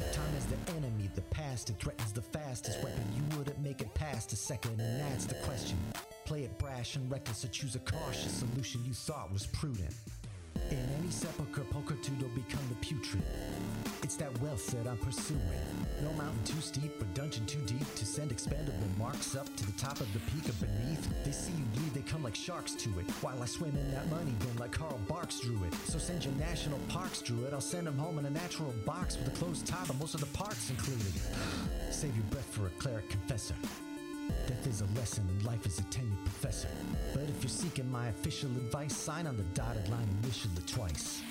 as the enemy. The past it threatens the fastest weapon. You wouldn't make it past a second, and that's the question. Play it brash and reckless, or choose a cautious solution you thought was prudent. In any sepulchre, pulchritude will become the putrid. It's that wealth that I'm pursuing. No mountain too steep or dungeon too deep to send expendable marks up to the top of the peak of beneath. They see you bleed, they come like sharks to it. While I swim in that money bin like Carl Barks drew it. So send your national parks drew it. I'll send them home in a natural box with a closed top and most of the parts included. Save your breath for a cleric confessor. Death is a lesson and life is a tenured professor. But if you're seeking my official advice, sign on the dotted line initial it twice.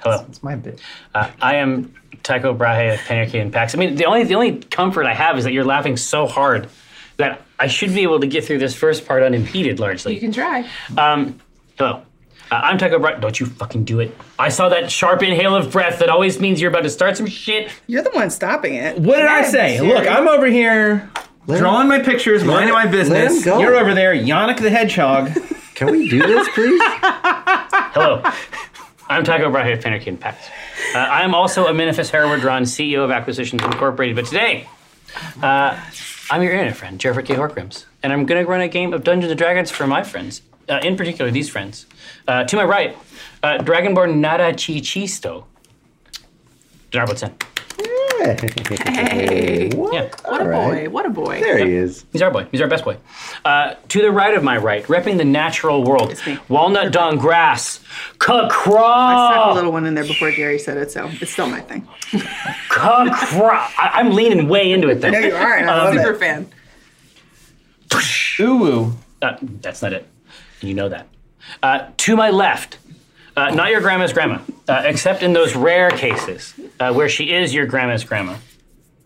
Hello. It's my bit. Uh, I am Tycho Brahe of Panicky and Pax. I mean, the only the only comfort I have is that you're laughing so hard that I should be able to get through this first part unimpeded, You largely. can try. Um, hello. Uh, I'm Tycho Brahe. Don't you fucking do it. I saw that sharp inhale of breath that always means you're about to start some shit. You're the one stopping it. What did I Yeah, say? sure. Look, I'm over here drawing my pictures, minding my business. him go. You're over there, Yannick the Hedgehog. Can we do this, please? Hello. I'm Tycho Brahe of Panicky and Pax. Uh, I am also Amenophis Herwardron, CEO E of Acquisitions Incorporated. But today, uh, I'm your internet friend, Jeffrey K. Horcrims, and I'm going to run a game of Dungeons and Dragons for my friends, uh, in particular these friends. Uh, to my right, uh, Dragonborn Nara Chi Chisto. Jarbotson. hey. What? Yeah. What a All right. boy. What a boy. There he is. He's our boy. He's our best boy. Uh, to the right of my right, repping the natural world, It's me. walnut dung grass, I Oh. stuck a kakra, little one in there before Gary said it, so it's still my thing. kakra. I- I'm leaning way into it There there. you are, and I'm a super fan. Uwu. Uh, that's not it. You know that. Uh, to my left, uh, not your grandma's grandma, uh, except in those rare cases uh, where she is your grandma's grandma,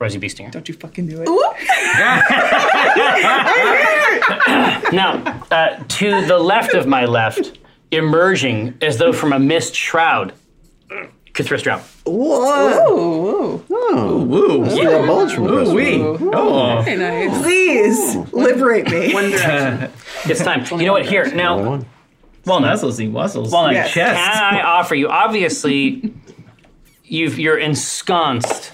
Rosie Beestinger. Don't you fucking do it. Ooh, Now, uh, to the left of my left, emerging as though from a mist shroud, Cthulhu Stroud. What? ooh, ooh. Woo. A little bulge from Ooh, Bruce. wee. Oh. Very nice. Please liberate me. One direction. It's time. You know what? Here, now, One. walnut. Nuzzles and wuzzles. Walnut. Yes. Chest. Can I offer you? Obviously, you've, you're ensconced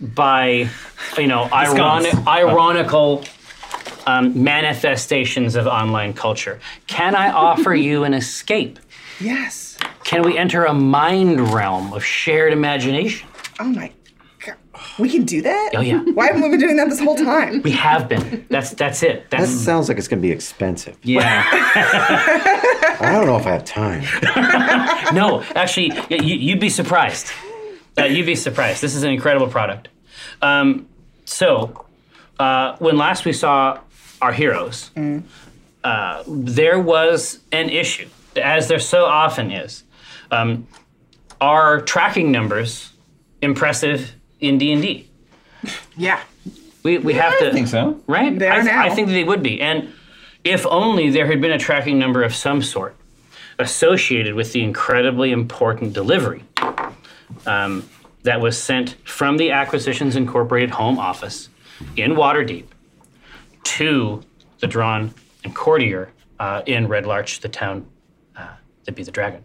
by, you know, ironic, Ensconced. ironical um, manifestations of online culture. Can I offer you an escape? Yes. Can we enter a mind realm of shared imagination? Oh my god. We can do that? Oh yeah, Why haven't we been doing that this whole time? we have been. That's that's it. That That's sounds like it's going to be expensive. yeah. I don't know if I have time. No, actually, y- you, you'd be surprised. Uh, you'd be surprised. This is an incredible product. Um, so, uh, when last we saw our heroes, Mm. uh, there was an issue, as there so often is. Um, are tracking numbers impressive in D and D? Yeah. We we have to I think so. right? They I, are th- now. I think they would be. And if only there had been a tracking number of some sort associated with the incredibly important delivery um, that was sent from the Acquisitions Incorporated home office in Waterdeep to the Drawn and Courtier uh, in Red Larch, the town uh, that be the dragon.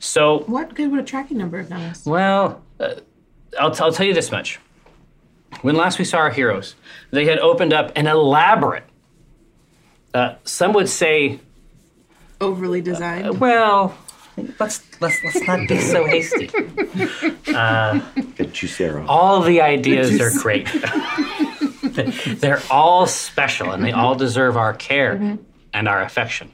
So What good would a tracking number have done us? well, uh, I'll, t- I'll tell you this much. When last we saw our heroes, they had opened up an elaborate, uh, some would say, Overly Uh, designed. well, let's, let's, let's not be so hasty. The Juicero. All the ideas are great. They're all special and they all deserve our care Mm-hmm. and our affection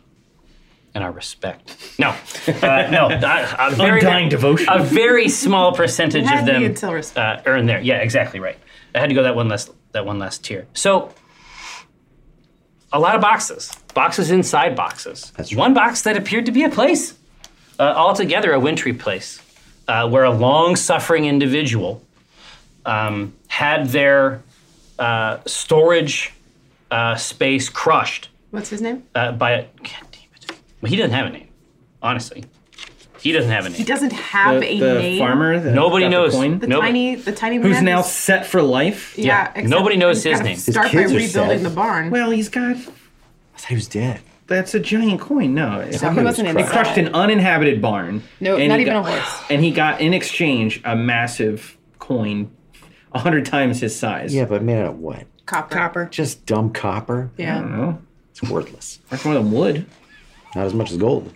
and our respect. No, uh, no, I- a very, Undying devotion. A very small percentage Had of me them until respect. uh, earn there. Yeah, exactly right. I had to go that one last that one last tier. So a lot of boxes, boxes inside boxes. That's right. one box that appeared to be a place uh, altogether a wintry place uh, where a long suffering individual um, had their uh, storage uh, space crushed What's his name? uh, by a. God damn it. Well, he doesn't have a name, honestly. He doesn't have a He name. doesn't have The, a the name. farmer. that Nobody got the knows. coin, The Nobody- tiny, the tiny Who's man now who's- set for life. Yeah. Yeah, nobody knows his name. His Start by kids are rebuilding set. the barn. Well, he's I got. thought he was dead. That's a giant coin. No, it, So he wasn't it crushed inside. an uninhabited barn. No, and not he even got- a horse. And he got in exchange a massive coin, a hundred times his size. Yeah, but made out of what? Copper. Copper. Just dumb copper? I Yeah. Mm. don't know. It's worthless. That's more than wood. Not as much as gold.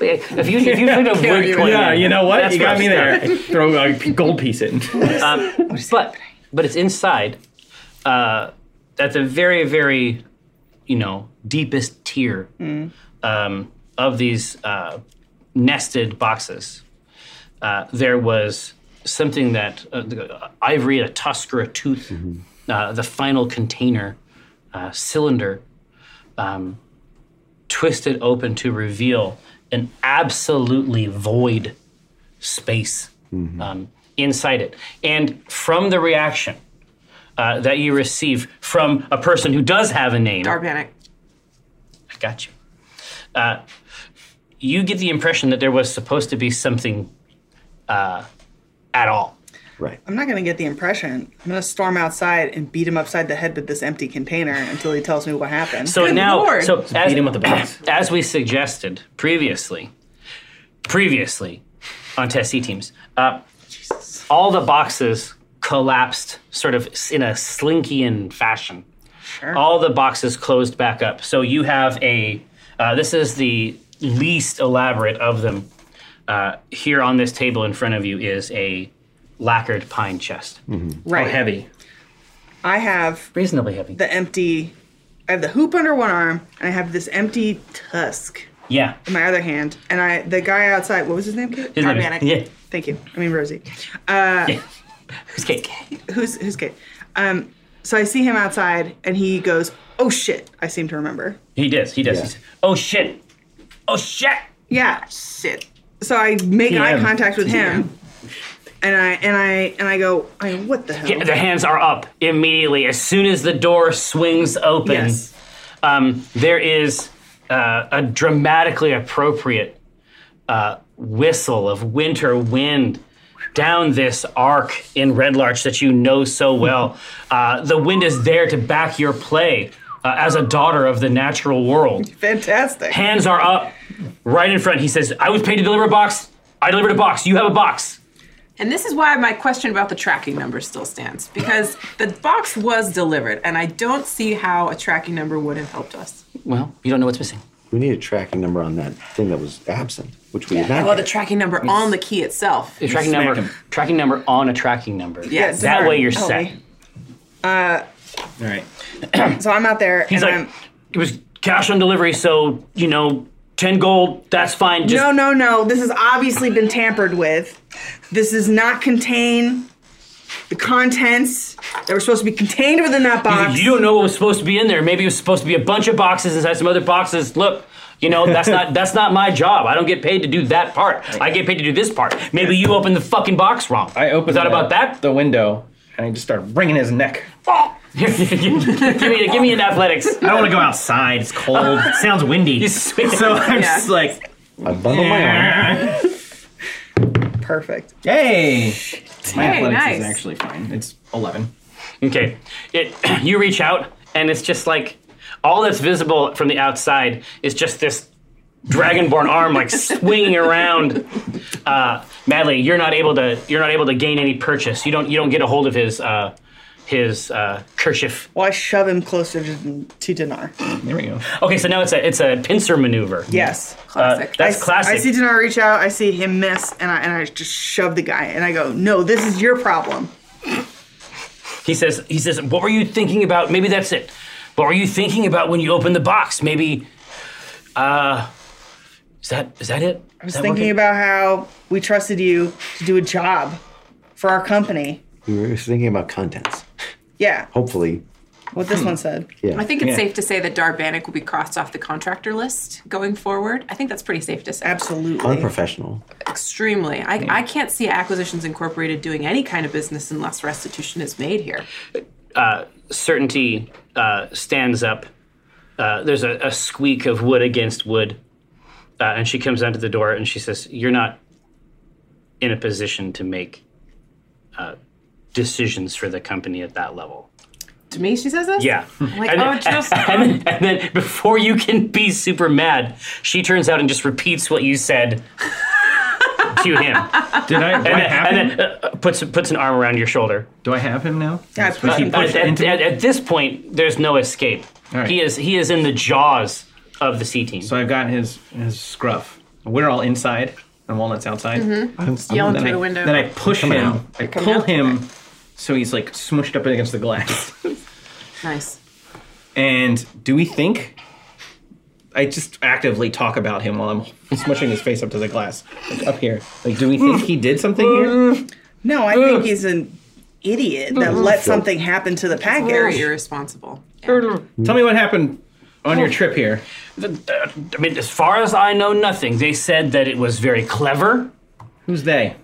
If you if you put a wood coin, Yeah, in, you know what? that's you got gross me stuff. there. Throw a p- gold piece in. Um, but but it's inside. Uh, that's a very very, you know, deepest tier um, of these uh, nested boxes. Uh, there was something that uh, the- ivory, a tusk or a tooth, uh, the final container uh, cylinder, um, twisted open to reveal an absolutely void space um, inside it. And from the reaction uh, that you receive from a person who does have a name, Arbanic. I got you. Uh, you get the impression that there was supposed to be something uh, at all. Right. I'm not going to get the impression. I'm going to storm outside and beat him upside the head with this empty container until he tells me what happened. So Good now, Lord. so as, beat him with a box. as we suggested previously, previously on test C teams, uh, all the boxes collapsed sort of s- in a slinkian fashion. All the boxes closed back up. So you have a, uh, this is the least elaborate of them. Uh, here on this table in front of you is a lacquered pine chest. right. Hmm. oh, Heavy. I have Reasonably heavy. the empty. I have the hoop under one arm, and I have this empty tusk yeah. in my other hand. And I, the guy outside, what was his name? Kate? His name is- Organic. yeah. Thank you. I mean Rosie. Who's cake? Who's who's Kate? Um, so I see him outside, and he goes, "Oh shit!" I seem to remember. He does. He does. Yeah. He's, oh shit. Oh shit. Yeah, shit. So I make eye TM. contact with him, and I and I and I go, "I what the hell?" Yeah, the hands are up immediately. As soon as the door swings open, Yes. um, there is uh, a dramatically appropriate uh, whistle of winter wind down this arc in Red Larch that you know so well. uh, the wind is there to back your play uh, as a daughter of the natural world. Fantastic. Hands are up right in front. He says, I was paid to deliver a box. I delivered a box. You have a box. And this is why my question about the tracking number still stands because the box was delivered, and I don't see how a tracking number would have helped us. Well, you don't know what's missing. We need a tracking number on that thing that was absent, which we did not. Well, the get. tracking number on the key itself. The tracking Smack number, him. tracking number on a tracking number. Yeah, that Sorry. way you're Help set. me. All right. So I'm out there, He's and like, I'm it was cash on delivery, so you know, ten gold. That's fine. Just No, no, no. This has obviously been tampered with. This does not contain the contents that were supposed to be contained within that box. You don't know what was supposed to be in there. Maybe it was supposed to be a bunch of boxes inside some other boxes. Look, you know, that's not that's not my job. I don't get paid to do that part. I get paid to do this part. Maybe you opened the fucking box wrong. I opened Thought the- about that. the window and I just started wringing his neck. give me give me an athletics. I don't want to go outside. It's cold. it sounds windy. sweet. So I'm just like, I Oh bundled my arm. Perfect. "Eh." hey. My Hey, athletics nice. is actually fine. It's 11. Okay. It you reach out and it's just like all that's visible from the outside is just this dragonborn arm like swinging around. Uh, Madly, you're not able to you're not able to gain any purchase. You don't you don't get a hold of his uh, his uh, kerchief. Well, I shove him closer to, to Dinar. There we go. Okay, so now it's a it's a pincer maneuver. Yes. Uh, Classic. that's I- classic. I see Dinar reach out. I see him miss, and I and I just shove the guy, and I go, "No, this is your problem." He says, he says, what were you thinking about? Maybe that's it. What were you thinking about when you opened the box? Maybe, uh, is that is that it? I was thinking about how we trusted you to do a job for our company. We were thinking about contents. Yeah, Hopefully, what this one said. Oh, hmm. yeah. I think it's Yeah. safe to say that Darbanic will be crossed off the contractor list going forward. I think that's pretty safe to say. Absolutely. unprofessional. Extremely. I, I can't see Acquisitions Incorporated doing any kind of business unless restitution is made here. certainty uh, stands up. Uh, there's a, a squeak of wood against wood, uh, and she comes down to the door and she says, "You're not in a position to make uh, decisions for the company at that level. to me, she says this? Yeah. I'm like, and, oh, then, just. and, then, and then before you can be super mad, she turns out and just repeats what you said to him. Did I? Do I And, then- have and him? then uh, puts puts an arm around your shoulder. Do I have him now? Yeah, I Was he put- pushed At, at- into me? at- at this point, there's no escape. All right. He is he is in the jaws of the C team. So I've got his his scruff. We're all inside, and Walnut's outside. yelling Then Mm-hmm. through I, the window. then I push him. out. I come pull out. him, so he's like smushed up against the glass. nice. and do we think? I just actively talk about him while I'm smushing his face up to the glass, like up here. Like, do we think he did something here? No, I think he's an idiot that Hmm. let something happen to the Very package. irresponsible. Tell me what happened on your trip here. Uh, I mean, as far as I know, nothing. They said that it was very clever. Who's they?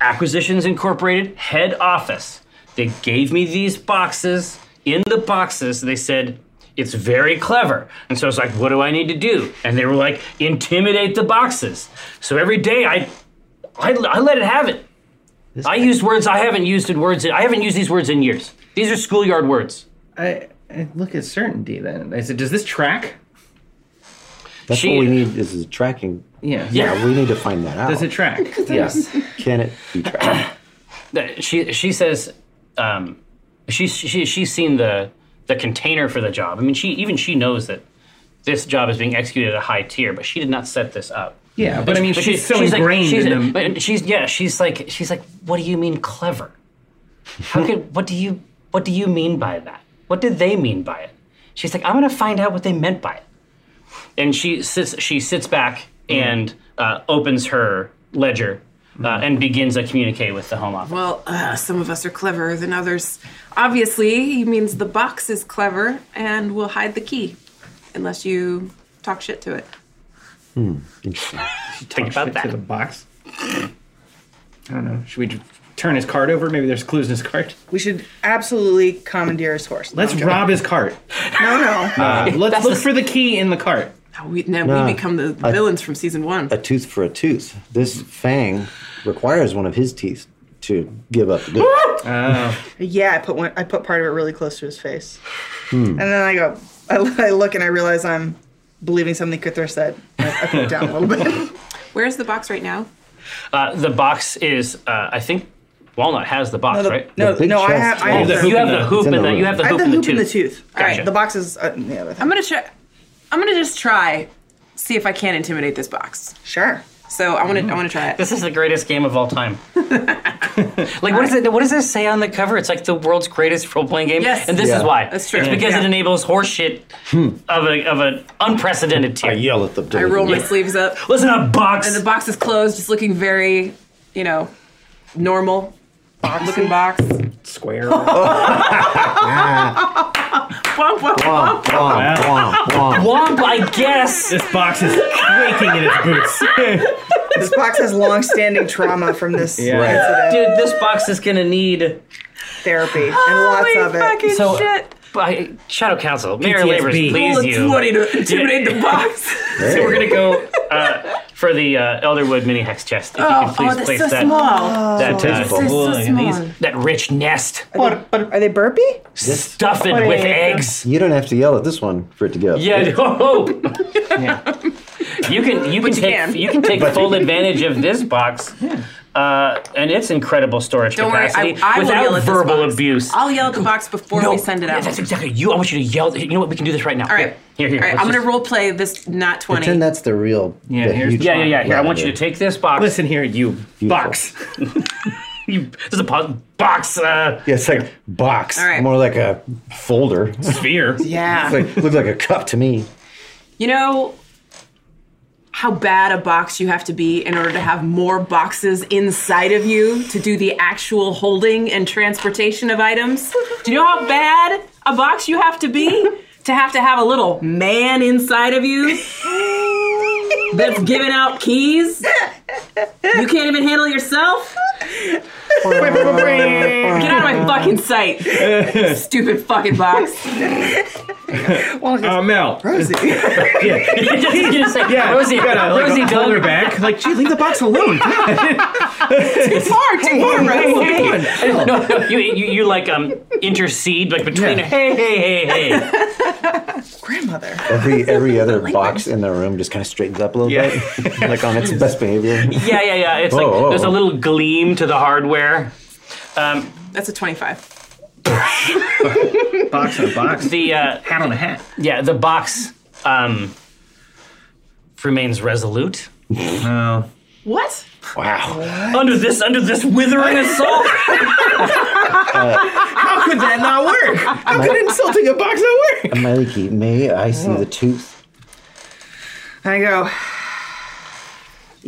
Acquisitions Incorporated head office. They gave me these boxes. In the boxes, they said, it's very clever. And so I was like, what do I need to do? And they were like, intimidate the boxes. So every day I, I, I let it have it. I used words I haven't used in words. I haven't used these words in years. These are schoolyard words. I, I look at certainty. Then I said, "Does this track?" That's She- what we need is, is tracking. Yeah. Yeah, we need to find that out. Does it track? Yes. Can it be tracked? that- she she says um, she's she, she's seen the the container for the job. I mean, she even she knows that this job is being executed at a high tier, but she did not set this up. yeah, but I mean, But she's so she's ingrained like, she's, in them. But she's yeah, she's like she's like, what do you mean clever? How could what do you what do you mean by that? What did they mean by it? She's like, I'm gonna find out what they meant by it. And she sits she sits back and uh, opens her ledger uh, and begins to communicate with the home office. Well, uh, some of us are cleverer than others. Obviously, he means the box is clever and will hide the key unless you talk shit to it. Interesting. Think Shit about that. to the box. I don't know. Should we j- turn his cart over? Maybe there's clues in his cart. We should absolutely commandeer his horse. Let's no, I'm rob his cart. joking. No, no. Uh, let's look for the key in the cart. Now we, now Nah, we become the I- villains from season one. A tooth for a tooth. This fang requires one of his teeth to give up the good. Yeah, I put one. I put part of it really close to his face, Hmm. and then I go. I, I look and I realize I'm believing something Kuthra said. I, I put it down a little bit. Where's the box right now? Uh, the box is, uh, I think, Walnut has the box, No, the- right? no, The big no, I chest have. I is- have Oh, the the, you have in the the- hoop it's in and the the, you have the I hoop have the and the hoop tooth. and the tooth. All right, Gotcha. the box is. Uh, yeah, the I'm thing. gonna try. I'm gonna just try, see if I can intimidate this box. Sure. So I want to. I want to try it. This is the greatest game of all time. like, what, is it, what does it say on the cover? It's like the world's greatest role playing game. Yes. And this is Yeah. why. That's true. It's because Yeah. it enables horseshit of, a, of an unprecedented tier. I yell at the I roll my sleeves up. Listen up, box. The box is closed, just looking very, you know, normal. Looking box. Square. Womp, womp, Ah. Womp, womp. womp, womp, womp. Womp, I guess. this box is quaking in its boots. This box has long-standing trauma from this Right. Dude, this box is going to need. therapy and Holy lots of it. Oh fucking So- shit. I, Shadow Council, Mayor PTSD. Labors, Roll please a you. 20 to intimidate the box. So we're gonna go uh, for the uh, Elderwood mini hex chest. If Oh, you can please place that small. that, uh, They're so Boy, small. that rich nest, Are they burpee? stuff it with eggs. You don't have to yell at this one for it to go. Yeah, no. Yeah. you can you can take can. you can take full advantage of this box. Uh, and it's incredible storage Don't worry, capacity I, I will without yell at this verbal box. abuse. I'll yell at the box before we send it yeah, out. that's exactly you. I want you to yell. You know what? We can do this right now. All right. Here, here. All right, let's I'm just- gonna role play this not 20. Pretend that's the real. Yeah, the here's huge the- Yeah, yeah, yeah. Here, I one. want you to take this box. Listen here, you box. you, this is a po- box. Uh, Yeah, it's like a box. All right. More like a folder. Fear. yeah. like, looks like a cup to me. You know how bad a box you have to be in order to have more boxes inside of you to do the actual holding and transportation of items? Do you know how bad a box you have to be to have to have a little man inside of you that's giving out keys? You can't even handle yourself? Get out of my fucking sight, stupid fucking box. Well, Uh, Mel. Rosie. I Yeah. Just gonna say, Yeah, Rosie, you gotta, like, Rosie, hold her don't. back. Like, gee, leave the box alone. Too far, too far, Rosie. Come on. No, no, you, you, you like um intercede like between Yeah. hey hey hey hey. grandmother. Every every other box in the room just kind of straightens up a little Yeah. bit, like on its best behavior. Yeah yeah yeah. It's like Whoa, whoa, there's a whoa. little gleam to the hardware. That's a 25. box on a box. The uh, Hat on a hat. yeah the box um remains resolute No. What? Wow. under this under this withering assault. How could that not work? How could insulting a Oh. box not work? Maliki, may I see the tooth? I go.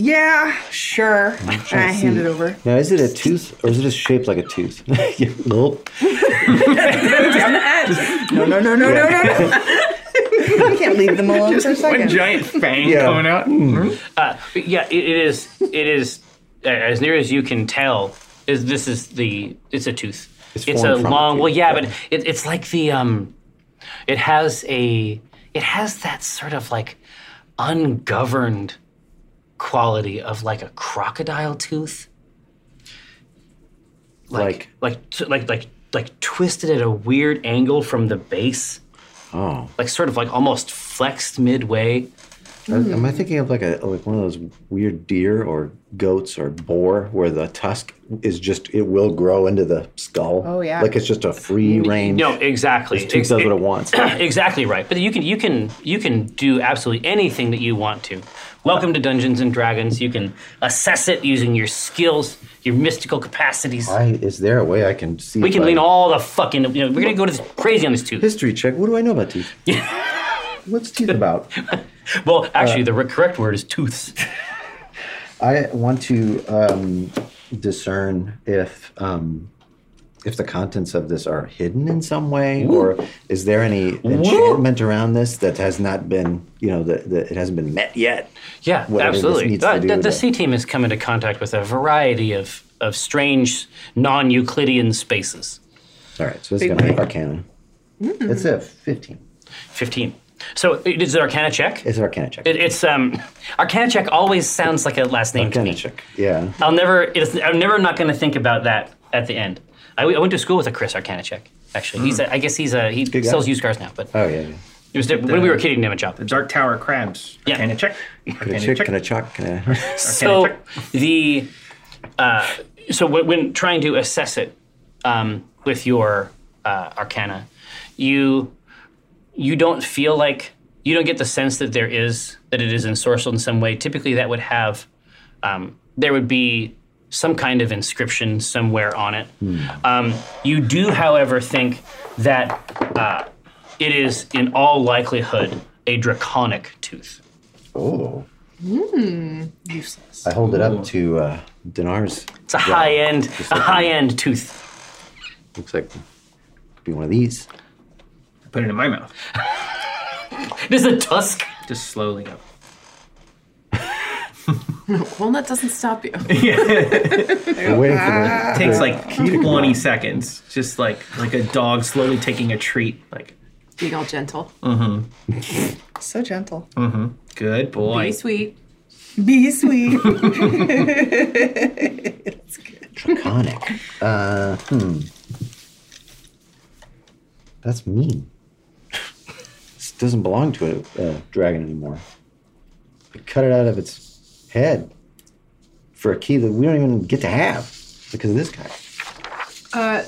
Yeah, sure. And I hand it over. Now, is it a tooth or is it just shaped like a tooth? Yeah, nope. No, no, no, no, no, no. no. you can't leave them alone for a One second. giant fang Yeah. Hmm. coming out. Hmm. yeah, it, it is. It is uh, as near as you can tell. Is this is the? It's a tooth. It's a formed from a long. tooth, well, yeah, yeah. but it, it's like the um. It has a. It has that sort of like ungoverned quality of like a crocodile tooth. Like, Like t- like like like twisted at a weird angle from the base. oh, Like sort of like almost flexed midway. am I thinking of like a like one of those weird deer or goats or boar where the tusk is just it will grow into the skull? Oh, yeah. like it's just a free range. No, exactly. tooth does what it wants. exactly right. But you can you can you can do absolutely anything that you want to. Welcome to Dungeons and Dragons. You can assess it using your skills, your mystical capacities. I, is there a way I can see? We if can I- lean all the fucking. You know, we're gonna go to this, crazy on this too. history check. What do I know about teeth? What's teeth about? Well, uh, actually, the correct word is tooths. I want to um, discern if um, if the contents of this are hidden in some way, or is there any enchantment around this that has not been, you know, that, that it hasn't been met yet? Yeah, Whatever this absolutely. needs to The, the- do the to- C team has come into contact with a variety of of strange non-Euclidean spaces. All right, so it's going to be Arcana. It's a fifteen. Fifteen. So it is an Arcana check. It's an Arcana check. It, it's um, Arcana check always sounds like a last name to me. Arcana check. Yeah. I'll never. It's, I'm never not going to think about that at the end. I, I went to school with a Chris Arcanacek. Actually, he's. A, I guess he's a. He guy. sells used cars now, but Oh yeah. yeah. it was different when we were a kid. He didn't have a job. Dark Tower crabs. Yeah. Can I check? Can I check? Can I check? Can I? So check. the, uh, so when, when trying to assess it um, with your uh, Arcana, you you don't feel like you don't get the sense that there is that it is ensorcelled in some way. Typically, that would have um, there would be some kind of inscription somewhere on it. Um, you do, however, think that uh, it is in all likelihood a draconic tooth. Oh. Useless. I hold it up to uh, Dinar's. It's a high end, a high end tooth. Looks like could be one of these. Put it in my mouth. It is a tusk. Just slowly up. Walnut doesn't stop you. We're waiting for the. Takes like 20 seconds. Just like like a dog slowly taking a treat. Like, Being all gentle. Mm. So gentle. good boy. Be sweet. Be sweet. Draconic. Uh, hmm. That's mean. This doesn't belong to a uh, dragon anymore. They cut it out of its head for a key that we don't even get to have because of this guy. Uh,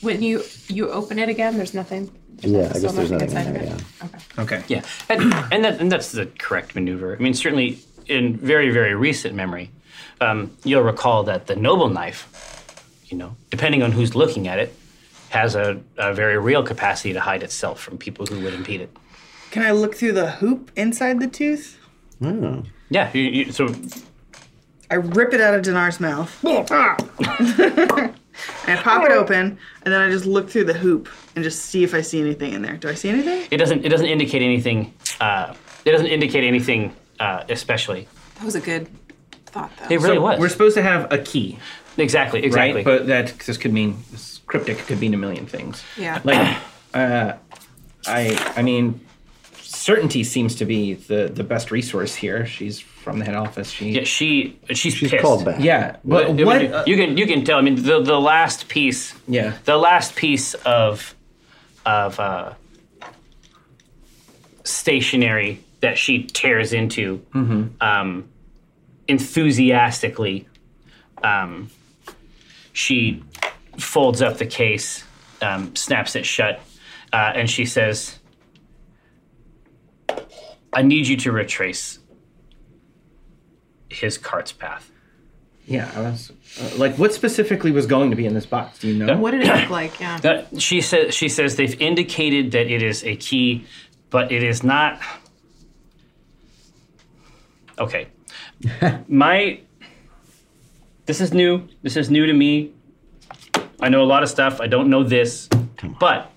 when you you open it again, there's nothing. Yeah, I So guess there's nothing nothing in there. inside of Yeah. it? Okay. Okay. Yeah, and and, that, and that's the correct maneuver. I mean, certainly in very very recent memory, um, you'll recall that the noble knife, you know, depending on who's looking at it, has a, a very real capacity to hide itself from people who would impede it. Can I look through the hoop inside the tooth? Oh. Yeah, you, you, so I rip it out of Dinar's mouth. Ah! and I pop it open, and then I just look through the hoop and just see if I see anything in there. Do I see anything? it doesn't it doesn't indicate anything. Uh, it doesn't indicate anything uh, especially. That was a good thought, though. It really So was We're supposed to have a key, exactly right? exactly. But that this could mean this cryptic could mean a million things. Yeah. Like, uh, I I mean, certainty seems to be the the best resource here. She's from the head office. She Yeah, she she's, She's pissed. called back. yeah. But I But mean, what? you can you can tell. I mean, the the last piece. uh, Yeah. The last piece of of uh, stationery that she tears into Mm-hmm. um, enthusiastically. Um, she folds up the case, um, snaps it shut, uh, and she says, "I need you to retrace his cart's path." yeah. I was uh, like, what specifically was going to be in this box? Do you know? What did it look like? Yeah. Uh, she says she says they've indicated that it is a key, but it is not. Okay, my this is new. This is new to me. I know a lot of stuff. I don't know this, but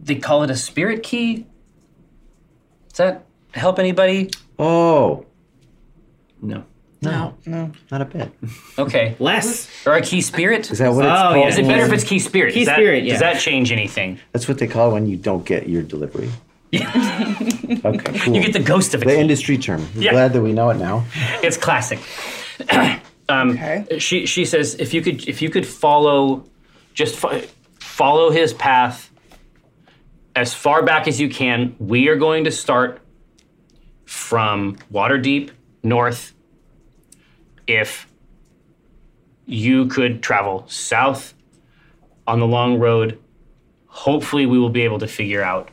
they call it a spirit key. Does that help anybody? Oh, No. no, No. not a bit. Okay, Less. or a key spirit? Is that what it's Oh, called? yeah. Is it better if it's key spirit? Key Does that- spirit, yeah. Does that change anything? That's what they call when you don't get your delivery. okay, cool. You get the ghost of a the key. industry term. I'm Yeah. Glad that we know it now. it's classic. Okay. She she says if you could if you could follow, just fo- follow his path as far back as you can. We are going to start from Waterdeep north. If you could travel south on the long road, hopefully we will be able to figure out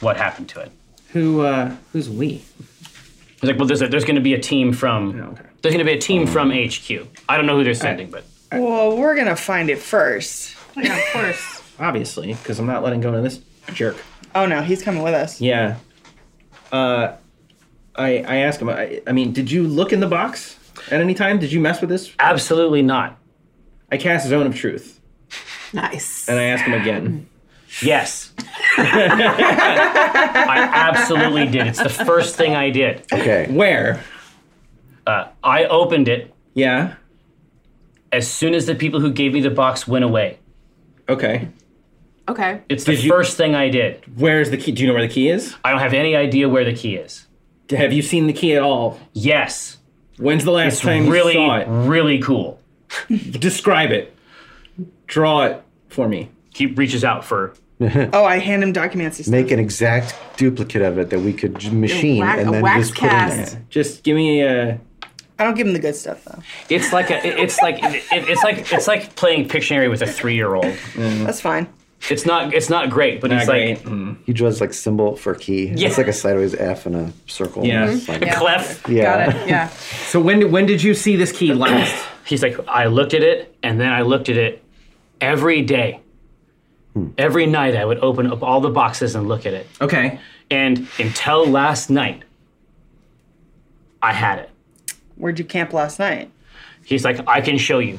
what happened to it. Who? Uh, who's we? It's like, well, there's a, there's going to be a team from Oh, okay. there's going to be a team from HQ. I don't know who they're sending, but Well, we're gonna find it first. yeah, of course. Obviously, because I'm not letting go of this jerk. Oh no, he's coming with us. Yeah. Uh, I I asked him. I, I mean, did you look in the box at any time? Did you mess with this? absolutely not. I cast Zone of Truth, Nice. and I asked him again. Yes, I absolutely did. It's the first thing I did. Okay. Where? Uh, I opened it Yeah. as soon as the people who gave me the box went away. Okay. Okay. It's the Did you- first thing I did. Where is the key? Do you know where the key is? I don't have any idea where the key is. Have you seen the key at all? Yes, When's the last it's time really you saw really cool. it? Describe it. Draw it for me. He reaches out for Oh, I hand him documents. and stuff. Make an exact duplicate of it that we could j- machine wa- a and then wax just put in cast. there. Just give me a. I don't give him the good stuff though. It's like a, it- it's like it, it's like it's like playing Pictionary with a three year old. That's fine. It's not it's not great, but it's Not like great. Mm. He draws like symbol for key. Yeah. It's like a sideways F and a circle. Yeah. It's like- Yeah. clef. yeah. Got it. Yeah. So when did- when did you see this key last? He's like, I looked at it and then I looked at it every day. Every night I would open up all the boxes and look at it. okay. And until last night, I had it. Where'd you camp last night? He's like, I can show you.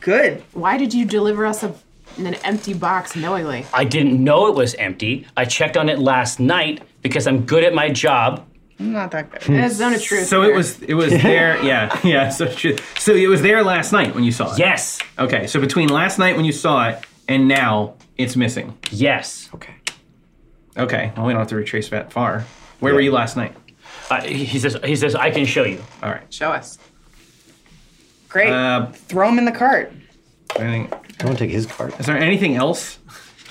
Good. Why did you deliver us a, an empty box knowingly? I didn't know it was empty. I checked on it last night because I'm good at my job. I'm not that good. Hmm. That's zone of truth. So it here. was it was there. Yeah. Yeah. So true. So it was there last night when you saw it. Yes, Okay. So between last night when you saw it and now it's missing. yes. Okay. Okay. Well, we don't have to retrace that far. Where were you last night? Uh, he he says, he says, I can show you. All right. Show us. Great. Uh, Throw him in the cart. anything, Don't take his card. is there anything else?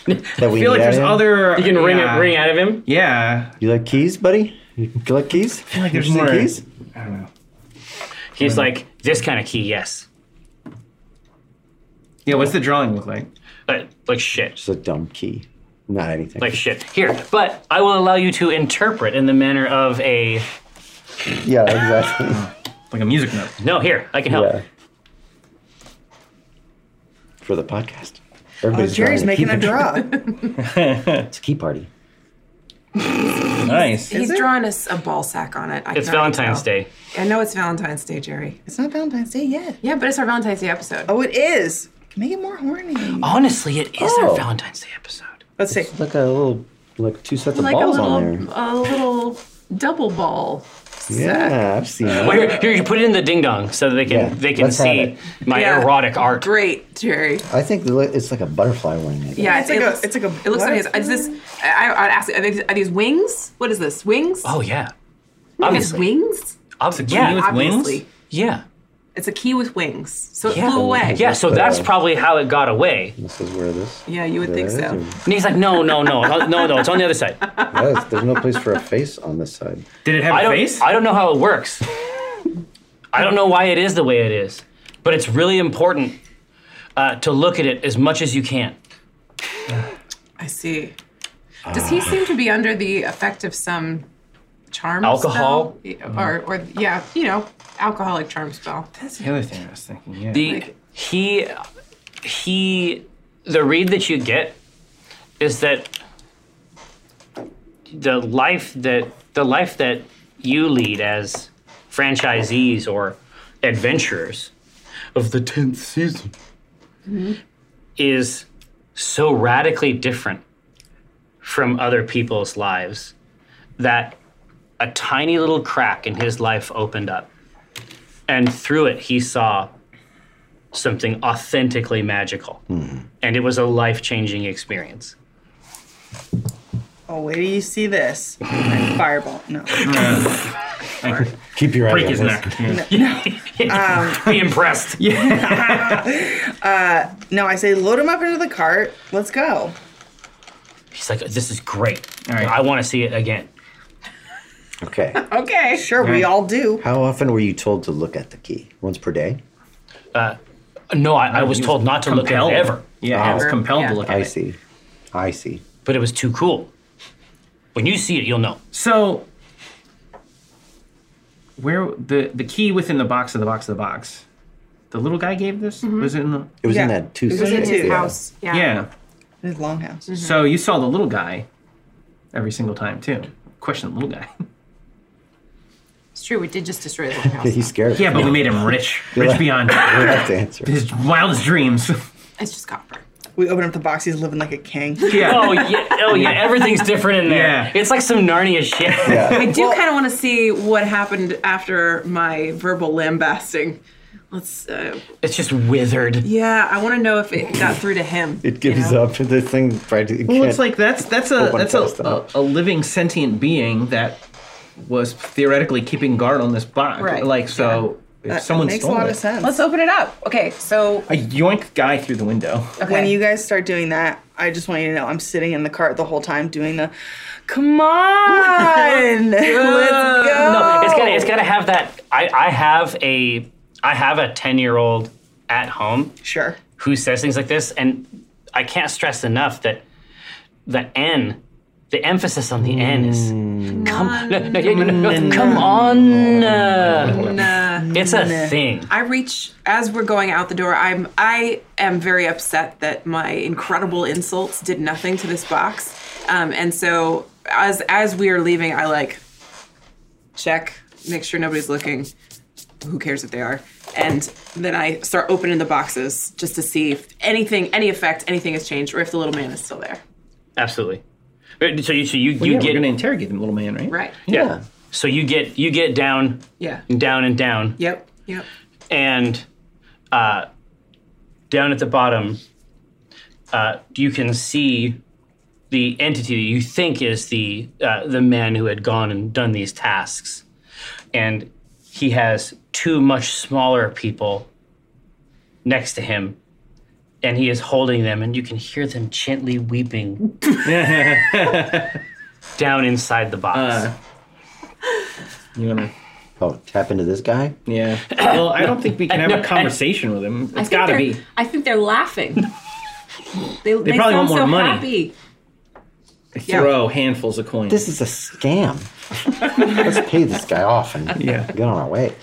That we I feel like need there's added? other. You can ring yeah. it, ring out of him. Yeah. You like keys, buddy? You collect keys? I feel like there's more. keys. I don't know. He's like, this kind of key, yes. Yeah. What's the drawing look like? But Uh, like shit. It's a dumb key. Not anything. like shit here but i will allow you to interpret in the manner of a yeah, exactly. Like a music note. no here i can help yeah. For the podcast. Everybody's Jerry's drawing making a key picture. draw. It's a key party. Nice. He's it? drawing us a ball sack on it. I it's can already valentine's tell. day I know it's Valentine's Day, Jerry. it's not Valentine's Day yet. Yeah, but it's our Valentine's Day episode. Oh, it is. Make it more horny. honestly it is Oh. our valentine's day episode Let's see. It's like a little, like two sets of like a balls little, on there. a little double ball Yeah, I've seen that. Well, here, here you put it in the ding dong so that they can Yeah, they can let's have see it. my Yeah. erotic art. Great, Jerry. I think the li- it's like a butterfly wing. I guess. Yeah, It's it like a- looks- it's like a- It looks like what? his. Is this? I, I, I'd ask. Are these, are these wings? What is this? Wings? Oh yeah, it's obviously. wings. Obvi- key yeah, with ob- wings? Obviously, yeah, it's a key with wings. So it Yeah. flew away. yeah. So the- that's probably how it got away. This is where this. Yeah, you would think that is, so. or- And he's like, no, no, no, no, no, no. It's on the other side. Yes, there's no place for a face on this side. Did it have I a don't. face? I don't know how it works. I don't know why it is the way it is, but it's really important uh, to look at it as much as you can. I see. Does he Ah. seem to be under the effect of some charm? Alcohol? Mm-hmm. spell? or or yeah, you know, alcoholic charm spell. That's the other thing I was thinking. Yeah. The he he the read that you get is that the life that the life that you lead as franchisees or adventurers of the 10th season is so radically different from other people's lives that a tiny little crack in his life opened up and through it he saw something authentically magical. And it was a life changing experience. Oh, wait till you see this. Like Fireball. No. Keep your eye break on his this. neck. Yeah. Be impressed. No, I say load him up into the cart. Let's go. He's like, this is great. All right. I want to see it again. Okay. Okay. Sure, we all do. How often were you told to look at the key? Once per day. No, I, I was told not to look at it ever, Yeah, I was Ever. compelled Yeah. to look at I it. see. I see. but it was too cool. When you see it, you'll know. So, where the the key within the box of the box of the box? The little guy gave this. Mm-hmm. Was it in the? It was in Yeah. that two. It was in section, his yeah. House. Yeah. Yeah. Mm-hmm. His longhouse. Mm-hmm. So you saw the little guy every single time too. Question the little guy. It's true. We did just destroy the whole Yeah, house. he's scared. yeah, but we made him rich, rich beyond We have to answer. his wildest dreams. it's just copper. We open up the box. He's living like a king. yeah. Oh yeah, oh yeah, everything's different in there. Yeah. It's like some Narnia shit. I Yeah. do kind of want to see what happened after my verbal lambasting. Let's. Uh, It's just withered. yeah, I want to know if it got through to him. It gives you know? up. The thing practically. Well, it's like that's that's a Open that's a, fast a, enough. a living sentient being that was theoretically keeping guard on this box. Right, Like so, if That someone makes a stole lot it, of sense. Let's open it up. Okay, so I yoink guy through the window. okay. When you guys start doing that, I just want you to know I'm sitting in the cart the whole time doing the, come on, let's go. No, it's gotta it's gotta have that. I, I have a I have a ten year old at home Sure. who says things like this, and I can't stress enough that the N, the emphasis on the N is Mm. come. No, no, yeah, no, no, no, come on, Mm. uh, Nah. it's a thing. I reach as we're going out the door. I'm I am very upset that my incredible insults did nothing to this box, um, and so as as we are leaving, I like check, make sure nobody's looking. Who cares if they are? And then I start opening the boxes just to see if anything, any effect, anything has changed, or if the little man is still there. Absolutely. Uh, So you so you, you yeah, get we're gonna interrogate the little man, right? Right. yeah. So you get you get down Yeah. and down and down Yep. Yep. and uh, down at the bottom, uh, you can see the entity that you think is the uh, the man who had gone and done these tasks, and he has two much smaller people next to him, and he is holding them, and you can hear them gently weeping down inside the box. Uh, you wanna? oh, tap into this guy. Yeah. Well, I don't think we can have No, a I- conversation with him. I It's think gotta they're- be. I think they're laughing. They, they, probably want sound more so money. happy. Throw handfuls of coins. This is a scam. Let's pay this guy off and Yeah. get on our way.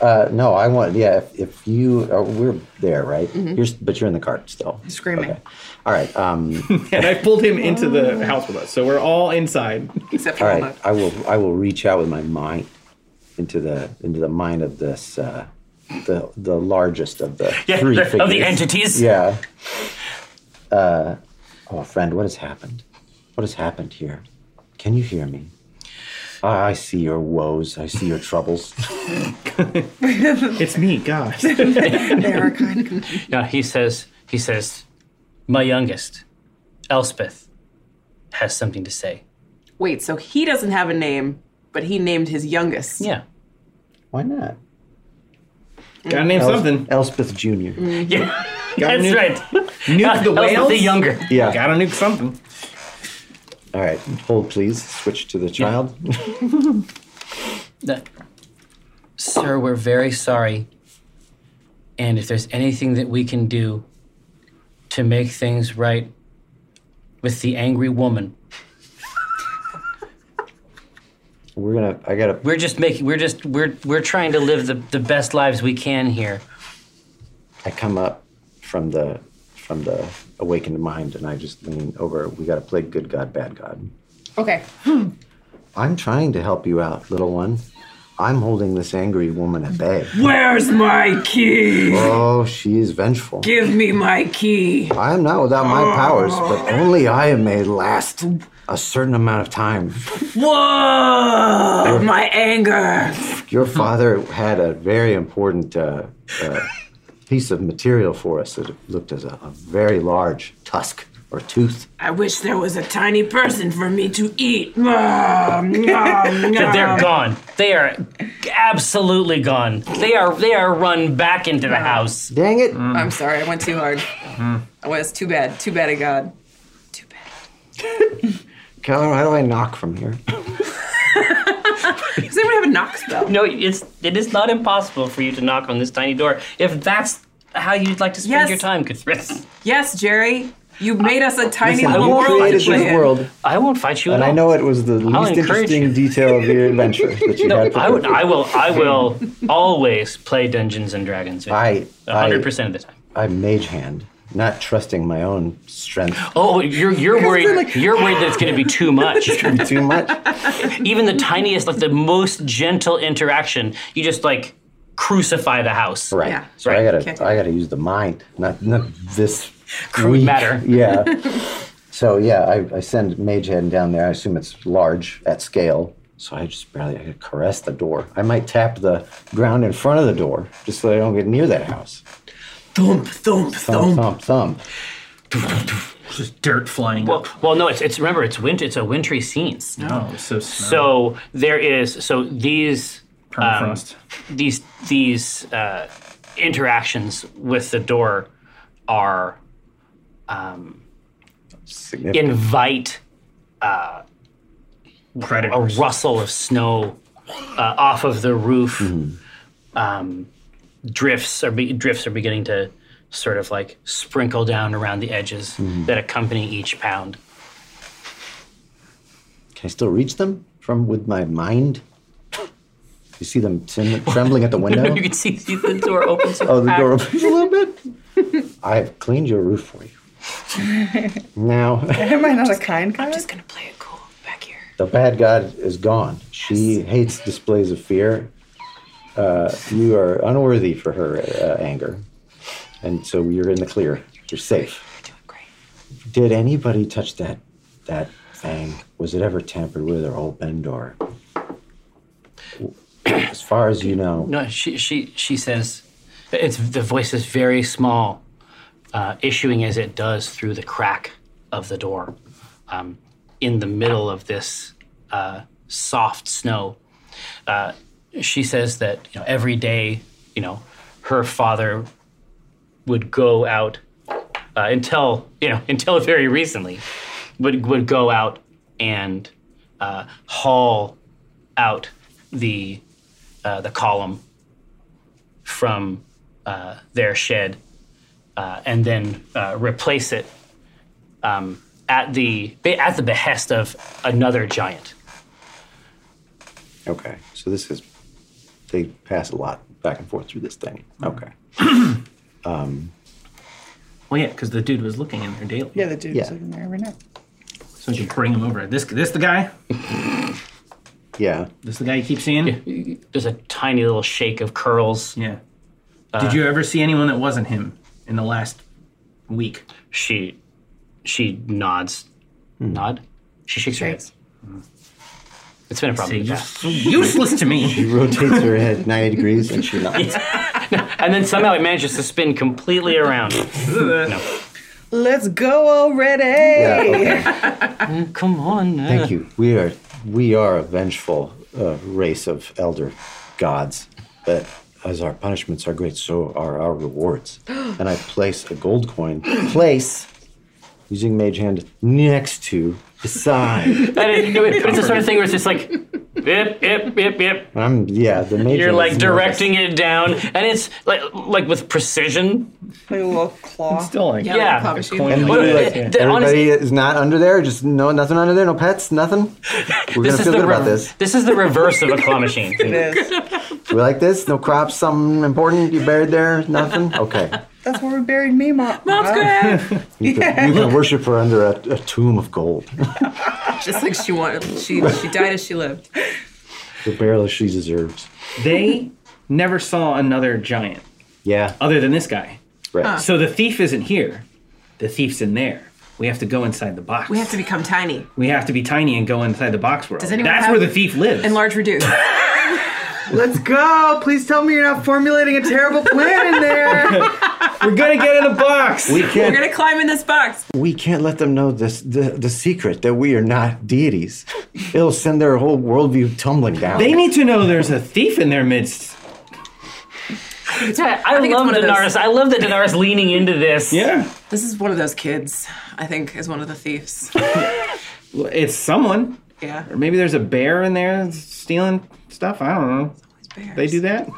Uh, no, I want. Yeah, if, if you uh, we're there, right? You're, s- but you're in the cart still, Mm-hmm. Screaming. Okay. All right. Um, and I pulled him into Oh. the house with us, so we're all inside. Except for all Alma. right. I will. I will reach out with my mind into the into the mind of this uh, the the largest of the yeah, three the- figures. of the entities. Yeah. Uh, oh, friend, what has happened? What has happened here? Can you hear me? I I see your woes. I see your troubles. It's me, God. They're kind of No, he says, he says, my youngest, Elspeth, has something to say. Wait, so he doesn't have a name, but he named his youngest. Yeah. Why not? Gotta name something. Elspeth Jr. Mm. Yeah. Gotta That's nuke, right. Nuke the Elspeth whales. the younger. Yeah. Gotta nuke something. All right. Hold, please. Switch to the child. Look, sir, we're very sorry. And if there's anything that we can do to make things right with the angry woman, We're gonna. I gotta. we're just making we're just we're we're trying to live the, the best lives we can here. I come up from the from the awakened mind, and I just lean over. We gotta play good God, bad God. Okay. I'm trying to help you out, little one. I'm holding this angry woman at bay. Where's my key? Oh, she is vengeful. Give me my key. I am not without my powers, but only I am made last a certain amount of time. Whoa! My anger. Your father had a very important uh, uh, piece of material for us that looked as a, a very large tusk or tooth. I wish there was a tiny person for me to eat. Nom, nom, They're nom. gone. They are absolutely gone. They are they are run back into the house. Dang it! I'm sorry, I went too hard. I was too bad. Too bad of God. Too bad. Keller, how do I knock from here? Does anyone have a knock spell? No, it's it is not impossible for you to knock on this tiny door if that's how you'd like to spend Yes. your time, Cuthrith. Yes, Jerry. You made us a tiny Listen, little you world. created to play this in. world, I won't fight you. and at I all. know it was the least encourage interesting detail of your adventure that you No, had. I would. prepared. I will. I will always play Dungeons and Dragons. I- hundred percent of the time. I mage hand, not trusting my own strength Oh, you're you're worried. you're worried that it's going to be too much. too much. Even the tiniest, like the most gentle interaction, you just like crucify the house. Right. Yeah. So I Right. gotta Okay. I gotta use the mind, not not this Crude weak- matter. Yeah. so yeah, I, I send Mage Hand down there. I assume it's large at scale. So I just barely I could caress the door. I might tap the ground in front of the door just so I don't get near that house. Thump, thump, Thump thump. thump thump. Just dirt flying Well, well, no. It's it's remember it's winter. It's a wintry scene. Oh, it's so snow. So there is so these permafrost. these these uh, interactions with the door are um, Significant. invite a Predators. rustle of snow uh, off of the roof. Um, drifts are be- drifts are beginning to sort of like sprinkle down around the edges that accompany each pound. Can I still reach them from with my mind? You see them tim- trembling at the window? You can see, see the door opens. Oh, the door opens a little bit. I've cleaned your roof for you. now Am I not a kind guy? Just gonna play it cool back here. the bad god is gone. She hates displays of fear. Uh, you are unworthy for her uh, anger, and so you're in the clear. You're safe. You're doing great. Did anybody touch that that thing? Was it ever tampered with or opened or? As far as you know, No, she she she says, it's the voice is very small, uh, issuing as it does through the crack of the door, um, in the middle of this uh, soft snow. Uh, she says that you know every day, you know, her father would go out uh, until you know until very recently, would would go out and uh, haul out the uh, the column from uh, their shed uh, and then uh, replace it um, at the be- at the behest of another giant. okay. So this is they pass a lot back and forth through this thing. Okay. well, yeah, because the dude was looking in there daily. Yeah, the dude's Yeah. looking there every night. So you bring him over. This this the guy? Yeah. This the guy you keep seeing? Yeah. There's a tiny little shake of curls. Did you ever see anyone that wasn't him in the last week? She she nods, nod. She shakes her head. Mm-hmm. It's been a problem. in the past. useless to me. She rotates her head 90 degrees and she nods. And then somehow it manages to spin completely around. Let's go already. Yeah, okay. Come on. uh, Thank you. We are we are a vengeful uh, race of elder gods, but as our punishments are great, so are our rewards. And I place a gold coin. Place using mage hand next to beside. And it, it- it's the sort of thing where it's just like, yep, yep, yep, yep. I'm yeah. The mage. You're hand like is nervous. directing it down, and it's like like with precision. Like a little claw. Still like Yeah, like a Yeah. claw machine. coin. And What we, if like, it- the- everybody is not under there. Just no, nothing under there. No pets. Nothing. We're gonna feel good the about rev- this. is the reverse of a claw machine. It is. We like this. No crops. Something important you buried there. Nothing. Okay. That's where we buried me, mom. Mom's good. You can, you can worship her under a, a tomb of gold. Just like she wanted. She she died as she lived. the barrel she deserves. They never saw another giant Yeah. other than this guy. Right. So the thief isn't here. The thief's in there. We have to go inside the box. We have to become tiny, We have to be tiny and go inside the box world. anyone That's have- where the thief lives. enlarge, reduce. Let's go. Please tell me you're not formulating a terrible plan in there. We're gonna get in the box. We We're can't. gonna climb in this box. We can't let them know this the, the secret that we are not deities. It'll send their whole worldview tumbling down. they need to know there's a thief in their midst. Yeah, I, think it's love one of Daenerys. those. I love that Daenerys leaning into this. Yeah. This is one of those kids. I think is one of the thieves. It's someone. Yeah. Or maybe there's a bear in there stealing stuff. I don't know. Bears. They do that?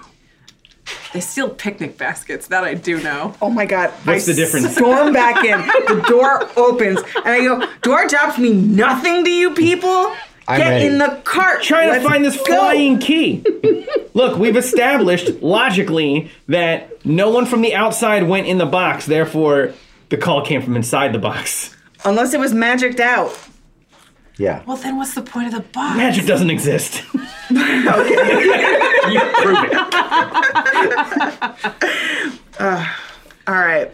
They steal picnic baskets. That I do know. Oh my god. What's I the difference? Storm back in. The door opens. And I go, door jobs mean nothing to you people. I'm Get ready. in the cart. Trying Let's to find this go." flying key. Look, we've established logically that no one from the outside went in the box, therefore, the call came from inside the box. Unless it was magicked out. yeah. Well, then what's the point of the box? Magic doesn't exist. You prove it. All right.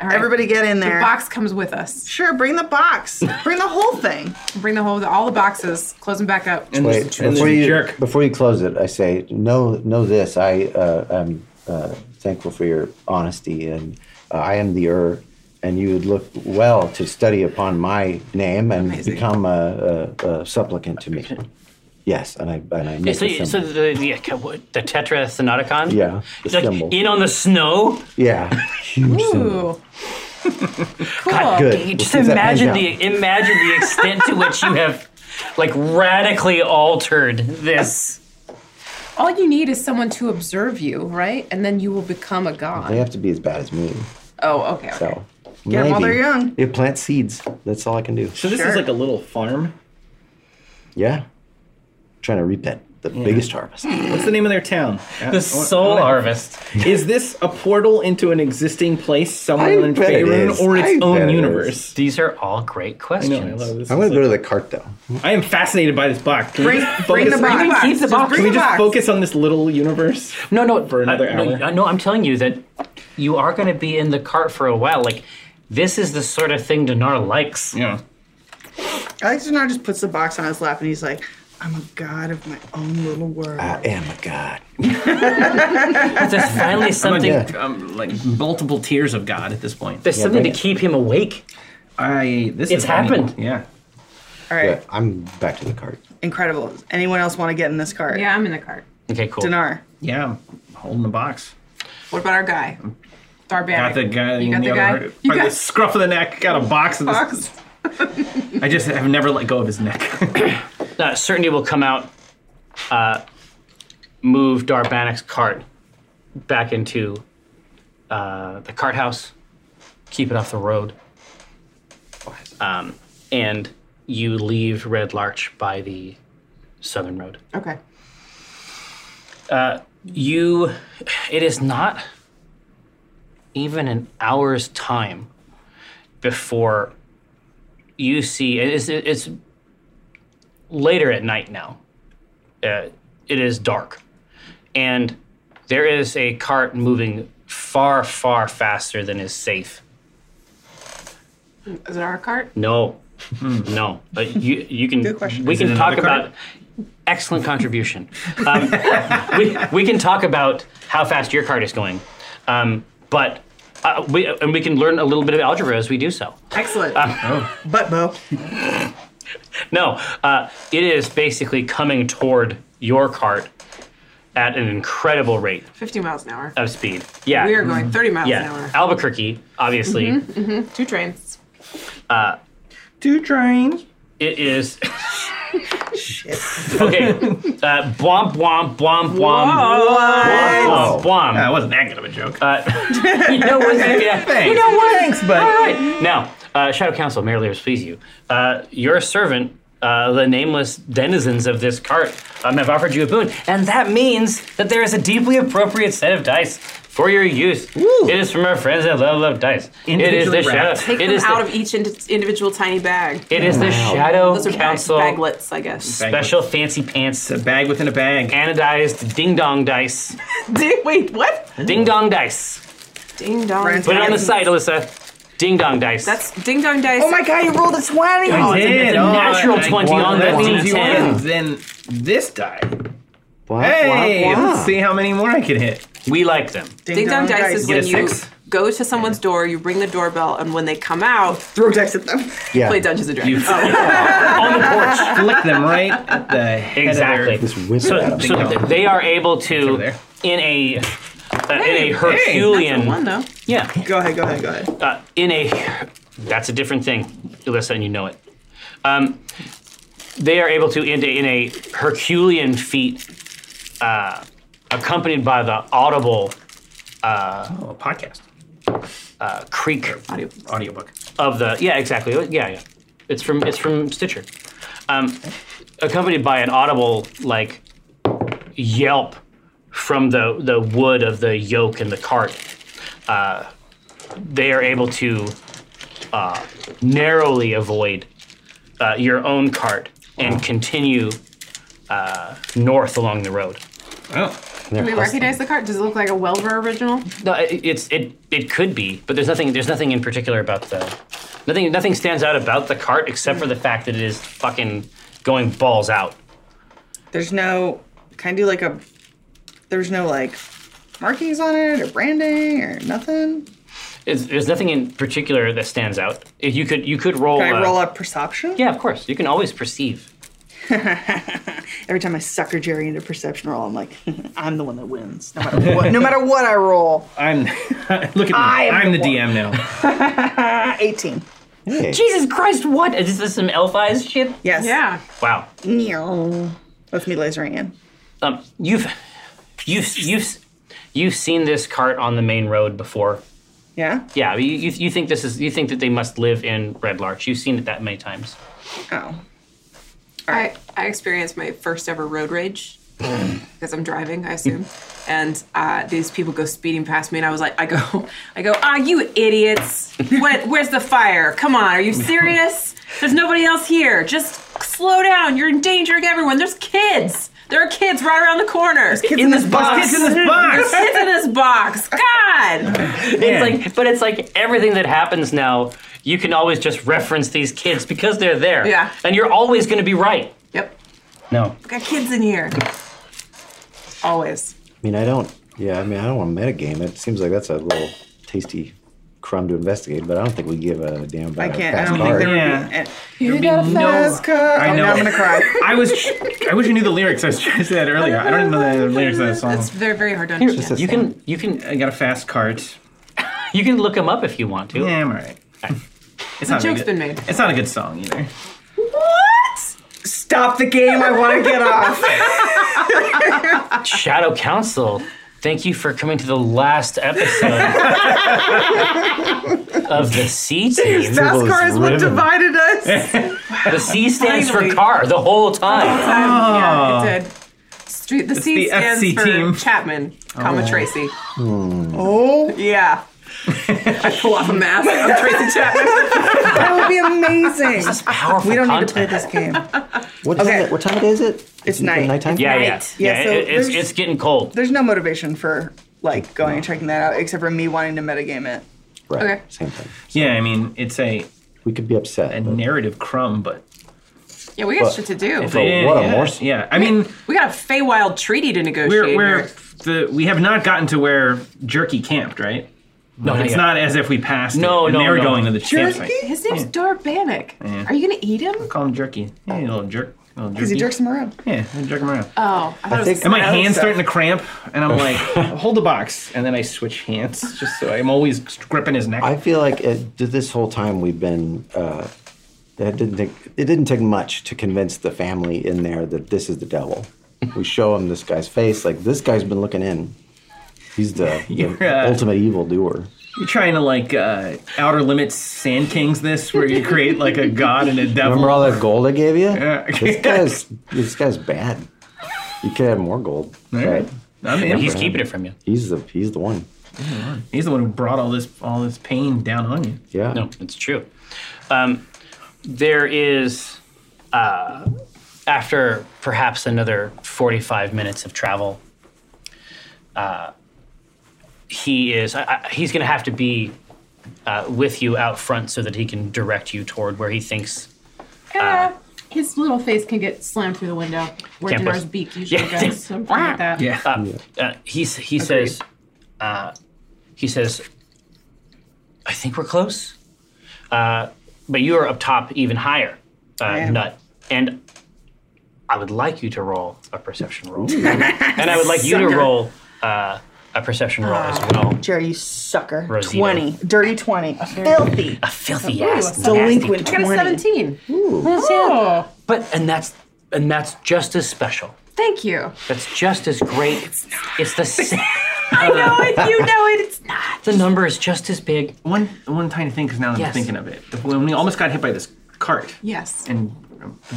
All right. Everybody get in The there. box comes with us. Sure, bring the box. Bring the whole thing. Bring the whole, all the boxes. Close them back up. And Wait. this, and Before this you jerk. before you close it, I say know know this. I uh, am uh, thankful for your honesty, and uh, I am the Ur, and you would look well to study upon my name and Amazing. become a, a, a supplicant to me. Yes, and I and I make So, the so symbol. the, the, the Tetrasthenoticon? yeah, the Like, symbol. in on the snow? Yeah, huge symbol. Ooh. cool. Good. You We'll just keep that page imagine down. the imagine the extent to which you have like radically altered this. All you need is someone to observe you, right? And then you will become a god. They have to be as bad as me. Oh, okay. okay. So Get 'em while they're young. You plant seeds. That's all I can do. So this is Sure. like a little farm. Yeah, trying to reap that the biggest harvest. What's the name of their town? Uh, oh, The soul harvest. Is this a portal into an existing place I somewhere in bet it Faerun is. or its I bet own it universe? These are all great I questions. know, I love this. I'm gonna go to the cart though. I am fascinated by this box. Can we Bring, just bring the focus- box. keep the Just box. Bring Can we the just box. focus on this little universe? No, no, For another I, no, hour. I- No, I'm telling you that you are going to be in the cart for a while. Like, this is the sort of thing Dinar likes. Yeah. Alex Denar just puts the box on his lap and he's like, I'm a god of my own little world. I am a god. There's finally something. yeah. Um, like multiple tiers of God at this point. There's something to bring it. keep him awake. I this It's is funny. happened. Yeah. All right. Yeah, I'm back to the cart. Incredible. Anyone else want to get in this cart? Yeah, I'm in the cart. Okay, cool. Dinar. Yeah. I'm holding the box. What about our guy? Darby. Got the guy You in got the, the other guy. part- You part of the got scruff of the neck. Got a box of this. box. I just have never let go of his neck. Uh, certainty will come out, uh, move Darbanic's cart back into uh, the cart house, keep it off the road, um, and you leave Red Larch by the southern road. Okay. You, it is not even an hour's time before you see. It's, it's later at night now. Uh, it is dark, and there is a cart moving far, far faster than is safe. Is it our cart? No, No, but you you can. Good question. We Hmm. it can talk another card? about excellent contribution. Um, we we can talk about how fast your card is going, um, but uh, we and we can learn a little bit of algebra as we do so. Excellent. Uh, Butt bow. No, uh, it is basically coming toward your cart at an incredible rate 50 miles an hour. of speed. Yeah. We are going 30 miles Mm-hmm. an yeah. hour. Mm-hmm. Albuquerque, obviously. Two trains. Two trains. It is. okay. Uh, bwomp, bwomp, bwomp, bwomp. Bwomp, That bwomp. wasn't that good of a joke. You know what's yeah. Thanks. Thanks, but Now, uh, Shadow Council, may our labors please you. Uh, your servant, uh, the nameless denizens of this cart, um, have offered you a boon, and that means that there is a deeply appropriate set of dice for your use. It is from our friends at Level Up Dice. It is the Individually Shadow. wrapped. Take it them is out the, of each ind- individual tiny bag. it is the Shadow Those are bag- Council baglets, I guess. Bag- special fancy pants a bag within a bag. anodized ding dong dice. Ding- Wait, what? Ding dong dice. Ding dong. Right. Put it on the side, Alyssa. Ding dong dice. That's ding dong dice. Oh my god, you rolled a 20! I it's a- it's a natural 20 well, on that that means you 10. want then this die. Blah, Hey, blah, blah. let's see how many more I can hit. we like them. Ding dong dice is Get when a you six? go to someone's door, you ring the doorbell, and when they come out, Throw dice at them. Yeah. play Dungeons and You Dragons. on the porch. flick them right at the head Exactly. Of their, Just whisper at So, him. so th- they are able over to there. in a uh, in a That's a one Herculean though. yeah Go ahead, go ahead, go ahead. uh, in a that's a different thing, Alyssa, and you know it. Um, they are able to in a, in a Herculean feat, uh, accompanied by the audible oh, a podcast, uh, creak Audio. audiobook. of the yeah exactly yeah yeah it's from it's from Stitcher, um, accompanied by an audible like yelp from the the wood of the yoke and the cart. Uh, they are able to uh, narrowly avoid uh, your own cart and continue uh, north along the road. Oh, Do we recognize the cart? Does it look like a Welver original? No, it, it's it it could be, but there's nothing there's nothing in particular about the nothing nothing stands out about the cart except for the fact that it is fucking going balls out. There's no. Can I do like a. There's no like markings on it or branding or nothing? It's, there's nothing in particular that stands out. If you could you could roll. Can I uh, roll up perception? Yeah, of course. You can always perceive. Every time I sucker Jerry into perception roll, I'm like, I'm the one that wins. No matter what, no matter what I roll. I'm look at me. I am I'm the the one. DM now. 18. Hey. Jesus Christ! What is this? Some elf eyes shit? Yes. Yeah. Wow. Meow. That's me lasering in. Um, you've you've you've you've seen this cart on the main road before. Yeah? Yeah, you, you, you think this is you think that they must live in Red Larch. You've seen it that many times. Oh. I, I experienced my first ever road rage because I'm driving, I assume. And uh, these people go speeding past me, and I was like, I go, I go, ah, you idiots! What, where's the fire? Come on, are you serious? There's nobody else here. Just slow down. You're endangering everyone. There's kids. There are kids right around the corner. There's Kids in, this box. Kids in this box. kids in this box. God. It's like, but it's like everything that happens now, you can always just reference these kids because they're there. Yeah. And you're always going to be right. Yep. No. We got kids in here. Always. I mean, I don't. Yeah, I mean, I don't want to metagame. It seems like that's a little tasty crumb to investigate, but I don't think we give a damn about I a can't. I fast don't card. think there Yeah. would be. And, you got a fast car. I Oh, know. now I'm gonna cry. I was. I wish I knew the lyrics. I was trying to say that earlier. I don't even know the lyrics of that song. It's very, very hard to understand. You can you can I got a fast cart. you can look them up if you want to. Yeah, I'm alright. It's not a joke's good- been made. It's not a good song either. What? Stop the game. I want to get off. Shadow Council, thank you for coming to the last episode of the C team. fast Those car is what ribbons. divided us. The C stands for Finally. car the whole time. Um, yeah, it did. Street, the C the stands FC for team. Chapman, comma Tracy. Oh, Yeah. I pull off a mask. I'm Tracy Chapman. that would be amazing. That's powerful We don't need content. to play this game. What, time Okay. it- what time of day is it? It's night. Nighttime. Yeah, yeah, Right. yeah. Yeah, so it- it's, there's- it's getting cold. There's no motivation for like going and checking that out, except for me wanting to metagame it. Right. Okay. Same thing. Yeah, I mean, it's a. We could be upset. a but- narrative crumb, but Yeah, we got Well, shit to do. Oh, what a yeah, morsel. Yeah, I mean, We got a Feywild treaty to we're negotiate. we're here. the we have not gotten to where Jerky camped, right? No, It's yet. not as if we passed. Oh, No, it, no, and They're no. going to the Jerky? campsite. His name's Darbanic. Are you gonna eat him? Call him Jerky. Yeah, little jerk. Little jerky. Because he jerks Uh, him around. Yeah, I jerk him around. Oh, I thought it was think- and my something hand's else. starting to cramp, and I'm like, hold the box, and then I switch hands, just so I'm always gripping his neck. I feel like it, th- this whole time we've been. Uh, it didn't take. It didn't take much to convince the family in there that this is the devil. we show him this guy's face. Like this guy's been looking in. He's the, the You're, uh, ultimate evil doer. You're trying to like uh, outer limits Sand Kings this, where you create like a god and a devil. Remember all that gold I gave you? Yeah. This guy's this guy's bad. You could have more gold. All but right. I'm in. He's keeping it from you. He's the he's the one. He's the one who brought all this all this pain down on you. Yeah. No, it's true. Um, there is, uh, after perhaps another 45 minutes of travel, uh, he is, I, I, he's going to have to be uh, with you out front so that he can direct you toward where he thinks. Ah, his little face can get slammed through the window where Can't Dinar's push- beak usually Yeah. goes. So I'm fine with that. Yeah. Uh, uh, he's, he says, uh, he says, I think we're close. Uh, but you are up top even higher, uh, am. Nut. And I would like you to roll a perception roll. and I would like you to roll uh, a perception roll as well. Jerry, you sucker. Rosita. 20. Dirty 20. Filthy. A filthy ass. nasty- Delinquent I got 20. a 17. Oh, But, and that's, and that's just as special. Thank you. That's just as great. It's, the same. I know it. You know it. It's not. The number is just as big. One one tiny thing, because now that I'm Yes. thinking of it, when we almost got hit by this cart, Yes. and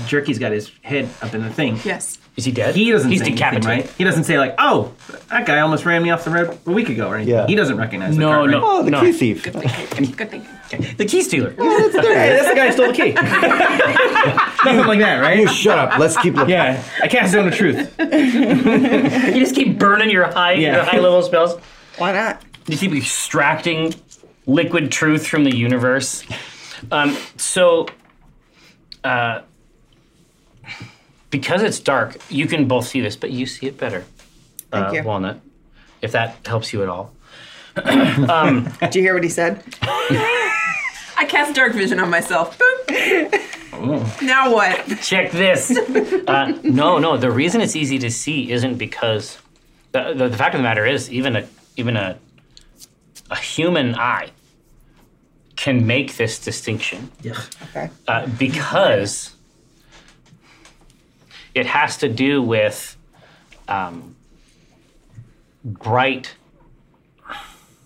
Jerky's got his head up in the thing. Yes. Is he dead? He doesn't. He's say anything, decapitated. right? He doesn't say like, "Oh, that guy almost ran me off the road a week ago," or anything. Yeah. He doesn't recognize. No, the cart, no. Right? Oh, the key thief. Good thing. The key stealer. Hey, that's the guy who stole the key. Nothing like that, right? Shut up. Let's keep looking. Yeah, I cast down the truth. You just keep burning your high, Yeah. your high level spells. Why not? You keep extracting liquid truth from the universe. Um, so, uh, because it's dark, you can both see this, but you see it better, Thank uh, you. Walnut. If that helps you at all. Did you hear what he said? I cast dark vision on myself. Boop. Now what? Check this. uh, no, no. The reason it's easy to see isn't because the, the, the fact of the matter is even a even a a human eye can make this distinction. Okay. uh, because it has to do with um, bright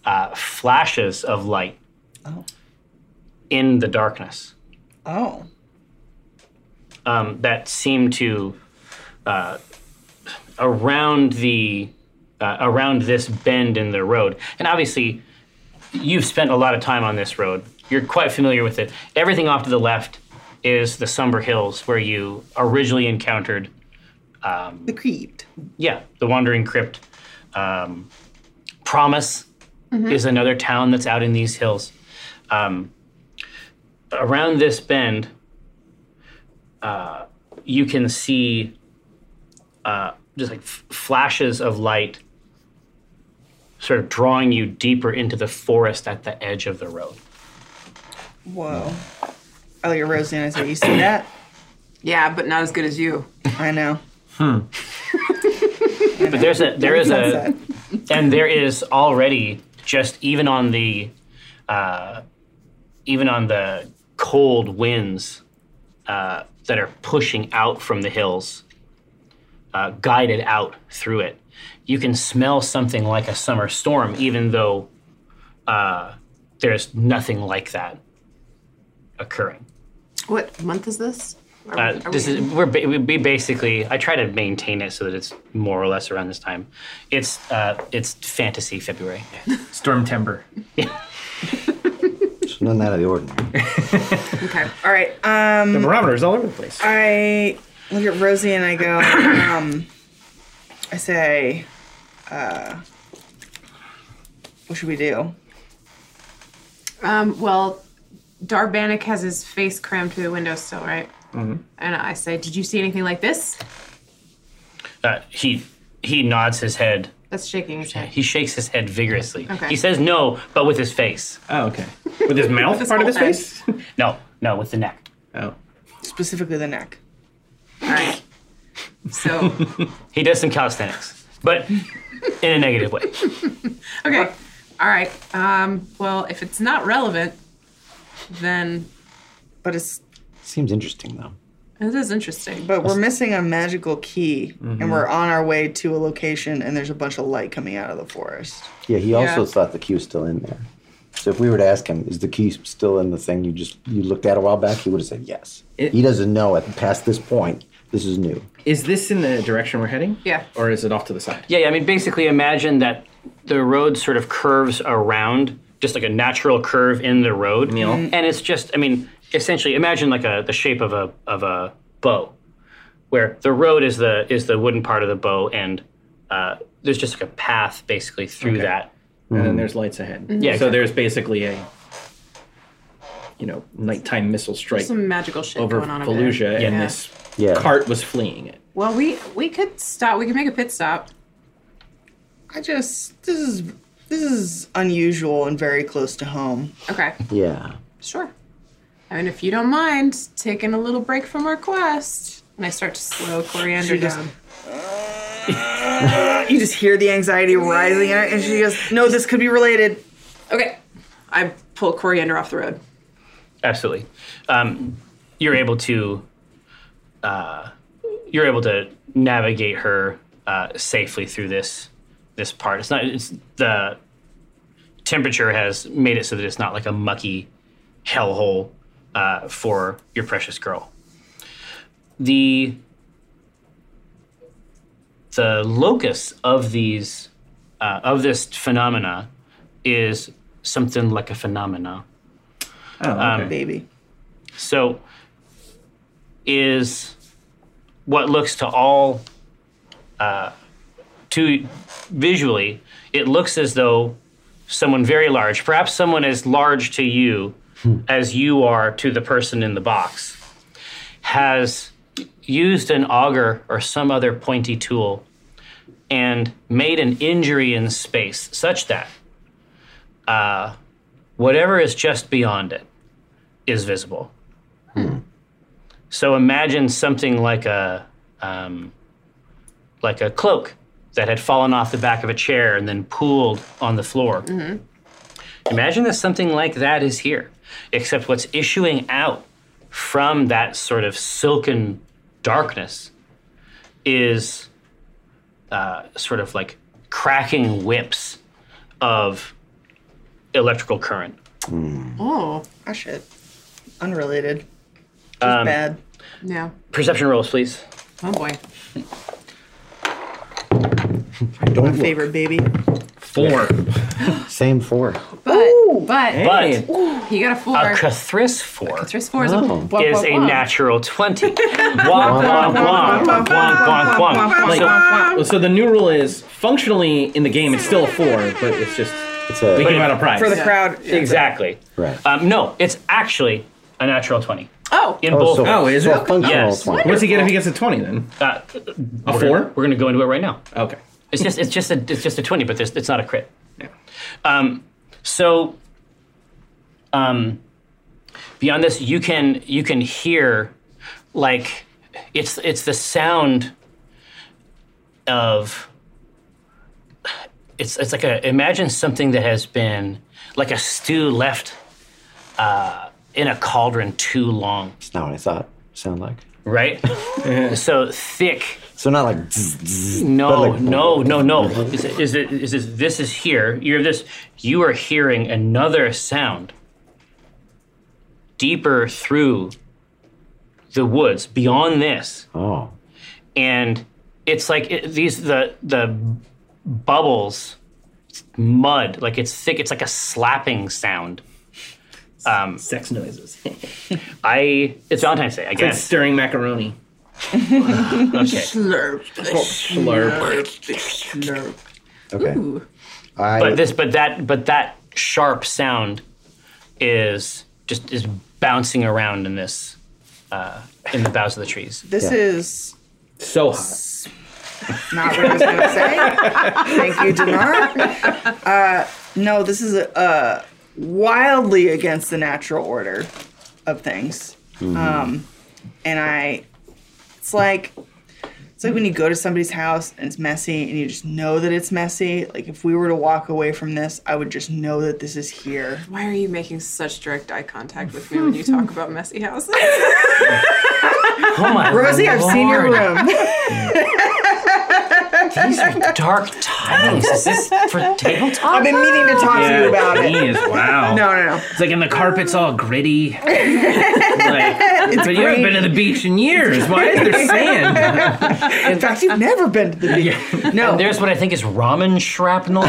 uh, flashes of light in the darkness Oh. um, that seem to uh, around the uh, around this bend in the road. And obviously, you've spent a lot of time on this road. You're quite familiar with it. Everything off to the left is the Somber Hills where you originally encountered, The creeped. yeah, the Wandering Crypt. Um, Promise is another town that's out in these hills. Um, around this bend, uh, you can see uh, just like f- flashes of light sort of drawing you deeper into the forest at the edge of the road. Whoa. Oh, I look at Rosie and I say, You see that? Yeah, but not as good as you. I know. But there's a there is a and there is already just even on the uh, even on the cold winds uh, that are pushing out from the hills, uh, guided out through it. You can smell something like a summer storm, even though uh, there's nothing like that occurring. What month is this? Are Uh, we- are this we- is we're ba- we we basically. I try to maintain it so that it's more or less around this time. It's uh, it's fantasy February. Storm timber. It's Nothing out of the ordinary. Okay. All right. Um, The barometer's all over the place. I look at Rosie and I go, um, I say, uh, what should we do? Um, well, Darbanik has his face crammed to the window still, right? And I say, Did you see anything like this? Uh, he he nods his head. That's shaking his head. He shakes his head vigorously. Okay. He says no, but with his face. Oh, okay. With his mouth His part of his whole face? No, no, with the neck. Oh. specifically the neck. All right. So, He does some calisthenics, but in a negative way. okay. All right. Um, well, if it's not relevant, then But it's Seems interesting though. this is interesting. but we're missing a magical key, and we're on our way to a location, and there's a bunch of light coming out of the forest. Yeah, he also Yeah. thought the key was still in there. So if we were to ask him, is the key still in the thing you just you looked at a while back, he would have said yes. It- he doesn't know at past this point. This is new. Is this in the direction we're heading? Yeah. Or is it off to the side? Yeah, yeah, I mean, basically, imagine that the road sort of curves around, just like a natural curve in the road, and it's just, I mean, essentially, imagine like a the shape of a of a bow, where the road is the is the wooden part of the bow, and uh, there's just like a path basically through Okay. that. And then there's lights ahead. Mm-hmm. Yeah, So there's basically a, you know, nighttime missile strike Some magical shit over going on over there. Fallujah, and Yeah. this Yeah. cart was fleeing it. Well, we we could stop. We could make a pit stop. I just this is this is unusual and very close to home. Okay. Yeah. Sure. I mean, if you don't mind taking a little break from our quest, and I start to slow coriander She just- down. You just hear the anxiety rising in her, and she goes, "No, this could be related." Okay. I pull coriander off the road. Absolutely, um, you're able to uh, you're able to navigate her uh, safely through this this part. It's not it's the temperature has made it so that it's not like a mucky hellhole uh, for your precious girl. The the locus of these uh, of this phenomena is something like a phenomena. Oh, okay. Baby, So is what looks to all uh, to visually, it looks as though someone very large, perhaps someone as large to you as you are to the person in the box, has used an auger or some other pointy tool and made an injury in space such that uh, whatever is just beyond it is visible. So imagine something like a um, like a cloak that had fallen off the back of a chair and then pooled on the floor. Imagine that something like that is here, except what's issuing out from that sort of silken darkness is uh, sort of like cracking whips of electrical current. Oh, oh shit, unrelated. Just bad. yeah. Perception rolls, please. Oh boy. My favorite baby. Four. Same four. But but But Hey. he got a four. A Cathris 4 Three fours Oh. is a natural 20. Womp, womp, womp, womp, womp, womp. Like, So- well, so the new rule is functionally in the game, it's still a four, but it's just It's a we But give it- out a prize. For the crowd, Exactly. Right. Um, no, it's actually a natural 20. Oh, In oh, both. so, Oh, is so it? a functional Yes. one. What's he get if he gets a twenty then? uh, A we're four? going to go into it right now. Okay. It's just it's just a it's just a twenty, but there's, it's not a crit. Um, so, um, beyond this, you can you can hear like it's it's the sound of it's it's like a imagine something that has been like a stew left uh, in a cauldron too long, It's not what I thought it sounded like. right? so thick So not like zzz, zzz, no, but like- Mm-hmm. no, no, no. Is it, is it is this, this is here? You're this. You are hearing another sound deeper through the woods beyond this, Oh. and it's like it, these the the bubbles, mud. Like it's thick. It's like a slapping sound. Sex noises. I. It's Valentine's Day. I It's guess. stirring macaroni. Okay. Slurp. Okay. I But this. But that. But that sharp sound is just is bouncing around in this, uh, in the boughs of the trees. This Yeah. is So hot. not what I was going to say. Thank you, Dinar. Uh, no, this is uh, wildly against the natural order of things. Um, and I, it's like, it's like when you go to somebody's house and it's messy and you just know that it's messy. Like if we were to walk away from this, I would just know that this is here. Why are you making such direct eye contact with me when you talk about messy houses? Oh my Rosie, I've seen your Lord. room. These are dark times. Is this for tabletop? I've been meaning to talk to you about it. Jeez, wow. No, no, no. It's like, and the carpet's all gritty. like, but you haven't been to the beach in years. Why is there sand? In fact, you've never been to the beach. No, There's what I think is ramen shrapnel.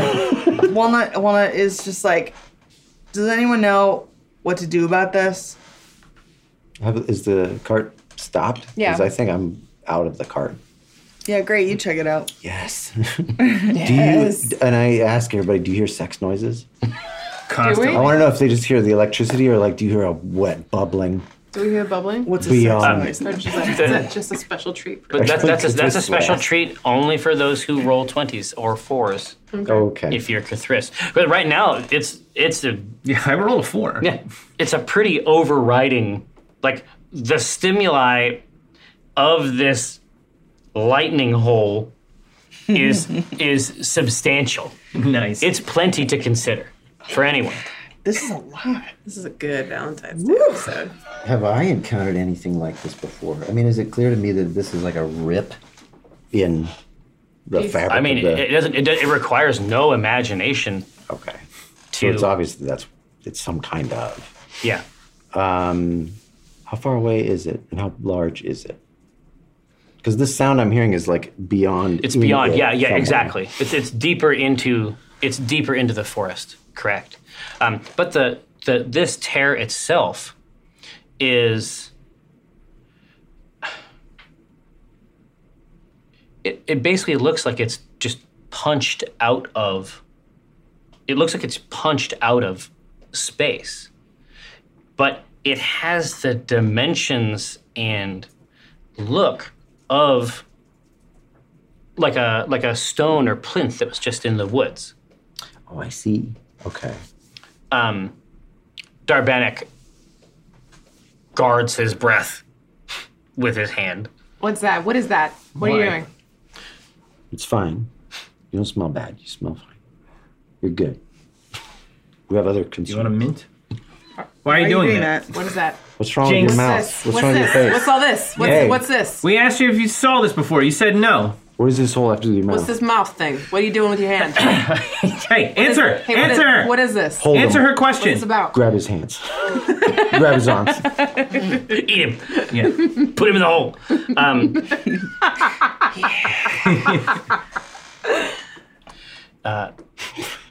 Walnut Walnut is just like, does anyone know what to do about this? Have, is the cart stopped? Yeah. Because I think I'm out of the cart. Yeah, great. You check it out. Yes. Do you, and I ask everybody, do you hear sex noises? Constant. I want to know if they just hear the electricity or like, do you hear a wet bubbling? Do we hear bubbling? What's a sex Beyond. noise? Or just like, is that just a special treat? For But that, that's, a, Actually, that's a Cthulhu special laugh. treat only for those who roll 20s or 4s Okay. if you're Cathris. But right now, it's it's a Yeah, I rolled a four. Yeah, it's a pretty overriding, like the stimuli of this lightning hole is is substantial. Nice. It's plenty to consider for anyone. This is a lot. This is a good Valentine's Day episode. Have I encountered anything like this before? I mean, is it clear to me that this is like a rip in the fabric? I mean, of it, the, it doesn't. It, do- it requires no imagination okay. So to. it's obvious that that's it's some kind of. yeah, Um, how far away is it, and how large is it? Because this sound I'm hearing is like beyond. it's in beyond. it Yeah, yeah, somewhere. exactly. It's it's deeper into it's deeper into the forest. Correct. Um, but the the this tear itself is. it, it basically looks like it's just punched out of it looks like it's punched out of space but it has the dimensions and look of like a like a stone or plinth that was just in the woods Oh, I see. Okay. um, darbanic guards his breath with his hand What's that? What is that? What are you doing? It's fine. You don't smell bad. You smell fine. You're good. We have other concerns. you want a mint? Why are you, Why doing, are you doing that? that? What is that? What's wrong Jinx. with your mouth? This. What's, What's wrong with this? your face? What's all this? What's, Hey. what's this? We asked you if you saw this before. You said no. what is this hole after your mouth? What's this mouth thing? What are you doing with your hand? Hey, answer. Hey, what is- answer. what is this? Hold answer him. her question. What's about? Grab his hands. Grab his arms. eat him Yeah. put him in the hole um,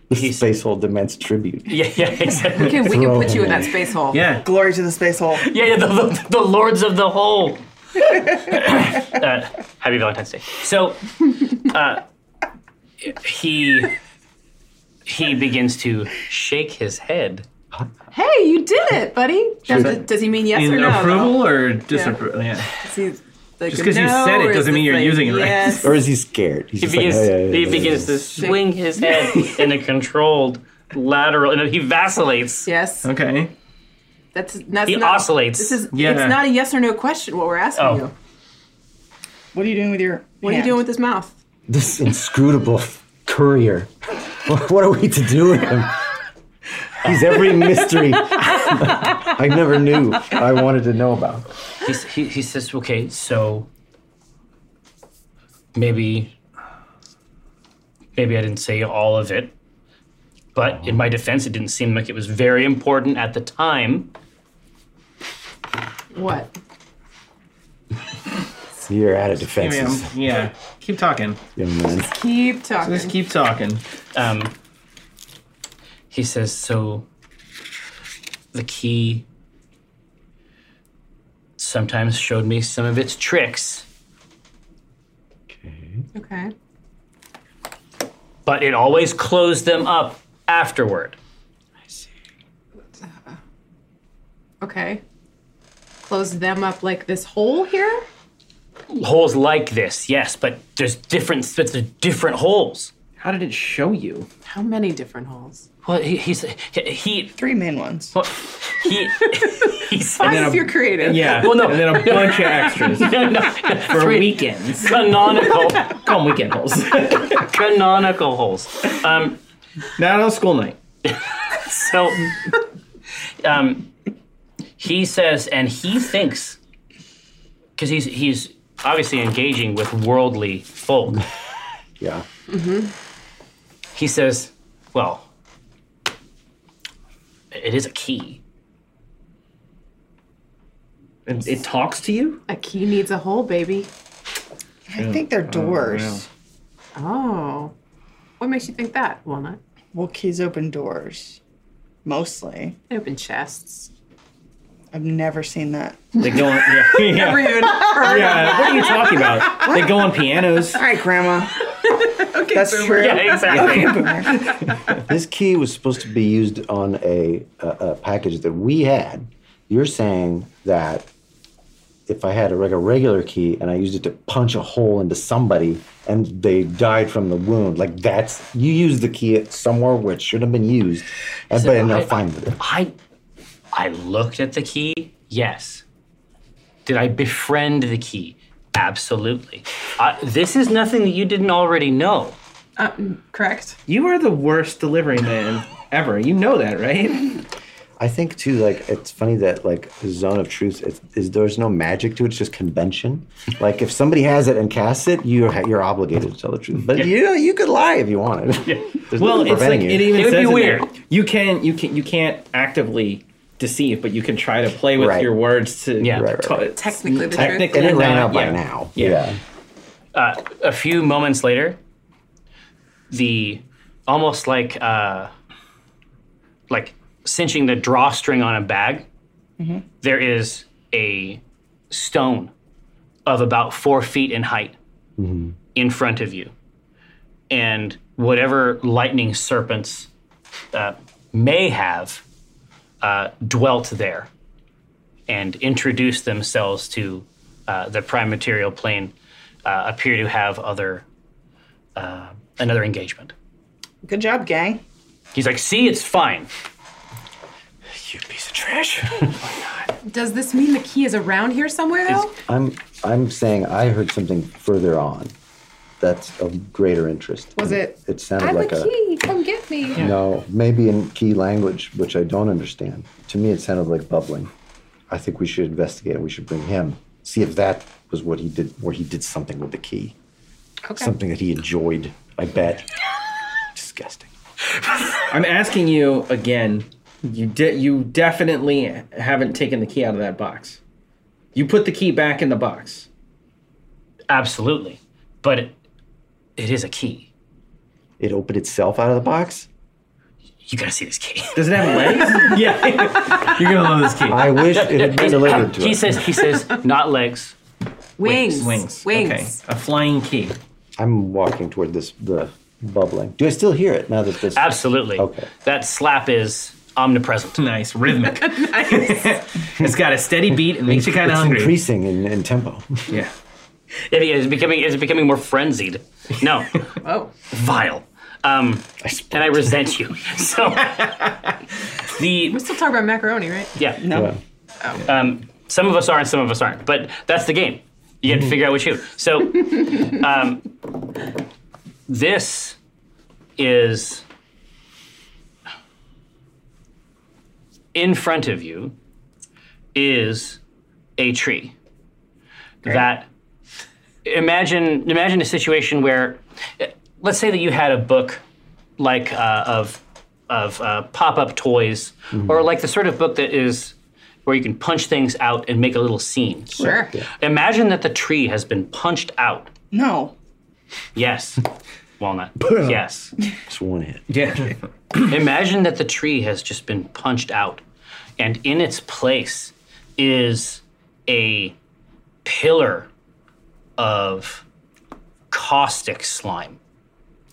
This is space hole demands tribute. Yeah, yeah, exactly. Okay, we can Throw put you in him that in. space hole. Yeah. Glory to the space hole. Yeah, yeah the, the, the lords of the hole. uh, happy Valentine's Day. So, uh, he he begins to shake his head. Hey, you did it, buddy. Now, d- does he mean yes In or no? approval or disapproval? Yeah. Just Just 'cause you said it doesn't mean you're using it right. Yes. Or is he scared? He's He just like, begins, "Hey, hey, hey, he hey, begins hey." to swing his head in a controlled lateral. And he vacillates. yes. Okay. That's that's He not, oscillates. This is Yeah. it's not a yes or no question. What we're asking Oh. you. What are you doing with your? What are you doing with this mouth? This inscrutable courier. What are we to do with him? He's every mystery I never knew I wanted to know about. he, s- he, he says, okay, so maybe maybe I didn't say all of it, but in my defense, it didn't seem like it was very important at the time. What? You're out of I mean, defenses, I'm- yeah. Keep talking. young man. Keep talking. Just keep talking. Um, he says, so the key sometimes showed me some of its tricks, Okay. okay. but it always closed them up afterward. Okay. Close them up like this hole here. Holes like this, yes, but there's different. But there's different holes. How did it show you? How many different holes? Well, he, he's he Three main ones. well, he he's Five then if a- you're creative. Yeah. Well, no. And then a bunch of extras for weekends. canonical Call them weekend holes. canonical holes. Um, Not on school night. so um, he says, and he thinks, because he's he's obviously engaging with worldly folk. Yeah. He says, well, it is a key. And it talks to you? A key needs a hole, baby. I think they're doors. Oh. wow. What makes you think that, Walnut? Well, keys open doors. Mostly. They open chests. I've never seen that. They go on. Yeah. yeah. yeah. What are you talking about? They go on pianos. All right, Grandma. okay, That's true. Yeah, exactly. This key was supposed to be used on a, a, a package that we had. You're saying that if I had a, reg- a regular key and I used it to punch a hole into somebody and they died from the wound, like that's you used the key at somewhere where it should have been used, and but ended I- up finding it. I I looked at the key. Yes. Did I befriend the key? Absolutely. I, this is nothing that you didn't already know. Uh, mm, Correct. You are the worst delivery man ever. You know that, right? I think too, like it's funny that like the zone of truth it's, is there's no magic to it. It's just convention. Like if somebody has it and casts it, you're you're obligated to tell the truth. But you you could lie if you wanted. There's Well, nothing it's like preventing it you. even It would says be in weird. there, You can you can you can't actively deceive, but you can try to play with Right. your words to Yeah. Right, right, right. to- Technically, the technically and it ran not- out by yeah. now. Yeah. A few moments later, the almost like uh, like cinching the drawstring on a bag, there is a stone of about four feet in height in front of you, and whatever lightning serpents uh, may have uh, dwelt there and introduced themselves to uh, the prime material plane uh, appear to have other uh, another engagement. Good job, gang. He's like, "See, it's fine." You piece of trash. Does this mean the key is around here somewhere, though? I'm I'm saying I heard something further on. That's of greater interest. Was it, It sounded I'm like a key. Come get me. no, maybe in key language, which I don't understand. To me, it sounded like bubbling. I think we should investigate. We should bring him. See if that was what he did, where he did something with the key. Okay. Something that he enjoyed. I bet. Disgusting. I'm asking you again. You de- you definitely haven't taken the key out of that box. You put the key back in the box. Absolutely, but it, it is a key. It opened itself out of the box. You gotta see this key. Does it have legs? yeah. You're gonna love this key. I wish it had been delivered to he us. says, "He says, not legs." Wings. Wings. Wings. Okay. A flying key. I'm walking toward this the bubbling. Do I still hear it now that this? Absolutely. Okay. That slap is omnipresent. Nice, rhythmic. it's got a steady beat and makes you kind of It's hungry. increasing in, in tempo. Yeah. It is becoming it's becoming more frenzied. No, Oh. vile. Um, and I resent you. So the Still talk about macaroni, right? yeah. Yeah. Um, some of us are and some of us aren't, but that's the game. You got to figure out which you. So, um, this is in front of you is a tree that imagine imagine a situation where eh, let's say that you had a book like uh, of of uh, pop-up toys or like the sort of book that is where you can punch things out and make a little scene Sure. imagine that the tree has been punched out No. yes walnut yes It's one hit. Yeah. imagine that the tree has just been punched out and in its place is a pillar of caustic slime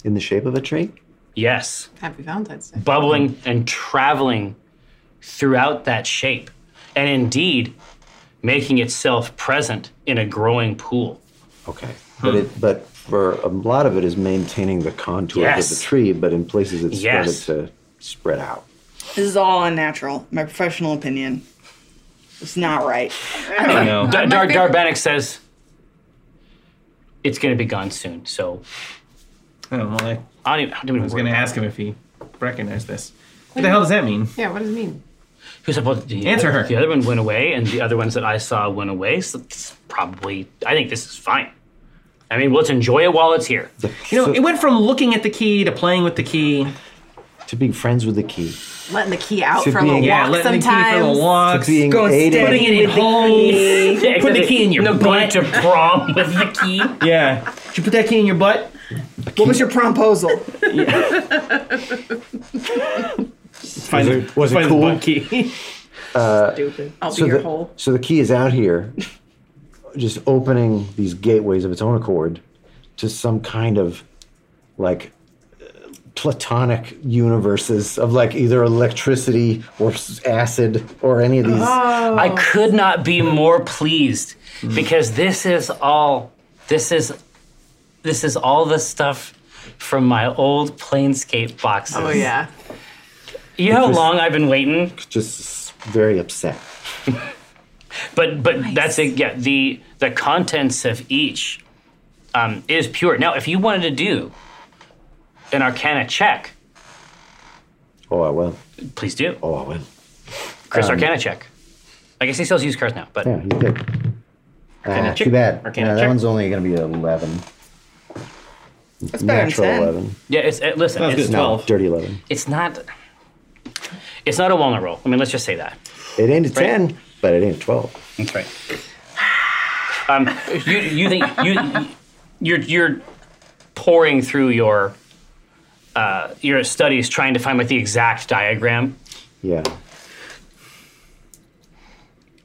In the shape of a tree. yes Happy Valentine's Day. bubbling and traveling throughout that shape and indeed making itself present in a growing pool. Okay. But it but for a lot of it is maintaining the contours of Yes. the tree, but in places it's Yes. started to spread out. This is all unnatural. My professional opinion. It's not right. I know. Uh, Dar- Dar- favorite- Darbanic says it's going to be gone soon. So Oh, well, I I don't even. I don't even was worry going to about ask him if he recognized this. What the hell does that mean? Yeah, what does it mean? it. Who's supposed to Answer her. The other one went away, and the other ones that I saw went away. So it's probably. I think this is fine. I mean, let's enjoy it while it's here. You know, it went from looking at the key to playing with the key. to being friends with the key. Letting the key out Should for a be- little Yeah, walk letting the key sometimes. for the To walks. being aided. putting it in holes. Yeah, Put the exactly. key in your no going butt. to prom with the key. Yeah. Did you put that key in your butt? What was your proposal? Find it- the- was it find the cool? butt key. Stupid. I'll So be your the, hole. so the key is out here, just opening these gateways of its own accord to some kind of like uh, platonic universes of like either electricity or s- acid or any of these. Ah. Oh. I Oh. could not be more pleased because this is all this is this is all the stuff from my old planescape boxes. Oh yeah. You know how was- long I've been waiting? Just s- very upset. But but that's it. Yeah, the the contents of each um, is pure. Now, if you wanted to do an Arcana check, Oh, I will. please do. Oh, I will. Chris Um, Arcana check. I guess he still use cards now, but Yeah, you did. Ah, check. too bad. Arcana Yeah, that check. one's only going to be an 11. That's better than Natural 10. 11. yeah, it's it, listen. That's It's, good. No, 12. dirty 11. it's not. It's not a walnut roll. I mean, let's just say that. It ain't a 10, but it ain't a 12. That's right. Um, you you think you you're you're pouring through your uh, your studies trying to find like the exact diagram. Yeah.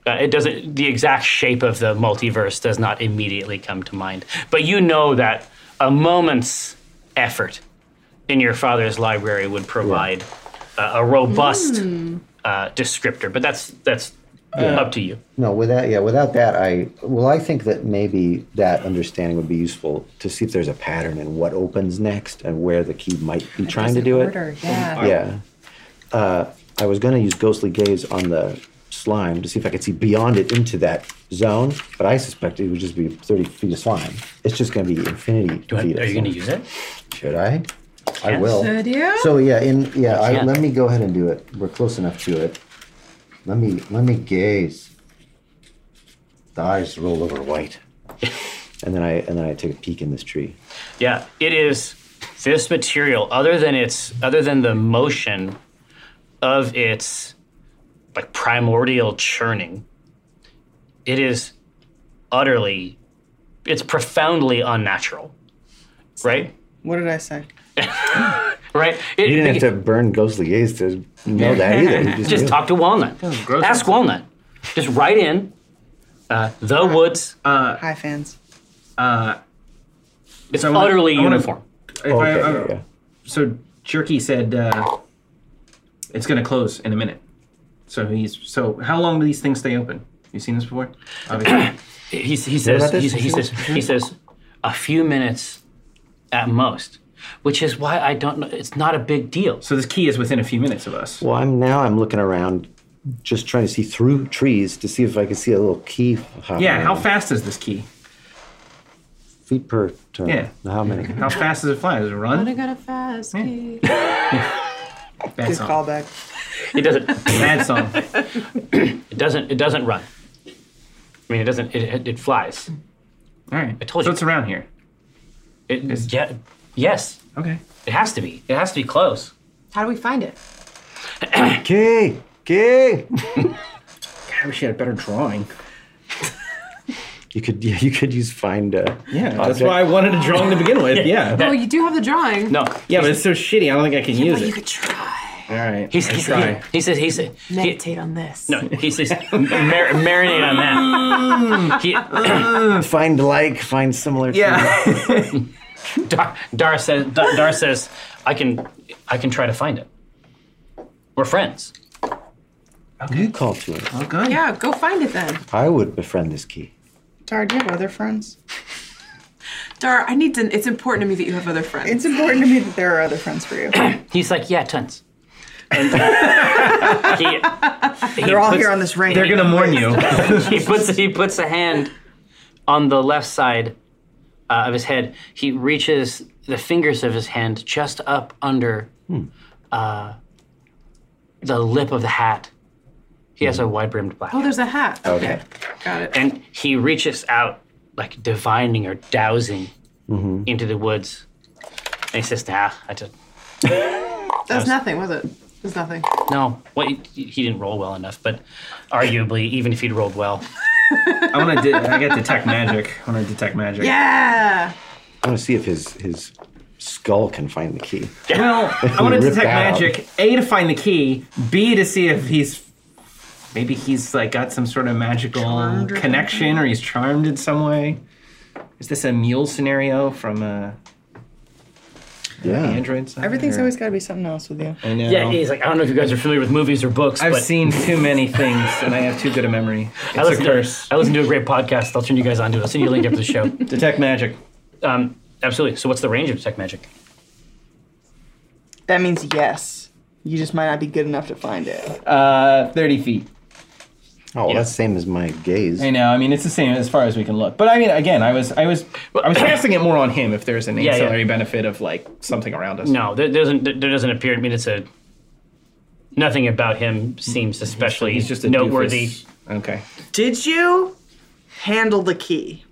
Uh, it doesn't the exact shape of the multiverse does not immediately come to mind, but you know that a moment's effort in your father's library would provide uh, a robust uh, descriptor. But that's that's up to you. No, without yeah, without that, I well, I think that maybe that understanding would be useful to see if there's a pattern in what opens next and where the key might be trying to do Order. Yeah. it. Yeah, uh, I was going to use ghostly gaze on the slime to see if I could see beyond it into that zone, but I suspect it would just be 30 feet of slime. It's just going to be infinity Are you feet. going to use it? Should I? I will. Should you? So yeah, in yeah, I, Yeah. let me go ahead and do it. We're close enough to it. Let me let me gaze. The eyes roll over white, and then I and then I take a peek in this tree. Yeah, it is this material. Other than its, other than the motion of its like primordial churning, it is utterly, it's profoundly unnatural. Right, What did I say? right. It, You didn't have to burn ghostly gaze to know that either. You just knew. talk to Walnut. Ask Walnut. Just write in uh, the woods. Hi, fans. it's I wanna- utterly I wanna- uniform. If Oh, I- okay, I- yeah, yeah. So Jerky said uh, it's going to close in a minute. So he's so how long do these things stay open? You seen this before? Obviously. He, he says about he, this? he says he says a few minutes at most, which is why I don't know. It's not a big deal. so this key is within a few minutes of us. Well, I'm now I'm looking around, just trying to see through trees to see if I can see a little key. hopping yeah. How around. fast is this key? Feet per turn. Yeah. How many? How fast does it fly? Does it But I run? got a fast key. Bad Good song. callback. It doesn't. Bad song. It doesn't. It doesn't run. I mean, it doesn't. It, it, it flies. All right. I told So you. it's around here. It, yeah, yes, Okay. it has to be. It has to be close. How do we find it? Key, key. I wish you had a better drawing. You could yeah, you could use find. Uh, Yeah. That's object. why I wanted a drawing to begin with. Yeah. Yeah, Oh, you do have the drawing. No. but it's so shitty. I don't think I can use Well, you it. could try. All right. He's, I he's, try. he, he says. He says. He, Meditate on this. no. He says. mar- marinate on that. He, find like, find similar. to- yeah. Dar, Dar says. Dar, Dar says. I can. I can try to find it. We're friends. You call to it. Oh, good. Yeah, go find it then. I would befriend this key. Dar, do you have other friends? Dar, I need to. It's important to me that you have other friends. It's important to me that there are other friends for you. He's like, yeah, tons. And he, They're all here on this ring. They're gonna mourn you. he puts he puts a hand on the left side uh, of his head. He reaches the fingers of his hand just up under Hmm. uh, the lip of the hat. He has Hmm. a wide brimmed black, oh, hat. there's a hat. Okay. Got it. and he reaches out like divining or dowsing Mm-hmm. into the woods. And he says, "Nah, I just That was nothing, was it? It was nothing. no. Well, he, he didn't roll well enough, but arguably, even if he'd rolled well, I want to. De- I get detect magic. I want to detect magic. Yeah. I want to see if his his skull can find the key. Well, I want to Rip detect that out. magic. A to find the key. B to see if he's maybe he's like got some sort of magical connection or he's charmed in some way. Is this a mule scenario from uh, the Yeah. Android side? Everything's or- always gotta be something else with you. I know. yeah. He's like, I don't know if you guys are familiar with movies or books. I've but seen too many things, and I have too good a memory. I It's a listen, curse. To, I listen to a great podcast. I'll turn you guys on to it. I'll send you a link after the show. Detect magic. Um, absolutely. So, what's the range of detect magic? That means yes. You just might not be good enough to find it. Uh, thirty feet. Oh, well, Yeah. that's same as my gaze. I know. I mean, it's the same as far as we can look. But I mean, again, I was, I was, I was casting it more on him if there's an yeah. ancillary benefit of like something around us. No, there, there doesn't. There doesn't appear. I mean, it's a nothing about him seems especially he's just a noteworthy. doofus. Okay. Did you handle the key?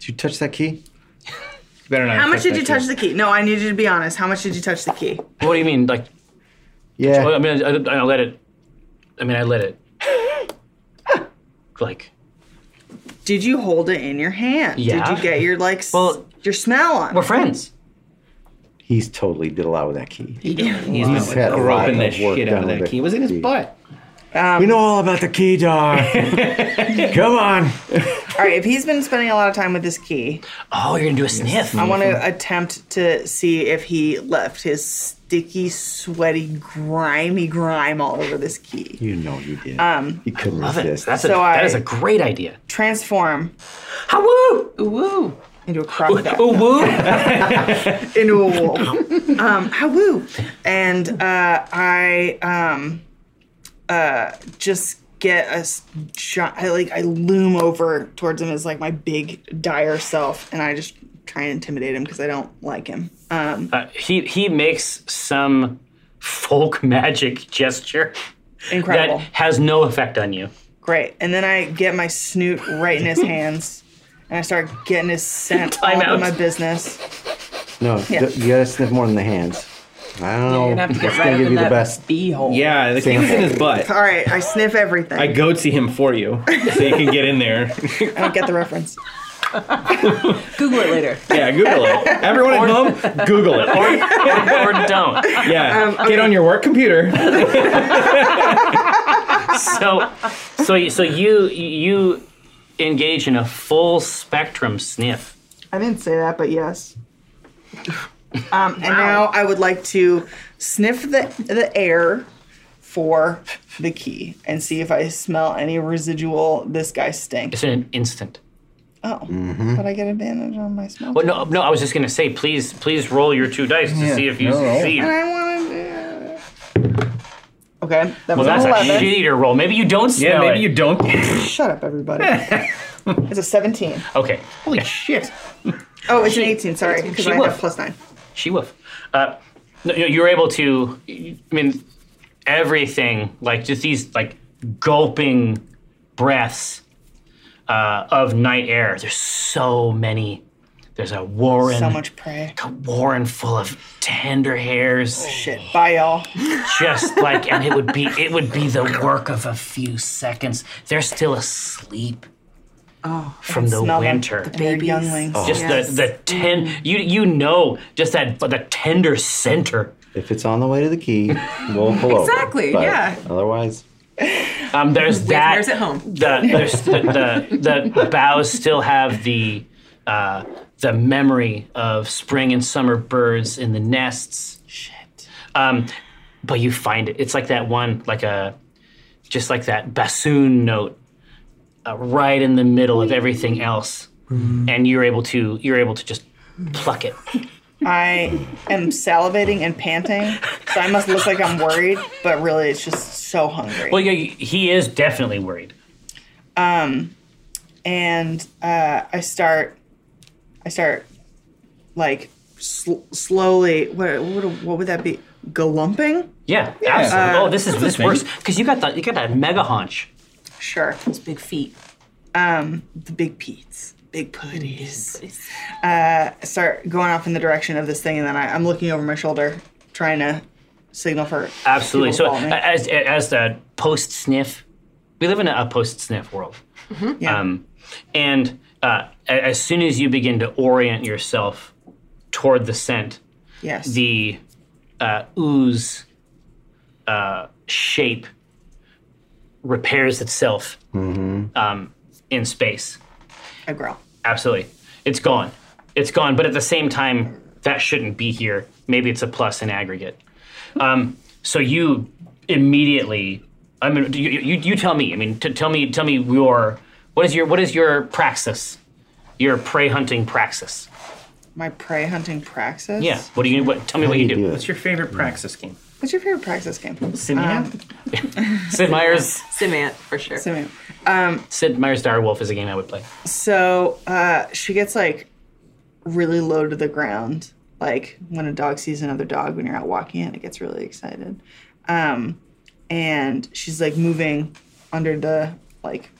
Did you touch that key? Better not. How much did you touch the key? No, I need you to be honest. How much did you touch the key? What do you mean? Like, Yeah. well, I mean, I, I let it. I mean, I let it. Like, Did you hold it in your hand? Yeah. Did you get your like s- Well- your smell on? we're friends. He's totally did a lot with that key. Oh, He's not had like a groping lot the of work shit out done of that with key. it. Was it his butt? we know all about the key, Dar. Come on. All right, if he's been spending a lot of time with this key, Oh, you're gonna do a sniff. I want to attempt to see if he left his sticky, sweaty, grimy grime all over this key. You know you did. Um, you couldn't Love it. resist. That's a, So that I- is a great idea. Transform Ha woo! Ooh. into a crocodile. Ooh woo! into a wolf. um, woo! And uh, I um, uh, just get a s- gi- I, like I loom over towards him as like my big dire self, and I just try and intimidate him because I don't like him. Um, Uh, he he makes some folk magic gesture incredible, that has no effect on you. great. And then I get my snoot right in his hands. And I start getting his scent all Time over out. my business. No, Yeah. d- you gotta sniff more than the hands. I don't know. You're gonna have to get That's right gonna up give in you the that best. beehole. Yeah, the key was in his butt. All right, I sniff everything. I I go to him for you, so you can get in there. don't get the reference. Google it later. Yeah, Google it. Everyone at home, Google it. or, or don't. Yeah, Um, get on your work computer. So so you- so you you engage in a full spectrum sniff. I didn't say that, but yes. Um, and now I would like to sniff the the air for the key and see if I smell any residual. This guy stinks. It's in an instant. Oh, Mm-hmm. but I get advantage on my smell. Well, no no, I was just gonna say, please please roll your two dice to see if you no, roll. succeed. And I want to. Okay, that Well, was that's an a 11. shittier roll. Maybe you don't smell Yeah, it. maybe you don't. Shut up, everybody. it's a 17. Okay. Holy shit. Oh, it's an 18. Sorry, because She I would. have plus nine. She wolf. Uh, no, you- you're able to. I mean, everything like just these like gulping breaths uh, of night air. There's so many. There's a warren. So much prey. A warren full of tender hairs. Shit. Bye, y'all. Just like, and it would be it would be the work of a few seconds. They're still asleep. from the Oh, Smell them. winter. They're younglings. Just the the ten. You you know just that the tender center. If it's on the way to the key, we'll pull over. Exactly, But yeah. Otherwise, Um, there's that. Mares at home. The, there's the, the the boughs still have the uh, the memory of spring and summer birds in the nests. Shit. Um, but you find it. It's like that one, like a, just like that bassoon note, uh, right in the middle of everything else, and you're able to you're able to just pluck it. I am salivating and panting, so I must look like I'm worried, but really it's just so hungry. Well, yeah, he is definitely worried. and uh, I start, I start, like sl- slowly. What, what what would that be? Galumping? Yeah, Yeah. absolutely. Uh, oh, this is that's this a thing. worse because you got the you got that mega hunch. Sure. Those big feet. Um, the big peats, big putties. Uh, I start going off in the direction of this thing, and then I, I'm looking over my shoulder, trying to signal for. Absolutely. people So uh, follow me. as as the post sniff, we live in a, post sniff world. Yeah. Um, and uh, a- as soon as you begin to orient yourself toward the scent, yes. the uh, ooze uh, shape repairs itself um, in space. I growl. Absolutely. It's gone. It's gone. But at the same time, that shouldn't be here. Maybe it's a plus in aggregate. Um, so you immediately. I mean, you, you, you tell me. I mean, t- tell me. Tell me your what is your what is your praxis? Your prey hunting praxis. My prey hunting praxis. Yeah. What do you? What, tell me what you do. What's your favorite praxis game? What's your favorite praxis game? Simeon? Um, Sid Meier's Simant, for sure. Simeon. Sid Meier's Direwolf is a game I would play. So uh, she gets like really low to the ground. Like when a dog sees another dog when you're out walking it, it gets really excited. Um, and she's like moving under the like,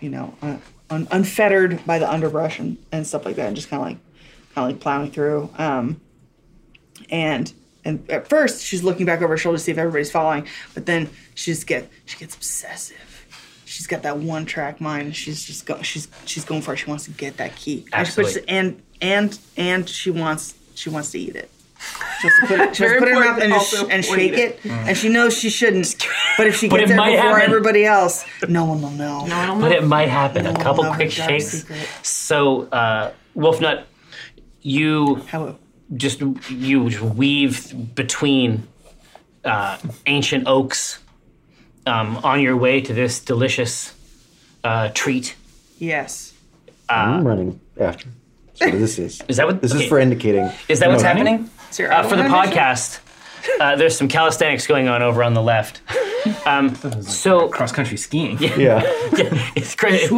you know, uh, un- unfettered by the underbrush and, and stuff like that, and just kind of like, kind of like plowing through. Um, and and at first she's looking back over her shoulder to see if everybody's following, but then she just get she gets obsessive. She's got that one track mind. She's just go, she's she's going for it. She wants to get that key. And she puts- Absolutely. and and and she wants she wants to eat it. She wants to put it, she Very wants to put it in her mouth important and, just, also and when you shake eat it. Mm. And she knows she shouldn't. But if she But gets it there might before happen. everybody else, no one will know. I don't know. But it might happen. A No, couple no, quick dark shakes. secret. So, uh, Wolfnut, you How just you just weave between uh, ancient oaks um, on your way to this delicious uh, treat. yes. I'm running after. That's what this is. Is that what This okay. is for indicating. Is that what's No, happening? So you're Uh, out for the of audition? podcast, uh, there's some calisthenics going on over on the left. Um, so Cross country skiing. Yeah. it's great.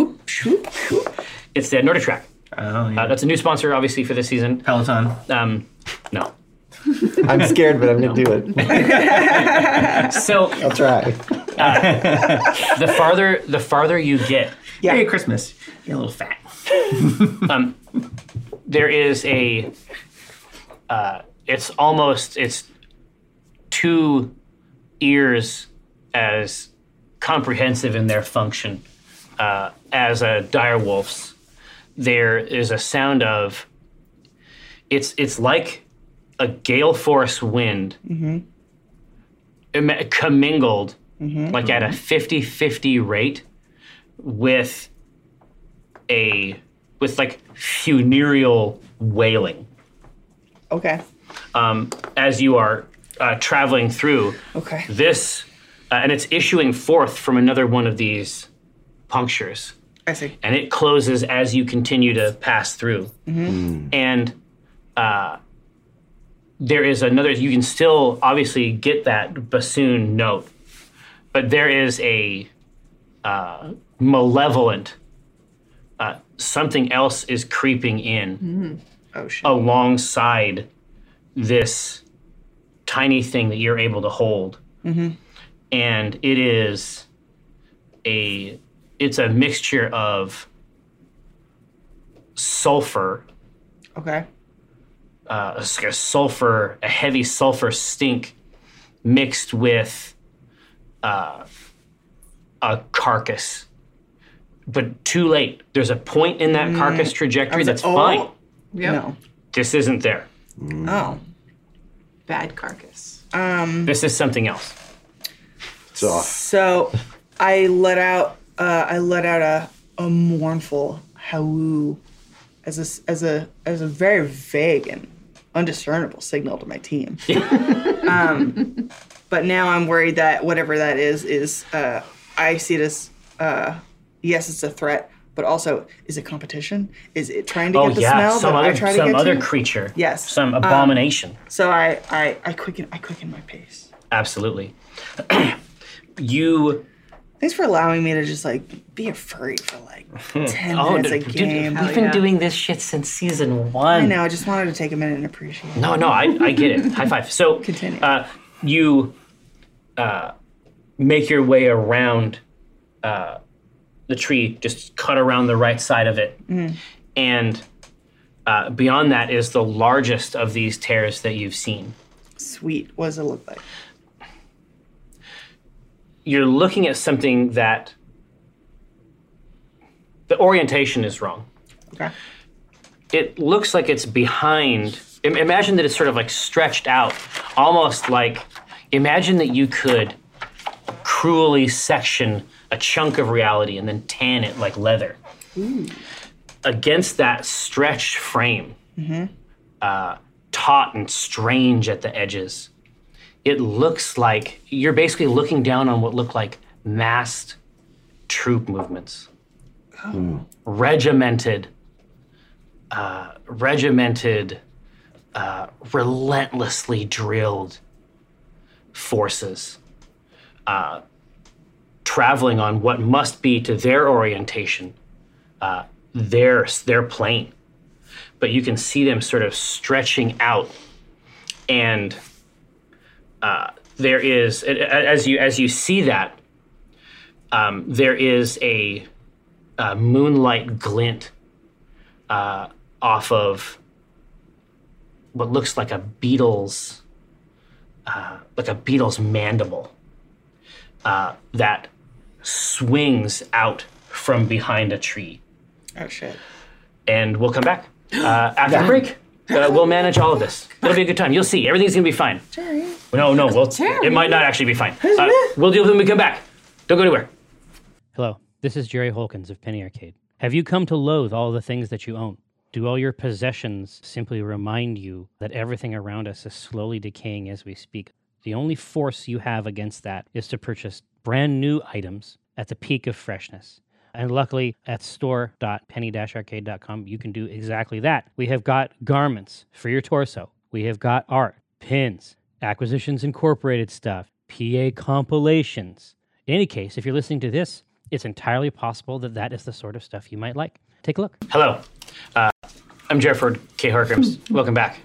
It's the Nordic Track. Oh, yeah. Uh, that's a new sponsor, obviously, for this season. Peloton. Um, no. I'm scared, but I'm going to do it. So I'll try. the farther the farther you get Yeah. Merry Christmas. You're a little fat. Um, there is a uh, it's almost it's two ears as comprehensive in their function uh, as a direwolf's there is a sound of it's it's like a gale force wind mm commingled like at a 50-50 rate with a with like funereal wailing Okay. um, as you are uh, traveling through Okay. this, uh, and it's issuing forth from another one of these punctures, I see. and it closes as you continue to pass through, Mm-hmm. and uh, there is another. You can still obviously get that bassoon note, but there is a uh, malevolent. Uh, something else is creeping in Oh shit. alongside this tiny thing that you're able to hold Mm-hmm. and it is a it's a mixture of sulfur Okay. uh, it's like a sulfur a heavy sulfur stink mixed with uh, a carcass but too late there's a point in Mm. that carcass trajectory that's oh. fine Yep. No. this isn't there Oh. Bad carcass. this is something else It's off. So I let out uh, I let out a, a mournful howoo as a s- as a as a very vague and undiscernible signal to my team. um, But now I'm worried that whatever that is is uh, I see it as uh, yes, it's a threat, but also is it competition? Is it trying to Oh get the yeah, smell some that I other try to some get other to? creature. Yes. Some Um, abomination. so I, I I quicken I quicken my pace. Absolutely. you Thanks for allowing me to just like be a furry for like ten oh, minutes a dude, game. we've been doing this shit since season one. I know. I just wanted to take a minute and appreciate. it. No, no, I, I get it. High five. So Continue. Uh, you uh, make your way around uh, the tree, just cut around the right side of it, and uh, beyond that is the largest of these tears that you've seen. Sweet. What does it look like? You're looking at something that the orientation is wrong. Okay. it looks like it's behind. im- Imagine that it's sort of like stretched out, almost like imagine that you could cruelly section a chunk of reality and then tan it like leather. Against that stretched frame, uh, taut and strange at the edges, it looks like you're basically looking down on what look like massed troop movements, regimented regimented, uh, relentlessly drilled forces uh, traveling on what must be to their orientation, uh, their their plane. But you can see them sort of stretching out, and uh, there is a- a- as you as you see that um, there is a, a moonlight glint uh, off of what looks like a beetle's, uh, like a beetle's mandible uh, that swings out from behind a tree. Oh shit. And we'll come back uh, after the break. Uh, we'll manage all of this. It'll be a good time. You'll see. Everything's gonna be fine. No, no. Well, it might not actually be fine. Uh, we'll deal with it when we come back. Don't go anywhere. Hello, this is Jerry Holkins of Penny Arcade. Have you come to loathe all the things that you own? Do all your possessions simply remind you that everything around us is slowly decaying as we speak? The only force you have against that is to purchase brand new items at the peak of freshness. And luckily, at store.penny arcade.com, you can do exactly that. We have got garments for your torso, we have got art, pins, Acquisitions Incorporated stuff, PA compilations. In any case, if you're listening to this, it's entirely possible that that is the sort of stuff you might like. Take a look. Hello. Uh, I'm Jefford K. Harkins. Welcome back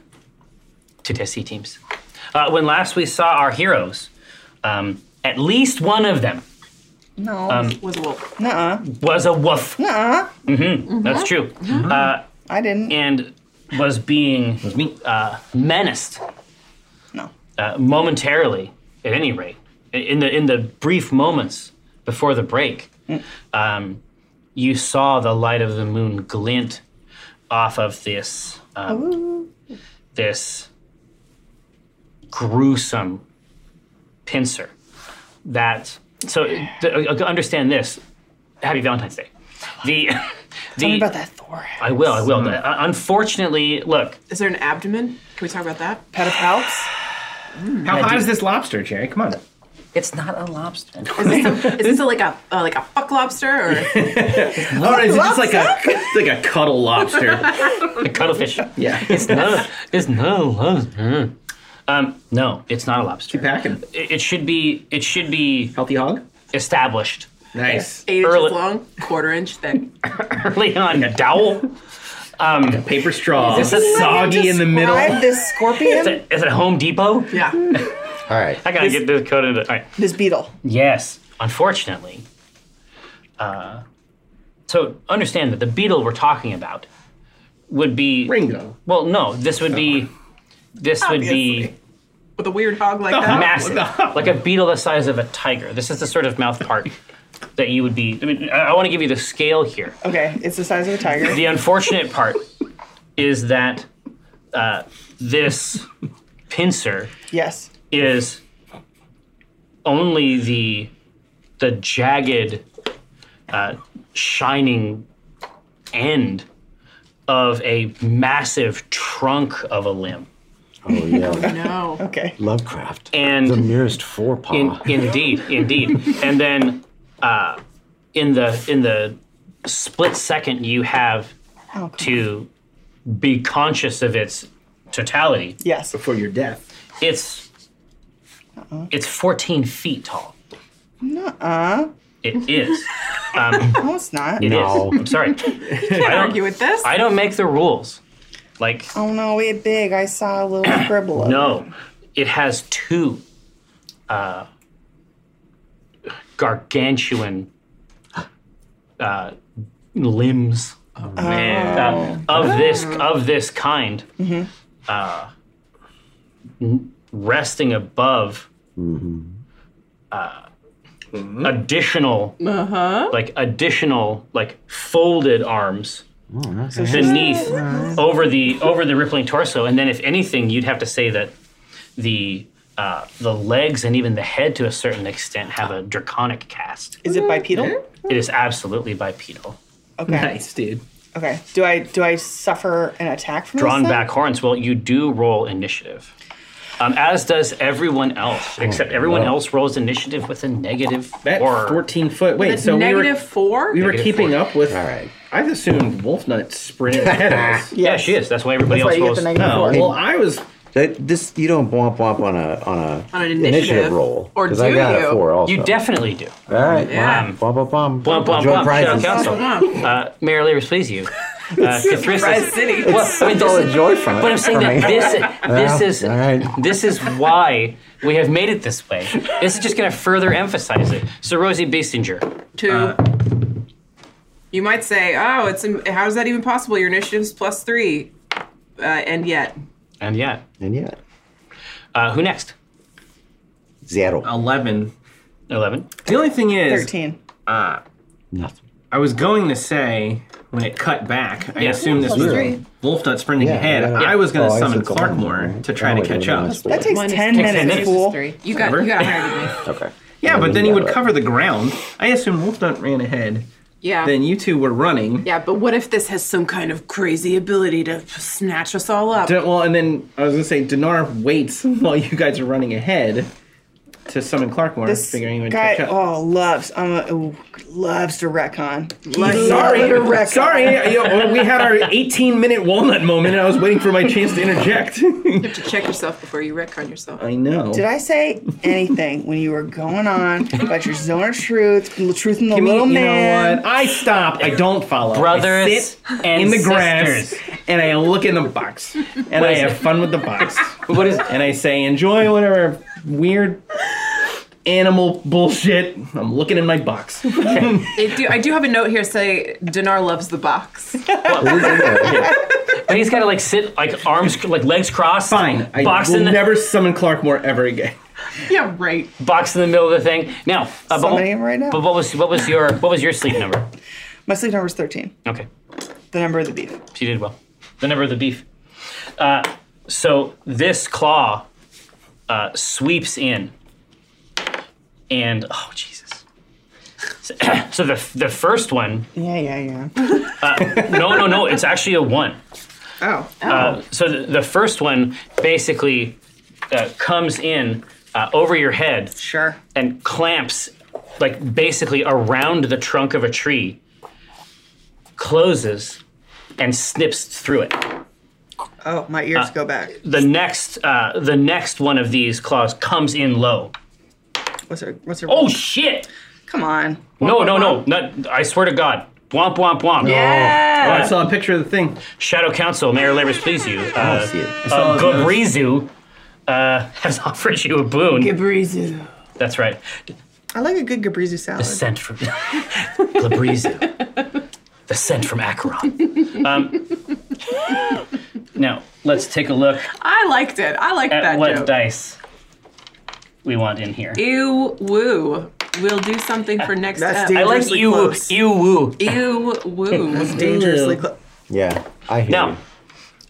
to Test C Teams. Uh, when last we saw our heroes, um, at least one of them No. Um, Was a wolf. Nuh-uh. was a wolf. Nuh-uh. Mm-hmm. That's true. Uh, I didn't. and was being was me. uh, menaced no. uh, momentarily, at any rate, in the in the brief moments before the break, Mm. um, you saw the light of the moon glint off of this um, this gruesome pincer. That so uh, understand this. Happy Valentine's Day. The the Tell me about that Thor. I will I will. Uh, unfortunately, look. Is there an abdomen? Can we talk about that? Pedipalps. How high is this lobster, Jerry? Come on. It's not a lobster. Is this a, like a uh, like a fuck lobster or Or is it just like a it's like a cuddle lobster? A cuttlefish. yeah. It's not. It's not a lobster. Um, no, it's not a lobster. Packing. It, it should be. It should be Healthy hog? established Nice. eight Early- inches long, quarter inch thick? early on. A dowel. Paper straw. Is this a soggy in the middle. I have this Is scorpion. it, is it Home Depot? Yeah. All right. I gotta get this coated. All right. this beetle. Yes. Unfortunately. Uh, so understand that the beetle we're talking about would be Ringo. Well, no. This would be. This would be. Obviously. With a weird hog like Oh, that? massive, like a beetle the size of a tiger. This is the sort of mouth part that you would be. I mean, I, want to give you the scale here. Okay, it's the size of a tiger. The unfortunate part is that uh, this pincer Yes. is only the the jagged, uh, shining end of a massive trunk of a limb. Oh yeah, No. Okay. Lovecraft. the And nearest forepaw. in, indeed, indeed. and then uh, in the in the split second you have Oh, to be conscious of its totality. Yes. before your death. It's Uh-uh. it's 14 feet tall. Nuh-uh. It is. No, it's not. It is. No. I'm sorry. I don't Argue with this? I don't make the rules. Like Oh no, we had big. I saw a little scribble. of it. no, it has two uh, gargantuan uh, limbs uh, of this of this kind, uh, n- resting above uh, additional like additional like folded arms beneath over the over the rippling torso and then if anything you'd have to say that the uh, the legs and even the head to a certain extent have a draconic cast Is it bipedal? it is absolutely bipedal Okay. Nice, dude. Okay. Do I do I suffer an attack from drawn this thing? back horns well you do roll initiative um, as does everyone else except everyone else rolls initiative with a negative That four 14 foot. Wait, That's so negative we were, four? we were Negative keeping four. up with. All right. I've assumed Wolfnut sprinted ahead of us. yeah she is that's why everybody else That's why you get rolls the negative no. four. Well, I was. That, this you don't womp womp on a on a On an initiative. roll Or 'cause I do got you? a four also. you definitely do All right, Yeah. yeah. Bum, bum, bum, Blum, blum, Joint blum. Shadow prizes. Council. Uh, Mayor Lyris, please you. Uh, Cathrissus- Surprise City. Well, I mean, It's this all a is- joy from it. But I'm saying for me. that this, this is all right. this is why we have made it this way. This is just going to further emphasize it. So Rosie Basinger, Two. Uh, you might say, oh, it's how is that even possible? Your initiative's plus three. Uh, and yet, and yeah, and yeah, uh, who next? zero, Oh, 11. Eleven. The only thing is, Thirteen. nothing. I was going to say when it cut back, I Yeah. assume this Plus was three. Wolfnut sprinting Yeah, ahead. yeah. I was going Oh, to I summon see. Clarkmore to try Now to I catch know up. that's That what- takes ten minutes, fool. three. You got, you got higher than me. Okay. Yeah, but then you he would got it. cover the ground. I assume Wolfnut ran ahead. Yeah. Then you two were running. yeah, but what if this has some kind of crazy ability to snatch us all up? Di- Well, and then I was going to say Dinar waits while you guys are running ahead to summon Clarkmore, This figuring he would guy catch up. oh loves um ooh, loves to wreck on. Sorry, sorry. you know, we had our 18 minute walnut moment, and I was waiting for my chance to interject. You have to check yourself before you wreck on yourself. I know. Did I say anything when you were going on about your zone of truth, the truth in the Give me- little you man? know what? I stop. I don't follow. I Brothers sit and in the grass, sisters. and I look in the box, and I have fun with the box, What is? and I say, "Enjoy whatever weird animal bullshit." I'm looking in my box. I do, I do have a note here say Dinar loves the box. But he's got to like sit like arms like legs crossed. Fine. I Box will in the never summon Clarkmore ever again. yeah, right. box in the middle of the thing. Now, uh, but, Summoning him right now. but what was what was your what was your sleep number? My sleep number is thirteen. Okay. The number of the beef. She did well. The number of the beef. Uh, so this claw uh, sweeps in, and oh Jesus! So, so the the first one, Yeah, yeah, yeah. no, no, no, it's actually a one. Oh. Uh, so the, the first one basically uh, comes in uh, over your head Sure. and clamps, like basically around the trunk of a tree, closes, and snips through it. Oh, my ears uh, go back. the next uh, the next one of these claws comes in low. What's her what's her Oh shit! come on. No, no, no, not, I swear to God. Womp womp womp. Oh, I saw a picture of the thing. Shadow Council, Mayor Labors, please you. Uh, see it. uh, Gabrizu uh, has offered you a boon. Gabrizu. That's right. I like a good Gabrizu salad. Sent from Gabrizu. The scent from Acheron. Um, now let's take a look I liked it. I liked at that what joke. dice we want in here. Ew, woo. We'll do something for next That's up. deep. I like Dangerously you, close. you woo. Ew, woo. Dangerously close. Yeah, I hear Now, you.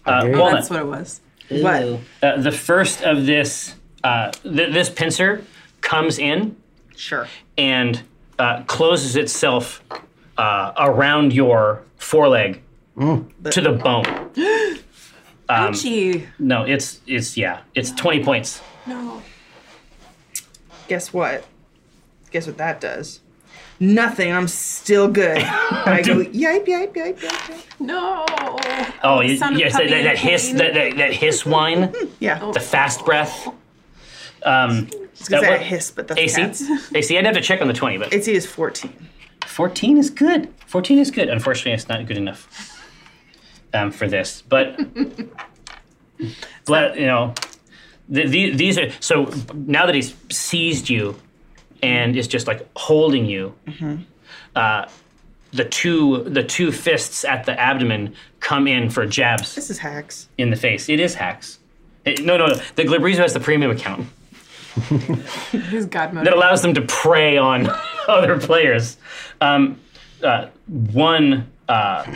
uh, hear you. Walnut. That's what it was. What? Uh, the first of this uh, th- this pincer comes in Sure. and uh, closes itself uh, around your foreleg to the bone. Um, Ouchie. no, it's it's yeah, it's twenty points. No. Guess what? Guess what that does? Nothing. I'm still good. And I go, yipe, yipe, yipe, yipe, yipe. No. Oh, you, sound of yes, that, puppy that, that hiss, pain. that, that, that hiss whine, Yeah. the fast breath. Um, It's because that Oh, I what- hiss, but that's AC, cats. AC, I'd have to check on the twenty, but AC is 14. 14 is good. 14 is good. Unfortunately, it's not good enough um, for this. But, but you know, the, the, these are so now that he's seized you and is just like holding you, uh, the two the two fists at the abdomen come in for jabs This is hacks. in the face. It is hacks. It- no, no, no. The Glibrezo has the premium account His god mode. that allows them to prey on other players. Um, uh, one uh,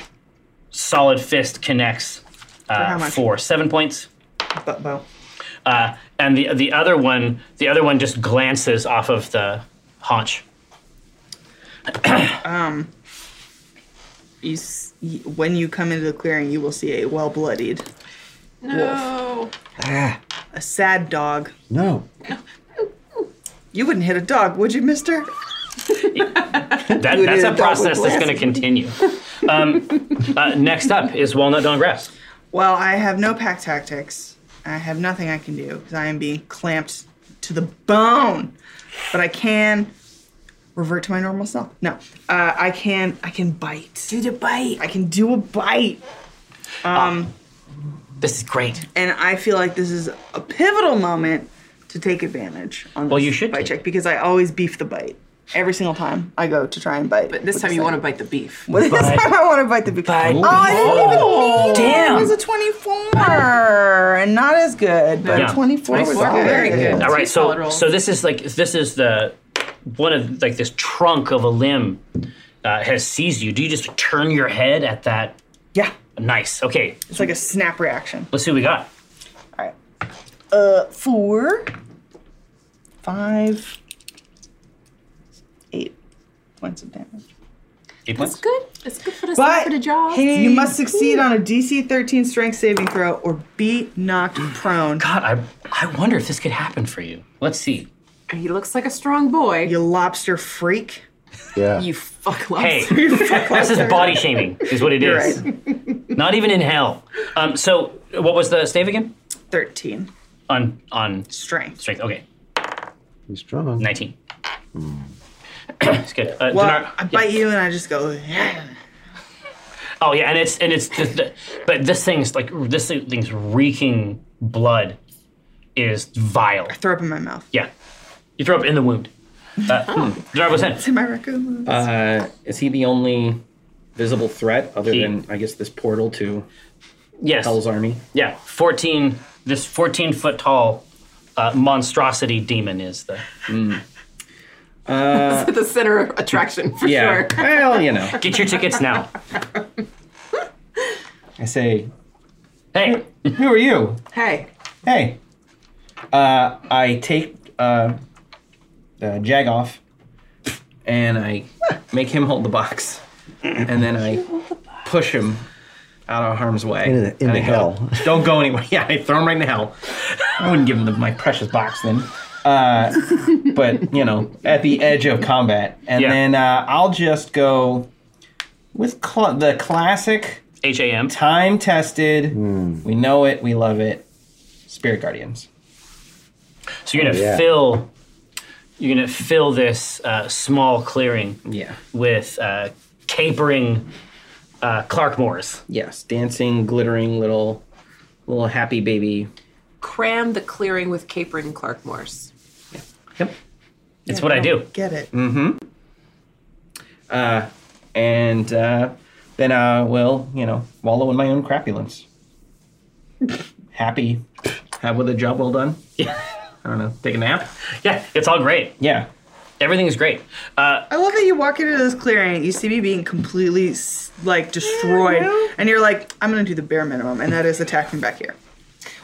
solid fist connects how uh, much? for seven points, But bow. uh, and the the other one the other one just glances off of the haunch. You, s- y- when you come into the clearing, you will see a well bloodied, No. Ah, a sad dog. no. You wouldn't hit a dog, would you, mister? That, You that's did a it, process Donald that's going to continue. Um, uh, next up is Walnut Dawn Grass. Well, I have no pack tactics. I have nothing I can do because I am being clamped to the bone. But I can revert to my normal self. No, uh, I can. I can bite. Do the bite. I can do a bite, Um, This is great. and I feel like this is a pivotal moment to take advantage on. Well, this you should bite take check because I always beef the bite every single time I go to try and bite. But This time you want to bite the beef. This time I want to bite the beef. Bite. Oh, I didn't even mean oh, Damn. It was a twenty-four, and not as good, but Yeah. a twenty-four, was 24, good. very good. All right, solid so roll. so this is like this is the one of like this trunk of a limb uh, has seized you. Do you just turn your head at that? Yeah, Nice. Okay, it's like a snap reaction. let's see what we got. All right, uh, four, five, eight points of damage. Eight points. Good. It's good for the But for the jaw. you must succeed on a DC 13 strength saving throw or be knocked prone. God, I I wonder if this could happen for you. Let's see. He looks like a strong boy. You lobster freak. Yeah. You fuck love. Hey, this is body shaming, is what it You're is. Not even in hell. Um, so what was the stave again? 13 On on strength. strength. Okay, He's strong. nineteen. it's good. Uh, Hmm. Well, Dinar- I yeah. bite you and I just go, yeah. Oh yeah, and it's and it's the, the, but this thing's like this thing's reeking blood is vile. throw up in my mouth. Yeah, you throw up in the wound. Uh, hmm. Jarbo's head. Am I raccoon? Uh, is he the only visible threat other He- than I guess this portal to Yes. Hell's army? Yeah. Fourteen. This fourteen foot tall uh, monstrosity demon is the. Uh, the center of attraction for sure. yeah. Well, you know, Get your tickets now. I say, Hey, who are you? Hey, Hey. Uh, I take uh, the jag off and I make him hold the box, and then I push him out of harm's way. Into the- And I into go, hell. Don't go anywhere. Yeah, I throw him right into hell. I wouldn't give him the, my precious box then. Uh, but you know, at the edge of combat, and Yeah. then uh, I'll just go with cl- the classic H A M. time tested. We know it. We love it. Spirit Guardians. So you're gonna Oh, yeah. fill. You're gonna fill this uh, small clearing Yeah. with uh, capering uh, Clark Moors. Yes. Dancing, glittering little, little happy baby. cram the clearing with capering Clark Morse. Yep. It's what I do. Get it. Uh, and uh, then I will, you know, wallow in my own crapulence. happy. Have with a job well done. Yeah. I don't know. Take a nap. Yeah, it's all great. Yeah. Everything is great. Uh, I love that you walk into this clearing, you see me being completely s- like destroyed, and you're like, I'm gonna do the bare minimum, and that is attack from back here.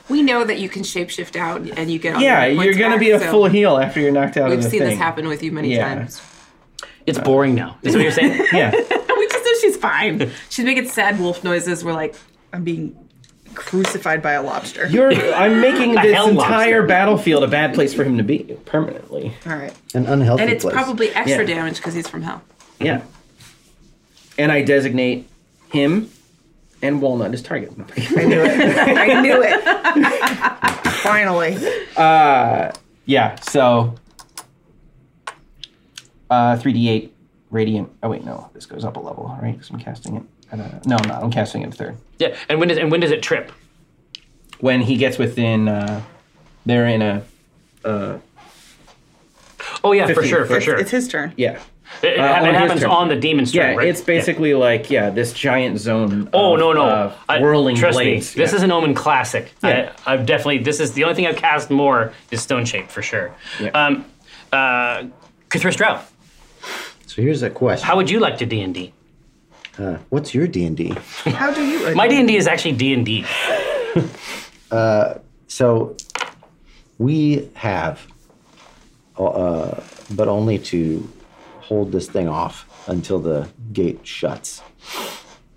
We know that you can shapeshift out and you get all Yeah. your You're points gonna back, be a so full heel after you're knocked out We've of the seen thing. this happen with you many Yeah. times. it's boring now. Is what you're saying? Yeah. we just know she's fine. She's making sad wolf noises. We're like, I'm being crucified by a lobster. You're, I'm making A this hell lobster. entire battlefield a bad place for him to be permanently. All right. An unhealthy And it's place. probably extra Yeah. damage because he's from hell. Yeah. And I designate him and Walnut as target. I knew it. I knew it. Finally. yeah, so uh, 3d8 radiant. Oh, wait, no. This goes up a level, right? Because I'm casting it. At a, no, I'm not. I'm casting it at third. Yeah, and when does and when does it trip? When he gets within, uh, they're in a, Oh yeah, for 15. sure, for It's- sure. It's his turn. yeah. It, it Uh, hap- on it his happens turn. on the demon's turn, Yeah, right? it's basically like, yeah, this giant zone. Oh of, no no! uh, I- whirling trust blades. me, this Yeah. is an Omen classic. Yeah. I, I've definitely this is the only thing I've cast more is Stone Shape for sure. Yeah. Um, uh, Cthulhu Stroud, So here's a question. how would you like to D and D? Uh, what's your D and D? How do you? My D and D is actually D and D. So we have, uh, but only to hold this thing off until the gate shuts.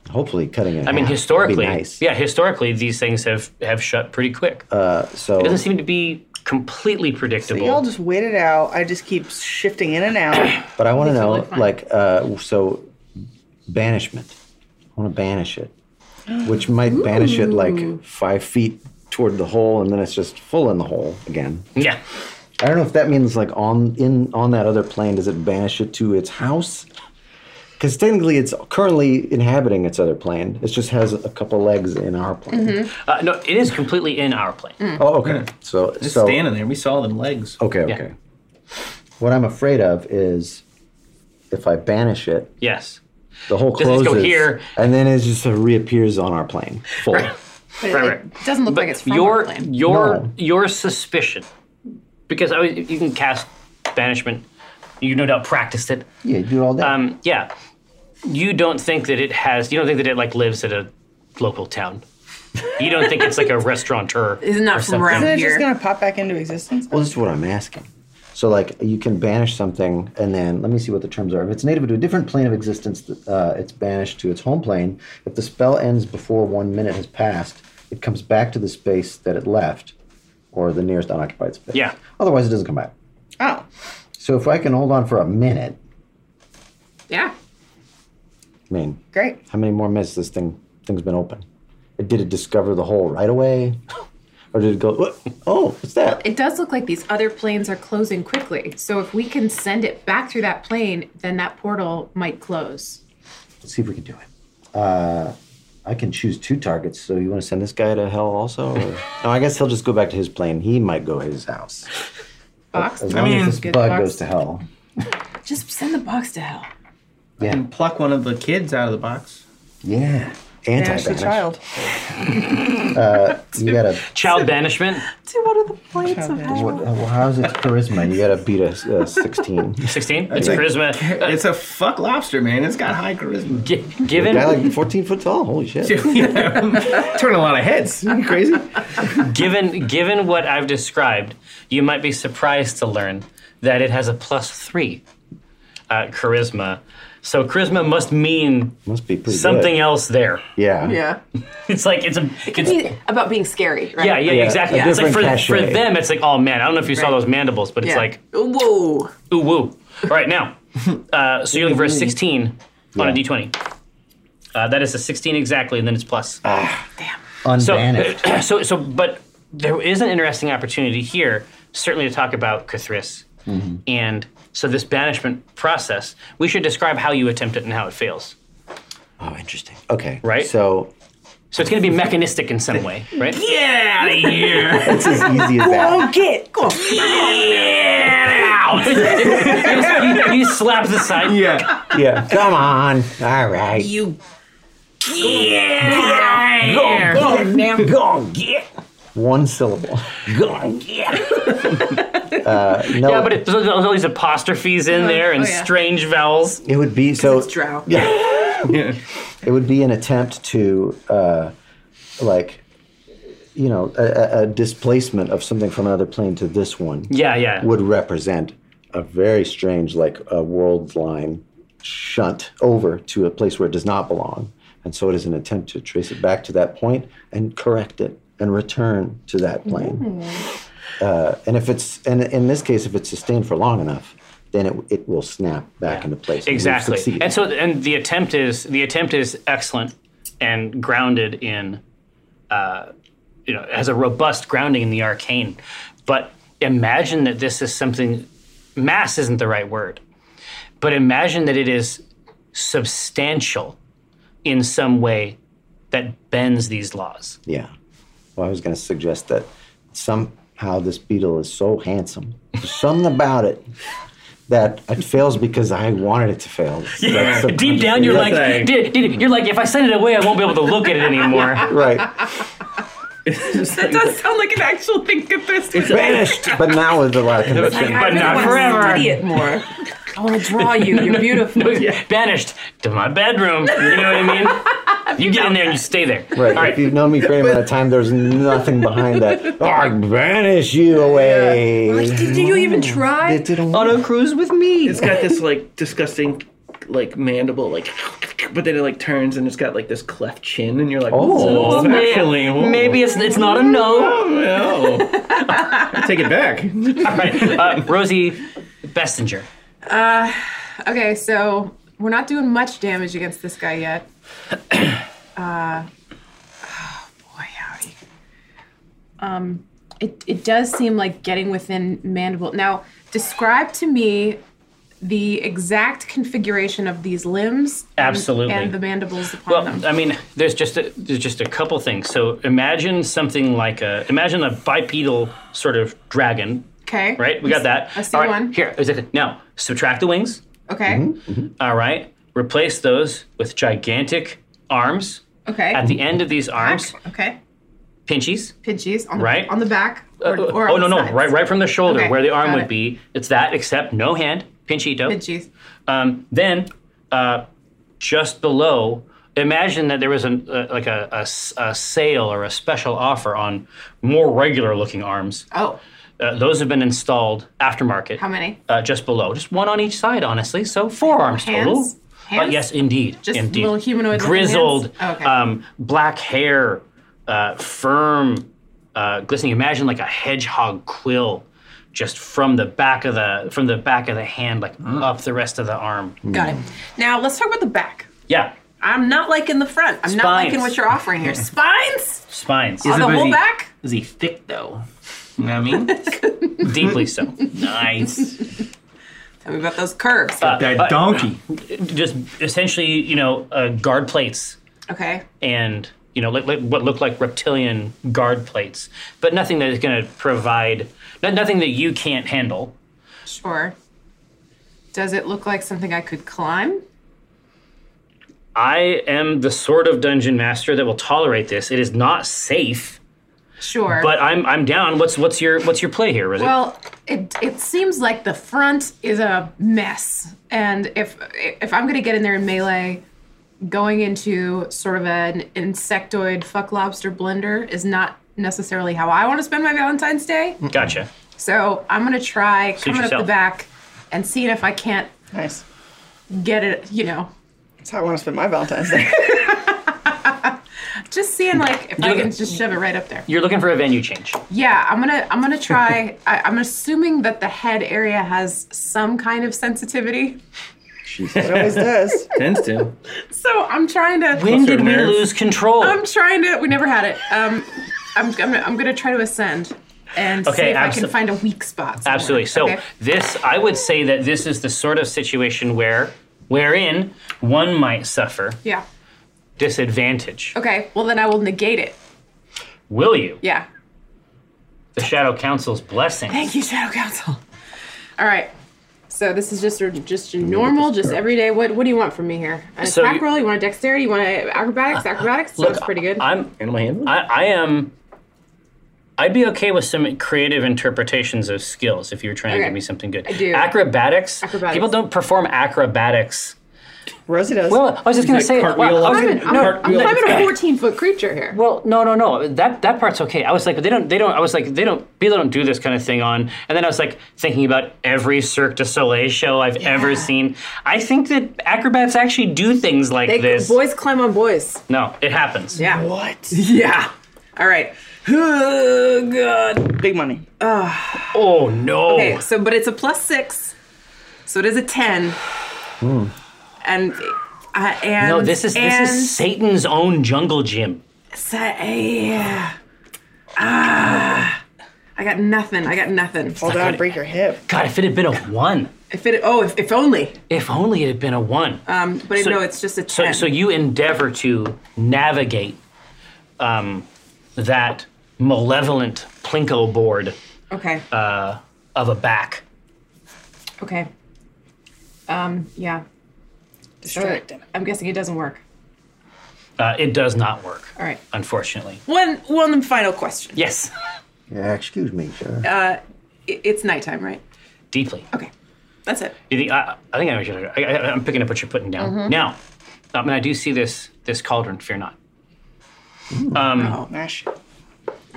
Hopefully, cutting it. I mean, would historically, be nice. yeah, historically these things have have shut pretty quick. Uh, So it doesn't seem to be completely predictable. Y'all just wait it out. I just keep shifting in and out. But I want to know, totally fine. like, uh, so banishment. I want to banish it, which might banish it like five feet toward the hole, and then it's just full in the hole again. yeah. I don't know if that means like on in on that other plane. Does it banish it to its house? Because technically, it's currently inhabiting its other plane. It just has a couple legs in our plane. Uh, no, it is completely in our plane. Hmm. Oh, okay. So, Just so standing there. We saw them legs. okay, okay. What I'm afraid of is if I banish it, Yes. The hole Does closes. this go here? And then it just reappears on our plane. Full. But it, Right, it doesn't look like it's from your our plan. your No. your suspicion, because I, was- you can cast banishment. You no doubt practiced it. Yeah, you do all that. Um, yeah, you don't think that it has. You don't think that it like lives at a local town. You don't think it's like a restaurateur. He's not from around Isn't it here. just gonna pop back into existence? well, this is what I'm asking. So, like, you can banish something, and then let me see what the terms are. If it's native to a different plane of existence, uh, it's banished to its home plane. If the spell ends before one minute has passed, it comes back to the space that it left, or the nearest unoccupied space. Yeah. Otherwise, it doesn't come back. Oh, So, if I can hold on for a minute, yeah. I mean, great. How many more minutes this thing thing's been open? It- Did it discover the hole right away, or did it go? "What? Oh, what's that? It does look like these other planes are closing quickly. So if we can send it back through that plane, then that portal might close. Let's see if we can do it. Uh, I can choose two targets. So you want to send this guy to hell also? Or? no, I guess he'll just go back to his plane. He might go his house. Box. Oh, As long mean- as this Good bug box. goes to hell. Just send the box to hell. Yeah, And pluck one of the kids out of the box. yeah. Banish the Anti-banish. child. You gotta. Child banishment, To one of the plates of hell. What, well, how's its charisma? You gotta beat a, a sixteen. sixteen. It's charisma. It's a fuck lobster, man. It's got high charisma. G- Guy given like fourteen foot tall. Holy shit! Turn a lot of heads. Are you crazy? given given what I've described, you might be surprised to learn that it has a plus three uh, charisma. So charisma must mean Must be pretty something good. else there. Yeah. Yeah. It's like it's a it's About being scary, right? yeah, yeah, Yeah, exactly. a It's like for, different for cachet. them, it's like, oh man, I don't know if you saw Right. those mandibles, but it's Yeah. like, Whoa. ooh, woo. All right, now, uh, so you're looking for a 16 on a Yeah. d20. Uh, that is a 16 exactly, and then it's plus. so, uh, Unbanished. so, so, but there is an interesting opportunity here, certainly to talk about Cathris. And so, this banishment process, we should describe how you attempt it and how it fails. oh, interesting. Okay. Right? So So, it's going to be mechanistic in some way, right? Get out of here. it's as easy as that. Get. Cool. you, you slap the side. Yeah. Yeah. Come on. All right. You get go, go, now go get one syllable. Go get. uh, no, Yeah, but it, there's all these apostrophes in there and oh, yeah. strange vowels. it would be so. It's drow. yeah. It would be an attempt to, uh, like, you know, a, a, a displacement of something from another plane to this one. Yeah, yeah. would represent a very strange, like a world line shunt over to a place where it does not belong. And so it is an attempt to trace it back to that point and correct it and return to that plane. Uh, and if it's, and in this case, if it's sustained for long enough, then it, it will snap back into place. and we've Exactly. succeeded. And so, and the attempt is the attempt is excellent and grounded in, uh, you know, has a robust grounding in the arcane. But imagine that this is something. Mass isn't the right word, but imagine that it is substantial in some way that bends these laws. Yeah. Well, I was going to suggest that somehow this beetle is so handsome. There's something about it that it fails because I wanted it to fail. Yeah. Deep down, you're like, Thing. "Dude, dude, you're like, if I send it away, I won't be able to look at it anymore. right, That does sound like an actual thing compared to vanished. But now with a lot of conviction. But not wanna forever. Study it more. I want to draw you. You're beautiful. banished to my bedroom. You know what I mean? You get in there and you stay there. Right. All If right. you've known me for any amount of time, there's nothing behind that. Oh, I vanish you away. Did you even try? It didn't Auto work. cruise with me. It's got this like disgusting, like mandible, like, but then it like turns and it's got like this cleft chin, and you're like, Oh. oh, it's actually, oh, Maybe it's it's not a no. Oh, no. I take it back. All right. Uh, Rosie Bestinger. Okay, so we're not doing much damage against this guy yet. uh, oh boy, howdy. Um, it, it does seem like getting within mandible. Now, describe to me the exact configuration of these limbs and- Absolutely. and the mandibles upon Well, them. I mean, there's just a, there's just a couple things. So imagine something like a imagine a bipedal sort of dragon. Okay. Right. We got that. I see All right. one. Here. Exactly. Now subtract the wings. Okay. All right. Replace those with gigantic arms. Okay. At the end of these arms, okay. pinchies. Pidgeys on, Right. the, on the back. Or, Uh, or oh on no the no sides. right right from the shoulder Okay, where the arm got would it. e- be it's that except no hand pinchito Pidgeys. um, then uh, just below imagine that there was an, uh, like a, a s- a sale or a special offer on more regular looking arms Oh, uh, those have been installed aftermarket how many? uh, just below just one on each side honestly so four arms Hands? total Uh, Hands? yes indeed Just indeed little humanoid looking grizzled hands? Okay. um, black hair uh, firm uh, glistening imagine like a hedgehog quill just from the back of the from the back of the hand like Mm. up the rest of the arm Got it. Now let's talk about the back. yeah I'm not liking the front. I'm not Spines. liking what you're offering here. Spines spines on the Is it whole busy? back. Is he thick though? You know what I mean? deeply so nice. Tell me about those curves. That donkey. Uh, just essentially you know uh, guard plates okay. and you know like, like what look like reptilian guard plates but nothing that is going to provide not, nothing that you can't handle Sure. Does it look like something I could climb? i am the sort of dungeon master that will tolerate this it is not safe Sure. but i'm i'm down what's what's your what's your play here Rosie? Well, it it seems like the front is a mess, and if if I'm gonna get in there in melee, going into sort of an insectoid fuck lobster blender is not necessarily how I want to spend my Valentine's Day. gotcha So I'm gonna try coming Hmm. up yourself. the back and seeing if I can't Nice. get it. You know, That's how I want to spend my Valentine's Day. just seeing like if I You're- can just shove it right up there. you're looking for a venue change Yeah, I'm gonna I'm gonna try. I, I'm assuming that the head area has some kind of sensitivity. it always does. Tends to. So I'm trying to. when did we nerve. lose control I'm trying to. We never had it. Um, I'm I'm, I'm gonna try to ascend and see Okay, if I abso- can find a weak spot. somewhere. Absolutely. So Okay. this, I would say that this is the sort of situation where, wherein one might suffer Yeah. disadvantage. Okay. Well, then I will negate it. Will you? Yeah. The Shadow Council's blessing. Thank you, Shadow Council. All right. So this is just just your normal, just everyday. What what do you want from me here? An So attack you- Uh, roll? You want a dexterity? You want a acrobatics? Acrobatics sounds pretty good. I'm. Animal handler. I, I am. I'd be okay with some creative interpretations of skills if you were trying to Okay. give me something good. do. Acrobatics. Acrobatics. People don't perform acrobatics Rosie does. Well, Oh, I was just going to like say, cartwheel well, up. I'm, I'm, an, in- I'm, no, I'm, Cartwheel. I'm in a 14 foot creature here. well, no, no, no. That that part's okay. I was like, but they don't, they don't. I was like, they don't, people don't do this kind of thing on. And then I was like, thinking about every Cirque du Soleil show I've ever seen. I think that acrobats actually do things like They, this. boys climb on boys. no, it happens. Yeah. what? Yeah. All right. Oh, God. Big money. Oh no. Okay, so, but it's a plus six. So it is a 10. And, uh, and, Hmm. no, this is and, this is Satan's own jungle gym. sa- yeah. Ah. I got nothing. I got nothing. Hold on, break your hip. God, if it had been a one, If it, oh, if, if only. if only it had been a one. Um, but So- no, it's just a So, 10. so you endeavor to navigate um, that malevolent plinko board okay. uh, of a back. okay. Um, yeah. Distract him. I'm guessing it doesn't work. Uh, it does not work, All right. unfortunately. One, one final question. Yes, Yeah, excuse me, sir. Uh, I- It's nighttime, right? deeply. Okay. That's it. You think- I, I think I, know what you're- I, I, I'm picking up what you're putting down. Mm-hmm. Now, um, and I do see this this cauldron. Fear not. Oh, mash.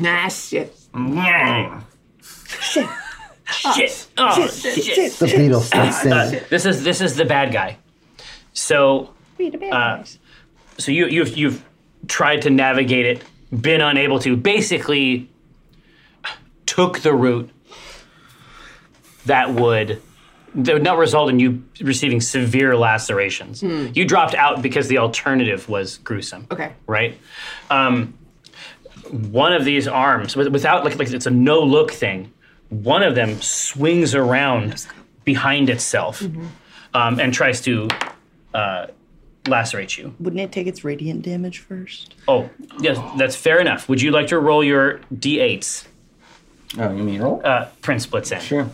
Nah, shit. Shit. Oh, shit. Uh, the beetle starts singing. This is this is the bad guy. So uh, so you you've you've tried to navigate it, been unable to. Basically, took the route that would that would not result in you receiving severe lacerations. You dropped out because the alternative was gruesome. Okay. Right. Um, one of these arms, with- without like like it's a no look thing. One of them swings around behind itself um, and tries to uh, lacerate you. Wouldn't it take its radiant damage first? Oh, yes, that's fair enough. Would you like to roll your d8s? Oh, you mean roll? Uh, Prince splits in. Sure.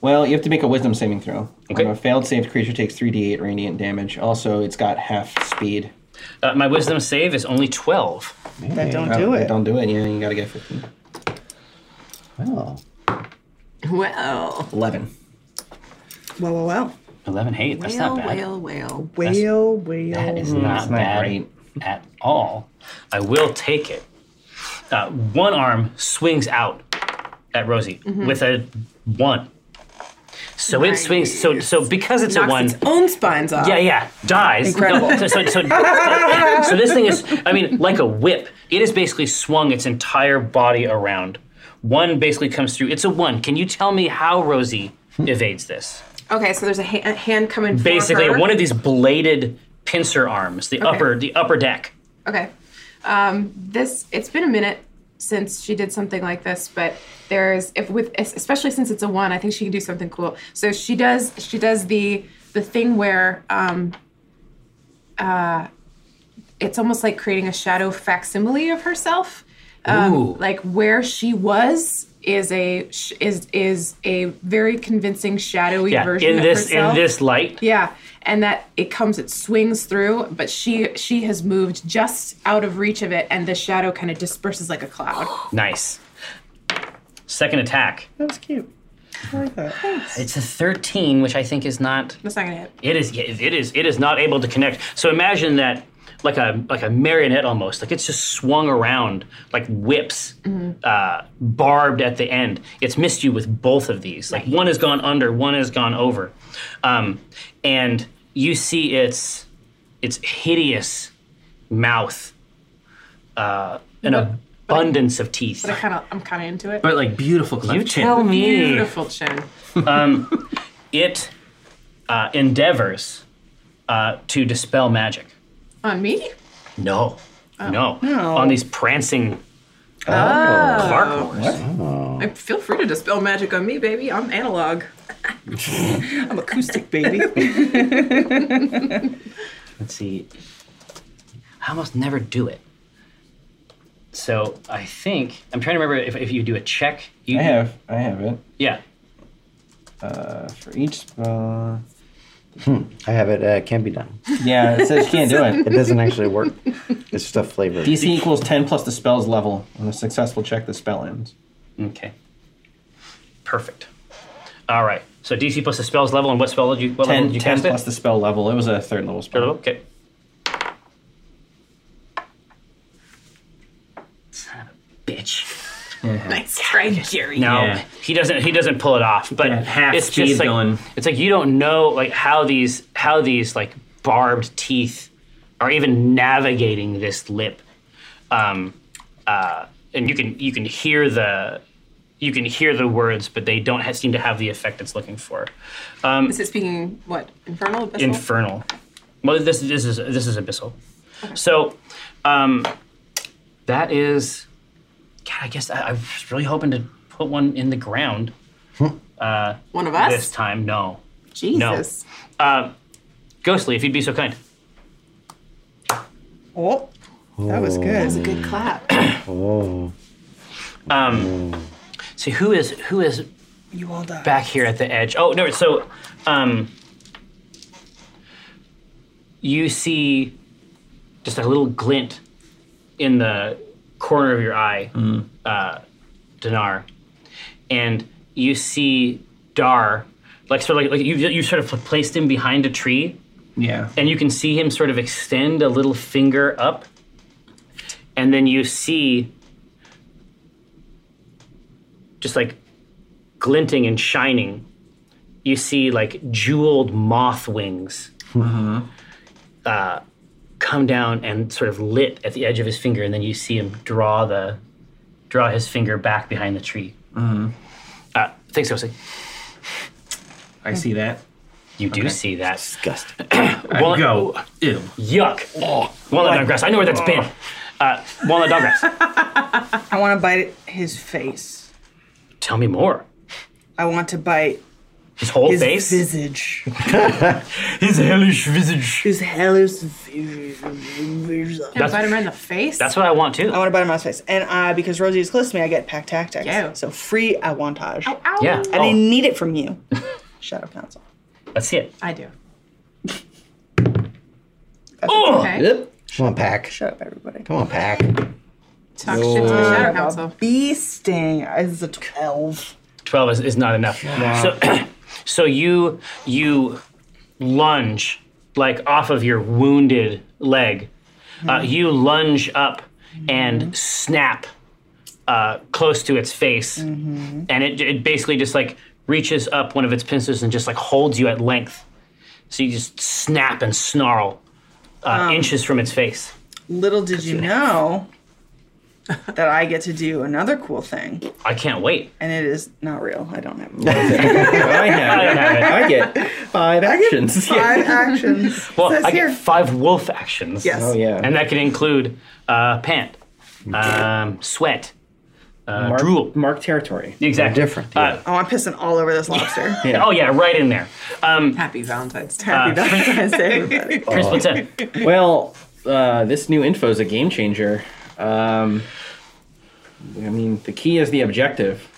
Well, you have to make a wisdom saving throw. Okay. When a failed saved creature takes 3d8 radiant damage. Also, it's got half speed. Uh, my wisdom save is only 12. Then don't do it. Don't do it. Yeah, you gotta get 15. Well, Well, 11. Well, well, well. 11 hate. That's well, not bad. well, well. Whale, whale. That is not, Mm, not bad great. at all. I will take it. Uh, one arm swings out at Rosie Mm-hmm. with a one. So it swings. So so because it's a Knocks one. its own spines off. yeah, yeah, dies. Incredible. No, so, so, so, so this thing is, I mean, like a whip. It has basically swung its entire body around. One basically comes through. It's a one. Can you tell me how Rosie evades this? Okay, so there's a, ha- a hand coming. for Basically, her. one of these bladed pincer arms, the upper, the upper deck. Okay. Um, this it's been a minute since she did something like this, but there's if with especially since it's a one, I think she can do something cool. So she does she does the the thing where um, uh, it's almost like creating a shadow facsimile of herself. Ooh. Um, like where she was is a sh- is is a very convincing shadowy yeah, version in of this herself. in this light. Yeah, and that it comes, it swings through, but she she has moved just out of reach of it, and the shadow kind of disperses like a cloud. Nice. Second attack. That was cute. I like that. It's a 13, which I think is not That's not gonna hit. it is it is it is not able to connect. So imagine that like a like a marionette almost. Like it's just swung around like whips Mm-hmm. uh, barbed at the end. It's missed you with both of these. Like one has gone under, one has gone over. Um, and you see its its hideous mouth uh, an abundance of teeth. I kind of, I'm kind of into it. But, like, beautiful cleft You chin. tell me. Beautiful chin. It uh, endeavors uh, to dispel magic. On me? No. No. On these prancing clarkhorns. I- feel free to dispel magic on me, baby. I'm analog. I'm acoustic, baby. Let's see. I almost never do it. So I think I'm trying to remember if, if you do a check. You, I have. I have it. Yeah. Uh, for each spell. I have it. Uh, it can be done. Yeah, it says you can't do It it. doesn't actually work. It's just a flavor. DC equals 10 plus the spell's level. On a successful check, the spell ends. Okay. Perfect. All right. So DC plus the spell's level, and what spell did you? What level Ten, did you 10 cast plus it? the spell level. It was a third level Third spell. level? Okay. Son of a bitch. Nice try, Jerry. No, Yeah. he doesn't. He doesn't pull it off. But Yeah, half it's speed just like, going. It's like you don't know like how these how these like barbed teeth are even navigating this lip. Um, uh, and you can you can hear the you can hear the words, but they don't ha seem to have the effect it's looking for. Um, Is it speaking what? Infernal? Abyssal? infernal. Well, this this is this is abyssal. So, um, that is. God, I guess I, I was really hoping to put one in the ground One of this us? time. No, Jesus. uh, ghostly, if you'd be so kind. Oh, that That was was a good. Mm. good clap. Oh. See who is who is You all died. back here at the edge. Oh no! So, um, you see just a little glint in the corner of your eye, uh, Dinar, and you see Dar, like sort of like, like you you sort of placed him behind a tree, Yeah. and you can see him sort of extend a little finger up, and then you see just like glinting and shining. You see like jeweled moth wings uh, come down and sort of lit at the edge of his finger, and then you see him draw the draw his finger back behind the tree. Mm-hmm. Uh, thanks, Jose. I see that. You do see that. Disgusting. Walnut- Go. Ew. Yuck. Walnut dog grass. I know where that's been. Oh. Uh, walnut dog grass. I want to bite his face. Tell me more. I want to bite His whole his face. visage. his hellish visage. His hellish visage. That's, bite him right in the face. That's what I want too. I want to bite him on his face. And I, because Rosie is close to me, I get pack tactics. Yeah. So free avantage. Ow. Yeah. I Oh, didn't need it from you. Shadow Council. let's see it. I do. Oh. Okay. Come on, pack. Shut up, everybody. Come on, pack. Talk shit to the Shadow Council. Bee sting is a 12. 12 is, is not enough. So, so you you lunge like off of your wounded leg. Uh, Hmm. you lunge up and snap uh, close to its face, Mm-hmm. and it, it basically just like reaches up one of its pincers and just like holds you at length. So you just snap and snarl Um. uh, inches from its face. Little did you know that I get to do another cool thing. I can't wait. And it is not real. I don't have I have it. I get five actions. Yeah. five actions. Well, Says I get here. five wolf actions. Yes. Oh yeah. and that can include uh, pant, um, sweat, uh, mark, drool. Mark territory. Exactly. Different. Yeah. Uh, Oh, I'm pissing all over this lobster. Oh yeah, right in there. Um, Happy Valentine's Day. Happy Valentine's Day, everybody. Prince Blitzen. Well, uh, this new info is a game changer. Um, I mean, the key is the objective.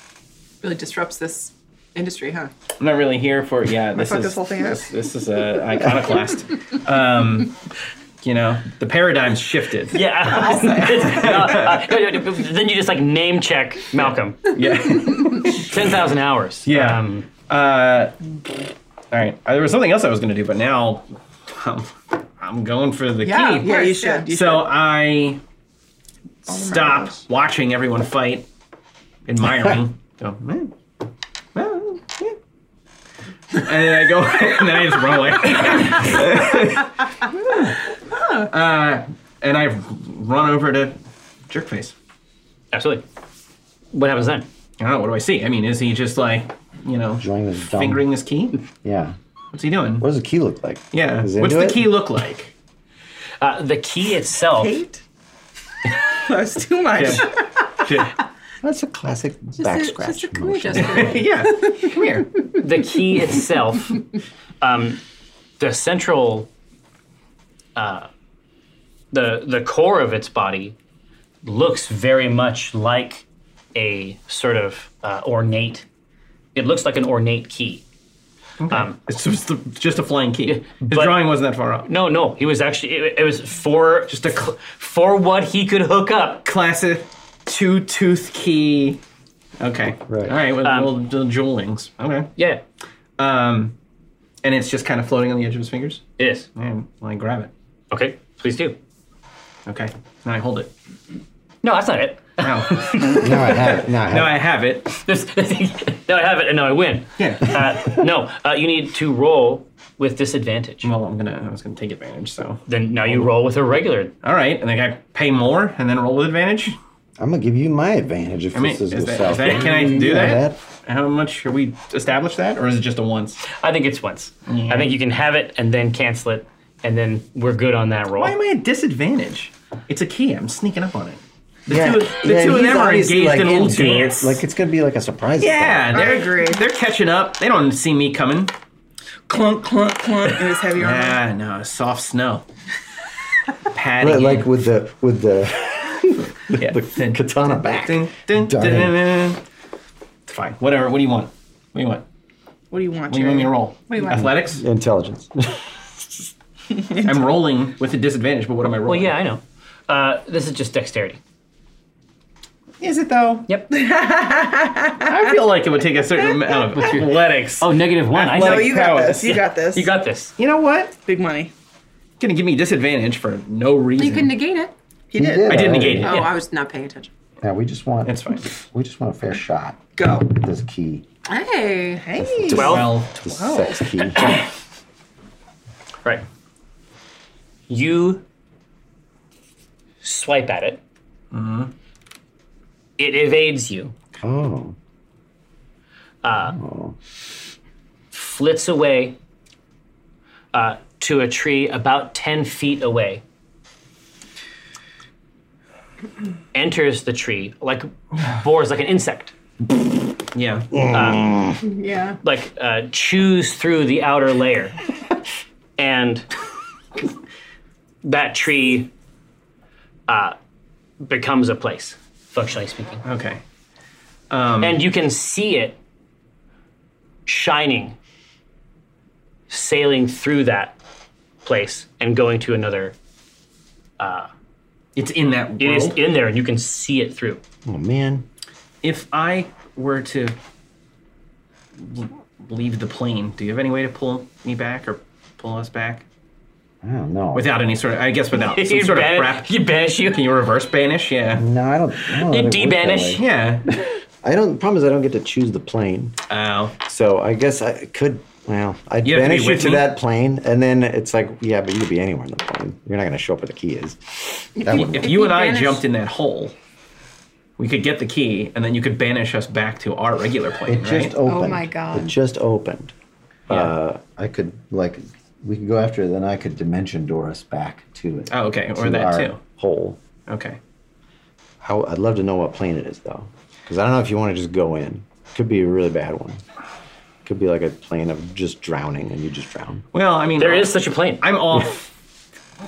Really disrupts this industry, huh? I'm not really here for yeah. This fuck is this whole thing up. this, this is a iconoclast. um, you know, the paradigm's shifted. Yeah. Uh, uh, no, no, no, then you just like name check Malcolm. Yeah. Ten thousand hours. Yeah. Um, Uh, all right. Uh, There was something else I was going to do, but now um, I'm going for the Yeah, key. of Yeah, you course, yeah. should. You So I should. stop watching everyone fight, admiring. go, man. well, yeah." and then I go, and then I just run away. uh, and I run over to Jerkface. absolutely. What happens then? I don't know, Ah, what do I see? I mean, is he just like, you know, Enjoying this dumb. fingering his key? Yeah. What's he doing? What does the key look like? Yeah. Is it What's into the it? key look like? Uh, the key itself. Eight? That's too much. yeah. That's a classic back scratch. Just a cool motion. gesture. Yeah. Come here. the key itself, um, the central, uh, the the core of its body, looks very much like a sort of uh, ornate. It looks like an ornate key. Um, It's just, just a flying key. His but- drawing wasn't that far off. no, no, he was actually it, it was for Just a cl- for what he could hook up. classic two tooth key. Okay. Right. All right. With Um, little, little jewelings. Okay. Yeah. Um, and it's just kind of floating on the edge of his fingers. Yes. And I grab it. Okay. Please do. Okay. Now I hold it. No, that's not it. Ow. No, I have it. No, I have now it. I have it. There's- no, I have it, and no, I win. Yeah. Uh, no, uh, you need to roll with disadvantage. Well, I'm gonna. I was gonna take advantage. So. Then now you roll with a regular. All right. And then I pay more and then roll with advantage. I'm gonna give you my advantage if I mean, this is, is the that- south. is that- can I do Go that? ahead. How much have we established that, or is it just a once? I think it's once. I think you can have it and then cancel it, and then we're good on that roll. Why am I at disadvantage? It's a key. I'm sneaking up on it. The Yeah, two, the yeah, two of he's them are obviously, engaged like, in a little into it. dance. Like it's gonna be like a surprise. yeah, attack. they're, agree. They're catching up. They don't see me coming. Clunk, clunk, clunk in his heavy armor. Ah, no, soft snow. Patty. But, like with the with the yeah. the katana back. Dun, dun, dun, Darn. dun, dun, dun. It's fine. Whatever. What do you want? What do you want? What do you want, What do you want me to roll? do you want? Athletics? Intelligence. I'm rolling with a disadvantage, but what am I Well, rolling? yeah, I know. Uh, this is just dexterity. Is it though? Yep. I feel like it would take a certain amount of athletics. Oh, negative one. I Athletic know. No, you got prowess. this. You got this. You got this. You know what? big money. Gonna give me disadvantage for no reason. You can negate it. He did. I did negate it. Oh, yeah. I was not paying attention. Yeah, we just want. That's fine. We just want a fair shot. Go. at This key. Hey. Hey. Twelve. Well, This sex key. Right. You swipe at it. Mm-hmm. It evades you, Oh. flits away uh, to a tree about 10 feet away, enters the tree like bores, like an insect, yeah. Yeah. like uh, chews through the outer layer. and that tree uh, becomes a place, functionally speaking. Okay. and you can see it shining sailing through that place and going to another It's in that world. It is in there and you can see it through Oh man. if I were to l- leave the plane, do you have any way to pull me back or pull us back I don't know. without any sort of? I guess without some you, sort ban- of crap. you banish you Can you reverse banish? Yeah. No, I don't. I don't You think it works that debanish. way. Yeah. I don't. Problem is, I don't get to choose the plane. Oh. So I guess I could. Well, I'd You have to be banish you with to me? that plane, and then it's like, yeah, but you could be anywhere on the plane. You're not going to show up where the key is. That wouldn't If work. you and I banish- jumped in that hole, we could get the key, and then you could banish us back to our regular plane, It right? just opened. Oh my God. It just opened. Yeah. Uh, I could like, we could go after. it, Then I could dimension Doris back to it. Oh, okay, or to that our too. Hole. okay. How, I'd love to know what plane it is though, because I don't know if you want to just go in. Could be a really bad one. Could be like a plane of just drowning, and you just drown. Well, I mean, uh, there I'll- is such a plane I'm off.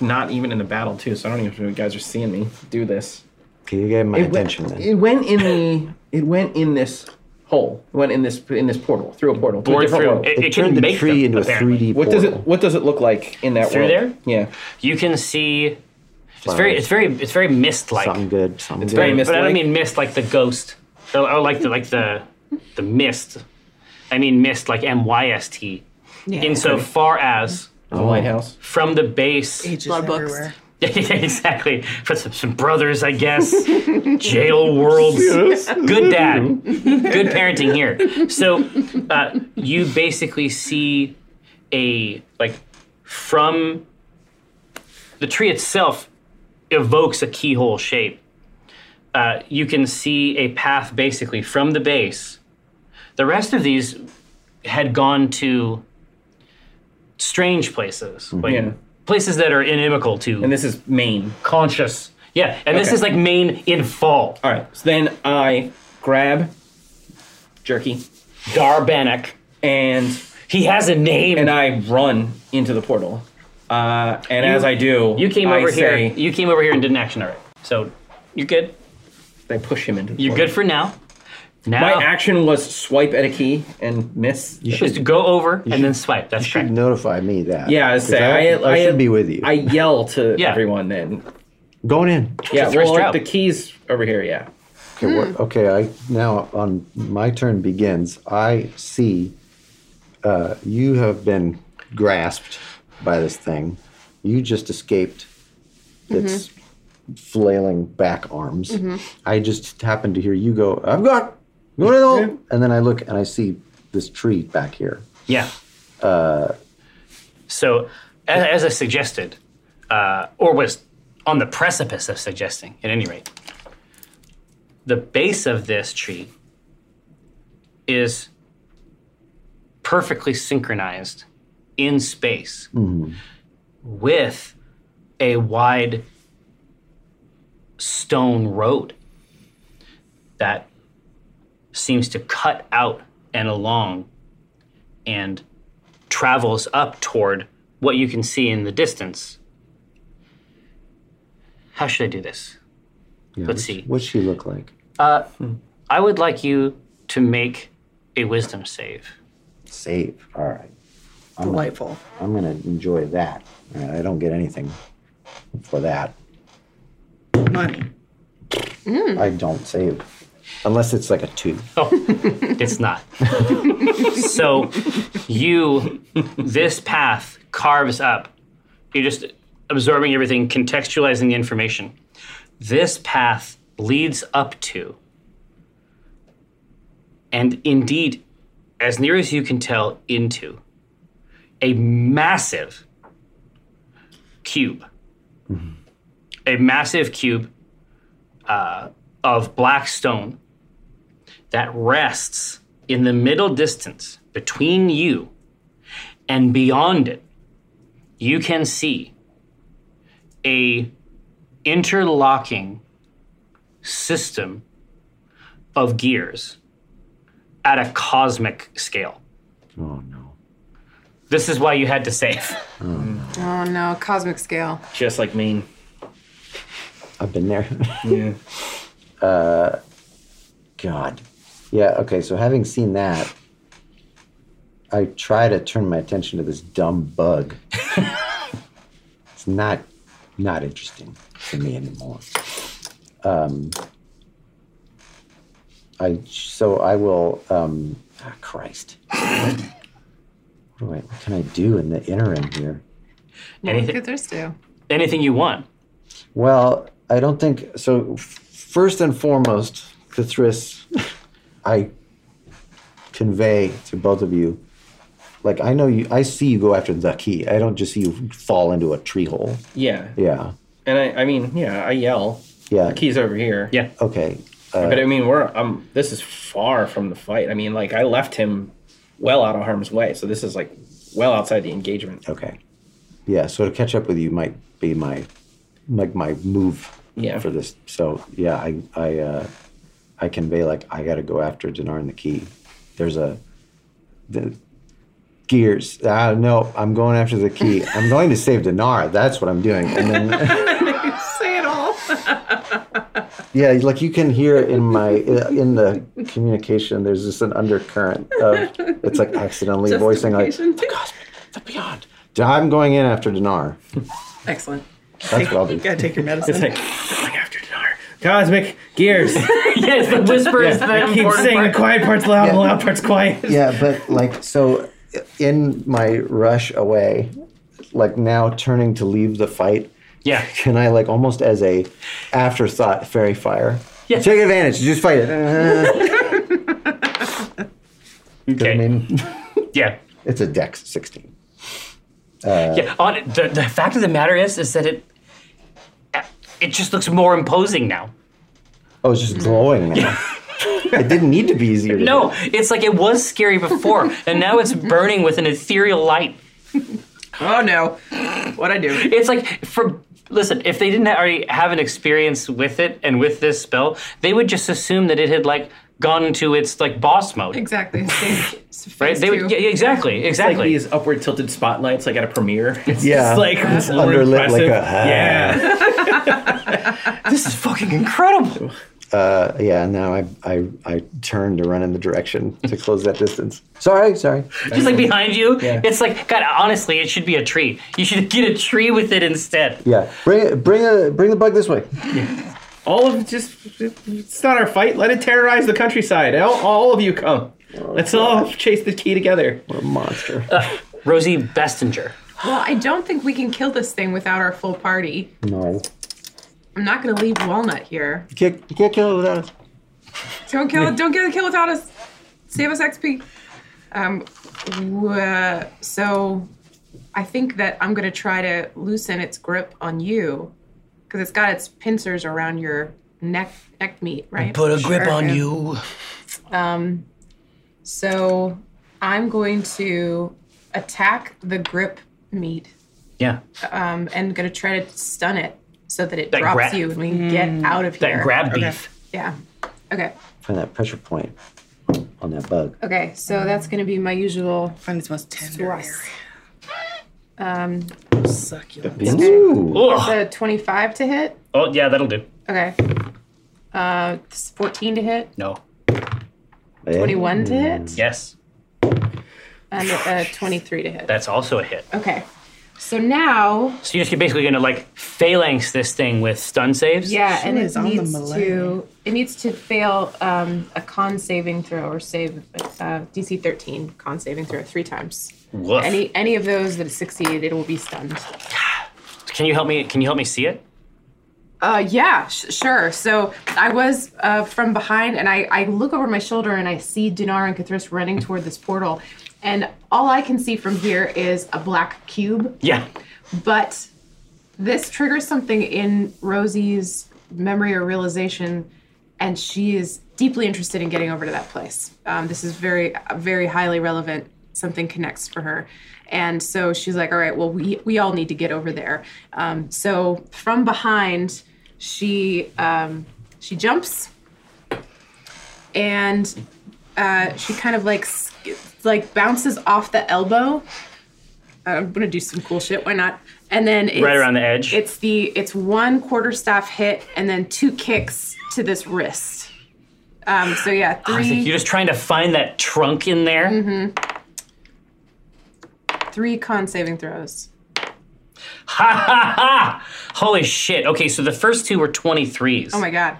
Not even in the battle too, so I don't even know if you guys are seeing me do this. Okay, you gave my attention then. It went in the. It went in this hole. It went in this in this portal through a portal. to a bored different through world. it, It it can turned the make tree them, into apparently. a 3D. What does it portal. What does it look like in that Through there? world? Yeah. you can see it's very it's very it's very mist like Something good. Something It's good. very but I don't mist-like? mean mist like the ghost or, or like the like the the mist I mean mist like M Y S T insofar as Oh. The lighthouse. from the base Pages lot of books. everywhere. Yeah, yeah, exactly. For some, some brothers, I guess. Jail worlds. Good dad. Good parenting here. So uh, you basically see a, like, from the tree itself evokes a keyhole shape. Uh, you can see a path basically from the base. The rest of these had gone to strange places, like Mm-hmm. Yeah. places that are inimical to And this is Maine. conscious. Yeah, and this Okay. Uh, is like main in fall. All right. So then I grab Jerky Darbanek. and He has a name. and I run into the portal. Uh, and as I do, you came I over say- here. You came over here and didn't action alright. So you're good. I push him into. The You're portal. good for now. Now My action was swipe at a key and miss. You is to should, go over and then swipe. That's you should correct. notify me that. Yeah, I 'cause say I, I, I should be with you. I yell to Yeah. everyone then. Going in. Yeah, Just thrust well, like, out. the keys over here. Yeah. Okay, what, okay. I now on my turn begins. I see uh, you have been grasped by this thing. You just escaped its flailing back arms. I just happened to hear you go, I've got, no, no, no. And then I look and I see this tree back here. Yeah. Uh, so, as, as I suggested, uh, or was on the precipice of suggesting, at any rate, the base of this tree is perfectly synchronized in space with a wide stone road that seems to cut out and along and travels up toward what you can see in the distance. How should I do this? Yeah, Let's what's- see. What's she look like? I would like you to make a wisdom save. Save. All right. Delightful. I'm going to enjoy that. All right, I don't get anything for that. Money. I don't save. Unless it's like a two. It's not. so you, this path carves up. You're just absorbing everything, contextualizing the information. This path leads up to, and indeed, as near as you can tell, into a massive cube. A massive cube uh, of black stone that rests in the middle distance between you and beyond it you can see a interlocking system of gears at a cosmic scale Oh, no. this is why you had to save Oh no, cosmic scale. Just like mean. I've been there. Uh, Yeah. God. Yeah, okay, so having seen that, I try to turn my attention to this dumb bug. it's not not interesting to me anymore. Um I so I will um ah, Christ. what do I what can I do in the interim here? What could this do? anything you want Well, I don't think so. f- First and foremost, Kathris, I convey to both of you, like I know you, I see you go after the key. I don't just see you fall into a tree hole. Yeah. Yeah, And I, I mean, yeah, I yell. yeah. The key's over here. Yeah. Okay, But I mean, we're um, this is far from the fight. I mean, like I left him well out of harm's way, so this is like well outside the engagement. okay, yeah. So to catch up with you might be my like my move Yeah. for this. So yeah, I I uh, I convey like I got to go after Dinar and the key. There's a the gears. Ah, no, I'm going after the key. I'm going to save Dinar. That's what I'm doing. And then Say it all. yeah, like you can hear in my uh, in the communication. There's just an undercurrent of it's like accidentally voicing like the cosmic, the beyond. I'm going in after Dinar. Excellent. That's what I'll do. You gotta take your medicine. Like, going after Dinar. Cosmic gears. yes the whisper is the I keep important saying part. quiet part's loud, and loud part's quiet. yeah, but like so in my rush away, like now turning to leave the fight, yeah can I like almost as a afterthought fairy fire? Yeah. Take advantage, just fight it. I okay mean, yeah it's a dex 16. yeah on it, the, the fact of the matter is is that it it just looks more imposing now Oh, it's just glowing now. it didn't need to be easier to No, do. it's like it was scary before, and now it's burning with an ethereal light. Oh no. What I do? It's like for listen, if they didn't already have an experience with it and with this spell, they would just assume that it had like gone into its like boss mode, Exactly. right? They would yeah, exactly, Like exactly. these upward tilted spotlights, like at a premiere. It's Yeah. just like it's more Underlit like impressive. a, ah. yeah. this is fucking incredible. Uh, yeah, now I, I I turn to run in the direction to close that distance. Sorry, sorry. Just like behind you, it's like God. Honestly, it should be a tree. You should get a tree with it instead. Yeah, bring it, bring a, bring the bug this way. All of just, it's not our fight. Let it terrorize the countryside. All, all of you come. Let's all chase the key together. What a monster. Uh. Rosie Bestinger. Well, I don't think we can kill this thing without our full party. no. I'm not gonna leave Walnut here. Can't, can't kill it without us. Don't kill. Don't get kill without us. Save us XP. Um. w- uh, so, I think that I'm gonna try to loosen its grip on you, because it's got its pincers around your neck neck meat, right? Put a grip on you. Um. So, I'm going to attack the grip meat. Yeah. Um. And gonna try to stun it so that it That drops grab- you and we can get out of here. That grab beef. Yeah. Okay. Find that pressure point on that bug. Okay. So that's gonna be my usual Find its most tender, thrust. Um, succulent. Ooh. Ugh. so 25 to hit. Oh, yeah, that'll do. Okay. Uh, it's 14 to hit, No. 21 to hit, Yes, and uh, 23 to hit. that's also a hit. Okay. So now, So you're just basically going to like phalanx this thing with stun saves. yeah, and Sure it is on the needs melee. to it needs to fail um, a con saving throw or save uh, DC 13 con saving throw three times. Woof. Any any of those that succeed, it will be stunned. Can you help me? Can you help me see it? Uh, yeah, sh- sure. So I was uh, from behind, and I, I look over my shoulder, and I see Dinar and Kathris running toward this portal, and all I can see from here is a black cube. Yeah. But this triggers something in Rosie's memory or realization, and she is deeply interested in getting over to that place. Um, this is very, very highly relevant. Something connects for her. And so she's like, all right, well, we, we all need to get over there. Um, so from behind, she um, she jumps and uh, she kind of like sk- like bounces off the elbow. Uh, I'm gonna do some cool shit. Why not? And then it's, Right around the edge. It's the it's one quarter staff hit and then two kicks to this wrist. Um, so yeah, I think three you're just trying to find that trunk in there. Mm-hmm. three con saving throws. Ha ha ha! Holy shit. Okay, so the first two were 23s. Oh my god.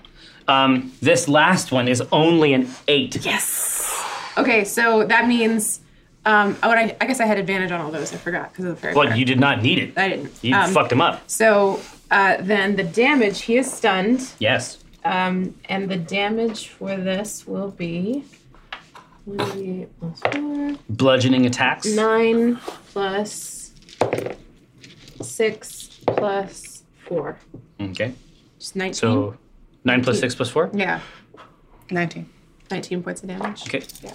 Um, this last one is only an eight. Yes. Okay, so that means. Um, oh, and I, I guess I had advantage on all those. I forgot because of the fairy. Well, fire. you did not need it. I didn't. You Um, fucked him up. So uh, then the damage, he is stunned, Yes. um, and the damage for this will be 1d8 plus 4, Bludgeoning attacks. 9 plus 6 plus 4. Okay. Just 19. So nine plus six plus four. yeah, 19. 19 points of damage. Okay. Yeah.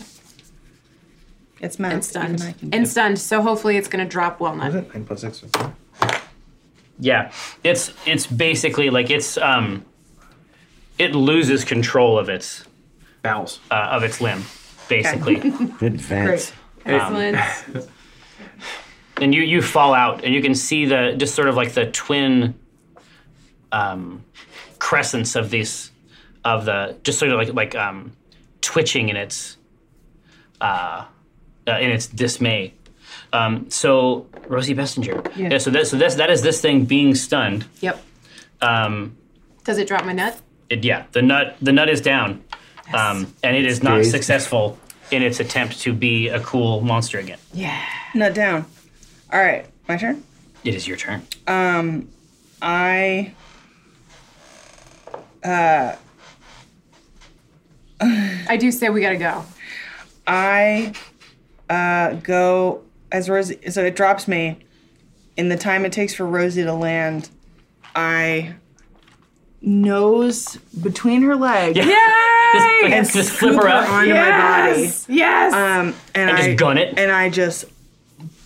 It's mad. And stunned. I can And stunned, so hopefully it's going to drop Walnut. Nine plus six. Yeah. It's it's basically like it's um it loses control of its Bowels. uh, of its limb, basically. Advance. Excellent. and you you fall out and you can see the just sort of like the twin um crescents of these of the just sort of like like um twitching in its uh, uh in its dismay um so rosie bestinger yeah, so this so this that is this thing being stunned yep. um Does it drop my nut? it, yeah the nut the nut is down um and it is not Dazed. successful in its attempt to be a cool monster again Yeah. Nut down. All right, my turn. it is your turn I I do say we got to go. I uh, go as Rosie. So it drops me. In the time it takes for Rosie to land, I nose between her legs Just, like, and just flip her scoop up onto Yes. Yes. my body. Um, and, And just I gun it. And I just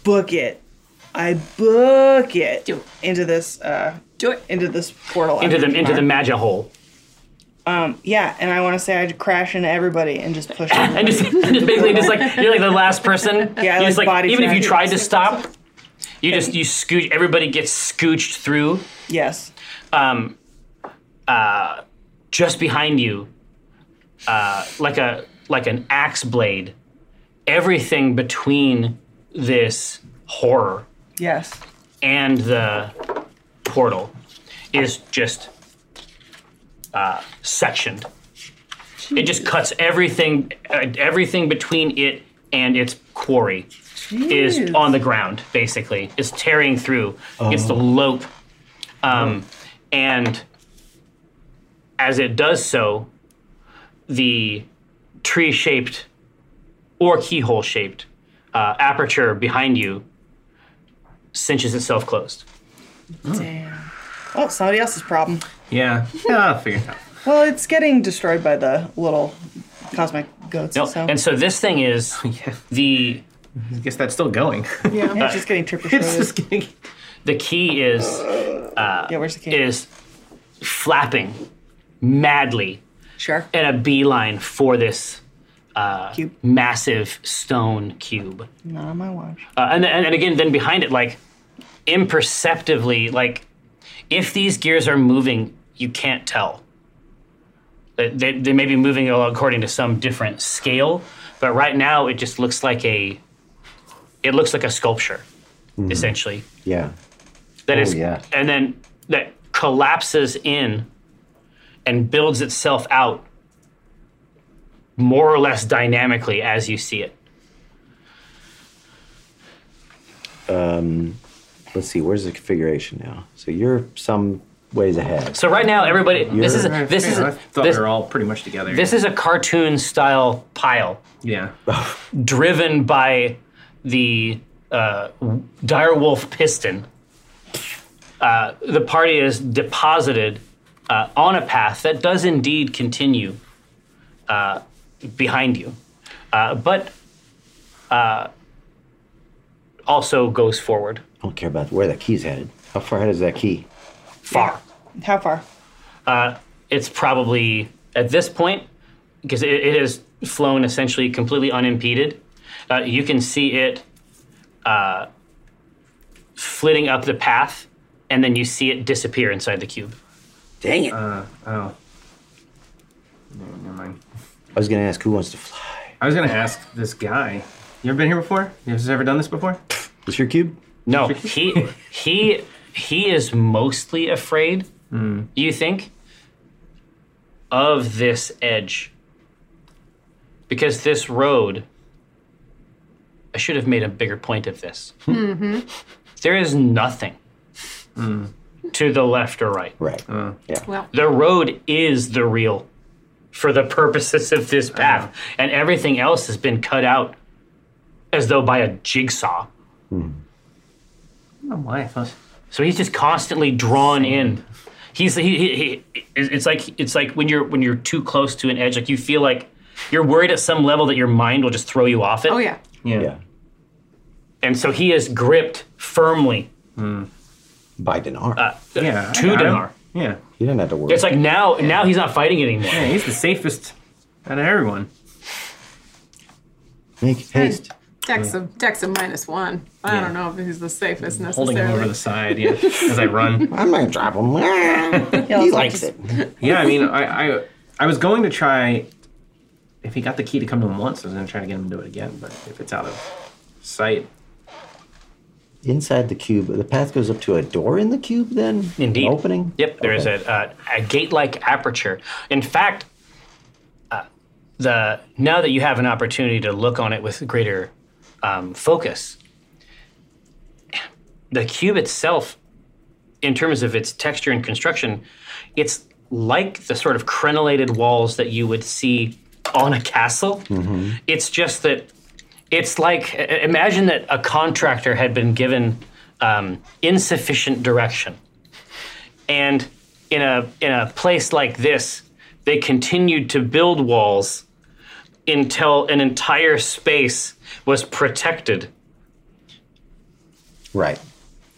book it. I book it Do it. into this uh, do it. into this portal Um, into the into the magic hole yeah. And I want to say I crash into everybody and just push. and everybody. just, and just basically just like you're like the last person Yeah, I You just, like body even if you track. tried to stop you just you scooch everybody gets scooched through yes. um uh just behind you uh like a like an axe blade everything between this horror Yes. and the portal is just uh, sectioned. It just cuts everything, uh, everything between it and its quarry is on the ground. Basically, it's tearing through. It's the lope, um, and as it does so, the tree-shaped or keyhole-shaped uh, aperture behind you cinches itself closed. Oh, somebody else's problem. Yeah. Ah, Yeah, I'll figure it out. Well, it's getting destroyed by the little cosmic goats. No, so Oh, and so this thing is Yeah. the I guess that's still going. yeah, it's just getting tripped. it's just getting. the key is yeah, where's the king? is flapping madly Sure. in a beeline for this Cube. massive stone cube. Not on my watch. Uh, and, and and again, then behind it, like imperceptibly, like if these gears are moving, you can't tell. They, they, they may be moving according to some different scale, but right now it just looks like a it looks like a sculpture, essentially. Yeah. That is, yeah. and then that collapses in and builds itself out more or less dynamically as you see it. Let's see. Where's the configuration now? So you're some ways ahead. So right now, everybody, this is a- this is I a- thought this, they were all pretty much together. this is a cartoon style pile yeah. driven by the uh, direwolf piston. Uh, the party is deposited uh, on a path that does indeed continue uh, behind you, uh, but uh, also goes forward I don't care about where that key's headed. How far ahead is that key? far. How far? It's probably at this point because it, it has flown essentially completely unimpeded. Uh, you can see it uh, flitting up the path, and then you see it disappear inside the cube. Dang it! Uh, oh. No, never mind. I was gonna ask who wants to fly. I was gonna ask this guy. You ever been here before? You ever- ever done this before? Is your cube? No, he he he is mostly afraid. You think of this edge because this road. I should have made a bigger point of this. There is nothing to the left or right. Right. Uh. The road is the real for the purposes of this path, and everything else has been cut out as though by a jigsaw. I don't know why I thought. So he's just constantly drawn in. He's he, he, he it's it's like it's like when you're when you're too close to an edge, like you feel like you're worried at some level that your mind will just throw you off it. Oh yeah. Yeah. Yeah. And so he is gripped firmly By dinar. Yeah, I to got him. Dinar. Yeah. you didn't have to worry. Uh, It's like now now he's not fighting anymore. Yeah, he's the safest out of everyone. Make haste. Dex a Dex a minus one. I don't know if he's the safest Holding him over necessarily. the side, yeah, as I run. I'm gonna drop him. he likes it. Yeah, I mean, I, I, I was going to try. If he got the key to come to him once, I was going to try to get him to do it again. But if it's out of sight, Inside the cube, the path goes up to a door in the cube. Then An Indeed. opening. Yep, there is Okay. a, uh, a gate-like aperture. In fact, uh, the now that you have an opportunity to look on it with greater um, focus, the cube itself, in terms of its texture and construction, it's like the sort of crenellated walls that you would see on a castle. Mm-hmm. It's just that it's like i- i- imagine that a contractor had been given um, insufficient direction and in a in a place like this, they continued to build walls until an entire space was protected. Right.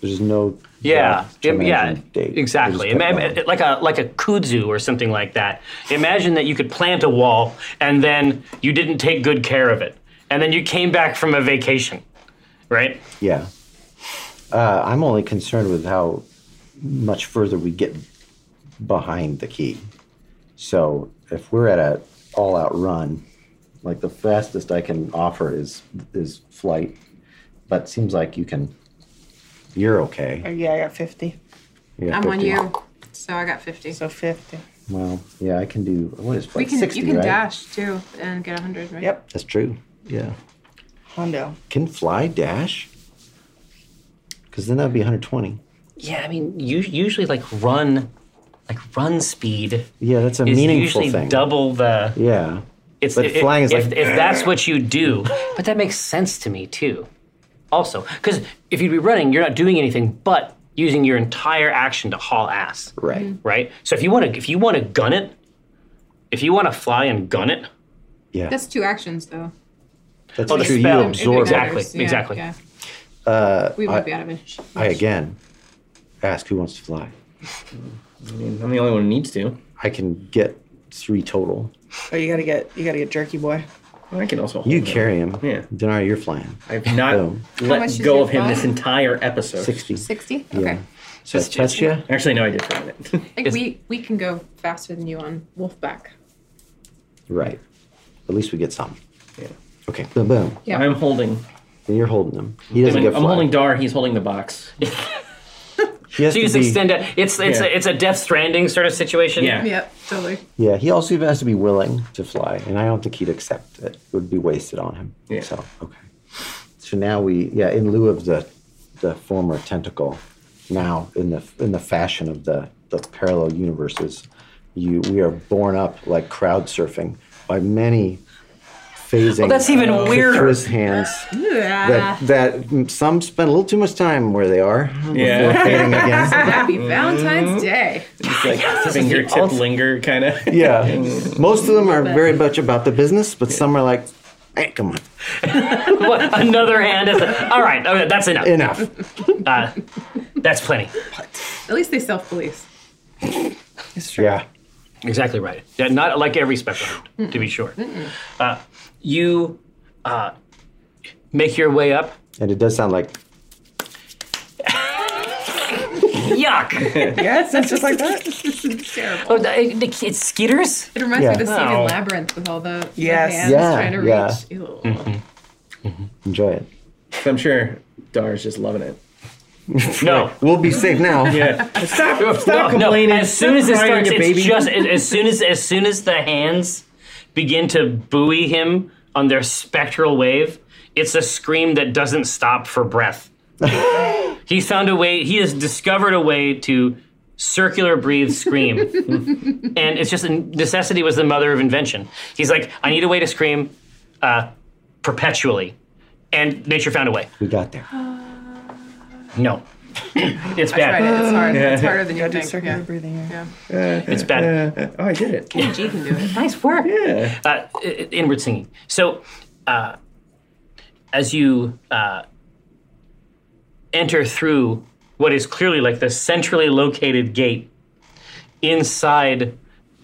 There's no. Yeah, yeah, im- yeah, termination date. They exactly. just kept Ima- going. like a like a kudzu or something like that. Imagine that you could plant a wall and then you didn't take good care of it, and then you came back from a vacation, right? Yeah. Uh, I'm only concerned with how much further we get behind the key. So if we're at a all-out run, like the fastest I can offer is is flight, but seems like you can. You're okay. Oh, Yeah, I got 50. You got I'm on 50. you. So I got fifty. So 50. Well, yeah, I can do. What is We like can 60, you can right? dash too and get hundred, right? Yep. That's true. Yeah. Hondo. Can fly dash? Because then that'd be 120. Yeah, I mean, u- usually like run, like run speed Yeah, that's a is meaningful usually thing. double the. Yeah. It's, But if- if- flying is if, like- if that's what you do, but that makes sense to me too. Also, because if you'd be running, you're not doing anything but using your entire action to haul ass, Mm-hmm. Right. right? So if you want to, if you want to gun it, if you want to fly and gun it, Yeah. That's two actions though. That's oh, the true. spell. You absorb it. Exactly, matters. Yeah, exactly. yeah. we would I- be out of it. I again ask who wants to fly. I mean, I'm the only one who needs to. I can get three total. Oh, you gotta get you gotta get Jerky Boy. I can also. Hold You Oh. him. carry him. Yeah. Denari, you're flying. I've not Boom. much is let go your of him fly? this entire episode. 60. 60? Yeah. Okay. So I touch you. Actually, no, I did for a minute. Like we we can go faster than you on Wolfback. Right. At least we get some. yeah. Okay. Boom, boom. Yeah. I'm holding. And you're holding him. He doesn't I'm, get fly. I'm holding Dar. He's holding the box. He has So you just to be, extend it. It's it's Yeah. a, it's a Death Stranding sort of situation. Yeah. Yep, totally. Yeah, he also even has to be willing to fly, and I don't think he'd accept it. It would be wasted on him. Yeah. So okay. So now we, yeah, in lieu of the the former tentacle, now in the in the fashion of the the parallel universes, you we are borne up like crowd surfing by many phasing. Oh, that's even weirder. Tetris hands that that some spend a little too much time where they are. Yeah. Before fading again. Happy Mm-hmm. Valentine's Day. It's like fingertip linger kind of. Yeah. Most of them are very much about the business, but some are like, hey, come on, What, another hand is all right. Okay, that's enough. enough. Uh, that's plenty. At least they self police. Yeah. Exactly right. Yeah, not like every special hand, to be sure. Uh, you uh, make your way up. And it does sound like, Yuck! Yeah, it's just like that. oh, the- it, it, it skitters. It reminds me of the Yeah. scene Wow. in Labyrinth with all the, the Yes. hands Yeah, trying to reach. yeah. Ew. enjoy it. I'm sure Dar's just loving it. No. We'll be safe now. Yeah. Stop, No, stop no. complaining. As soon as Stop it crying, starts, you it's baby. just as, as soon as as soon as the hands begin to buoy him on their spectral wave, it's a scream that doesn't stop for breath. he found a way. He has discovered a way to circular breathe scream, and it's just necessity was the mother of invention. He's like, I need a way to scream uh, perpetually, and nature found a way. We got there. No, it's Right, bad. it's hard. It's harder than you Gotta do think. circular Yeah. breathing here. It's bad. oh, I did it. Gee can do it. Nice work. Yeah. uh, i- i- inward singing. So, uh, as you uh, enter through what is clearly like the centrally located gate inside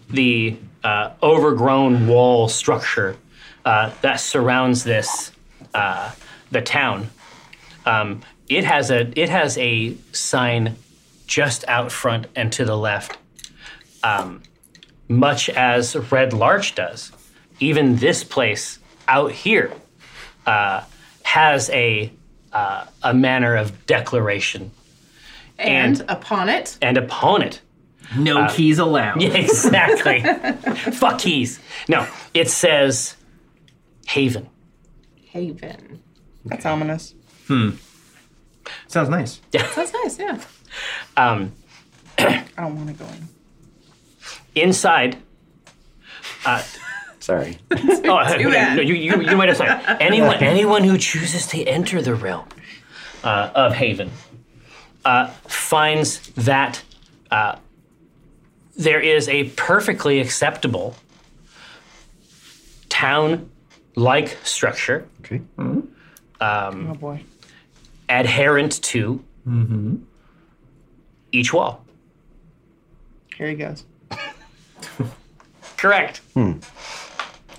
the uh, overgrown wall structure uh, that surrounds this uh, the town, um, it has a it has a sign just out front and to the left. Um, much as Red Larch does. Even this place out here uh, has a uh, a manner of declaration, And upon it, and upon it, No keys allowed. exactly, fuck keys. No, it says Haven. Haven. That's ominous. Sounds nice. That's nice, yeah. Um, I don't want to go in. inside, Sorry. oh, no, bad. you, you, you might have said anyone anyone who chooses to enter the realm uh, of Haven uh, finds that uh, there is a perfectly acceptable town-like structure Okay. Oh boy. adherent to Mm-hmm. each wall. Here he goes. Correct.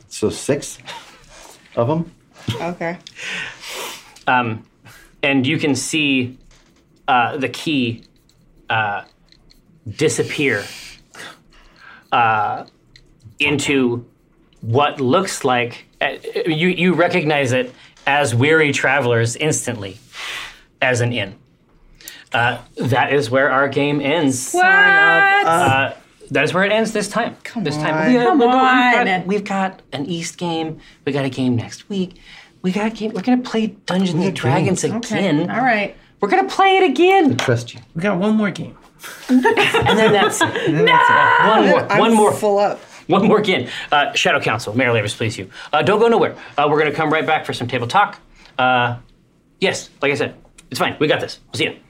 So six of them. Okay. um, and you can see uh, the key uh, disappear uh, into what looks like uh, you, you recognize it as weary travelers instantly as an inn. Uh, that is where our game ends. What? Uh, that is where it ends this time. Come this time. on. We- Come we've got- on. We've got an East game. We got a game next week. We got a game. We're gonna play Dungeons and Dragons again. All right. We're gonna play it again. Trust you. We got one more game. And then that's it. One more. I'm one more. full up. One more again. Uh, Shadow Council, Mayor Lavers, please you. Uh, don't go nowhere. Uh, we're going to come right back for some table talk. Uh, yes, like I said, it's fine. We got this. We'll see you.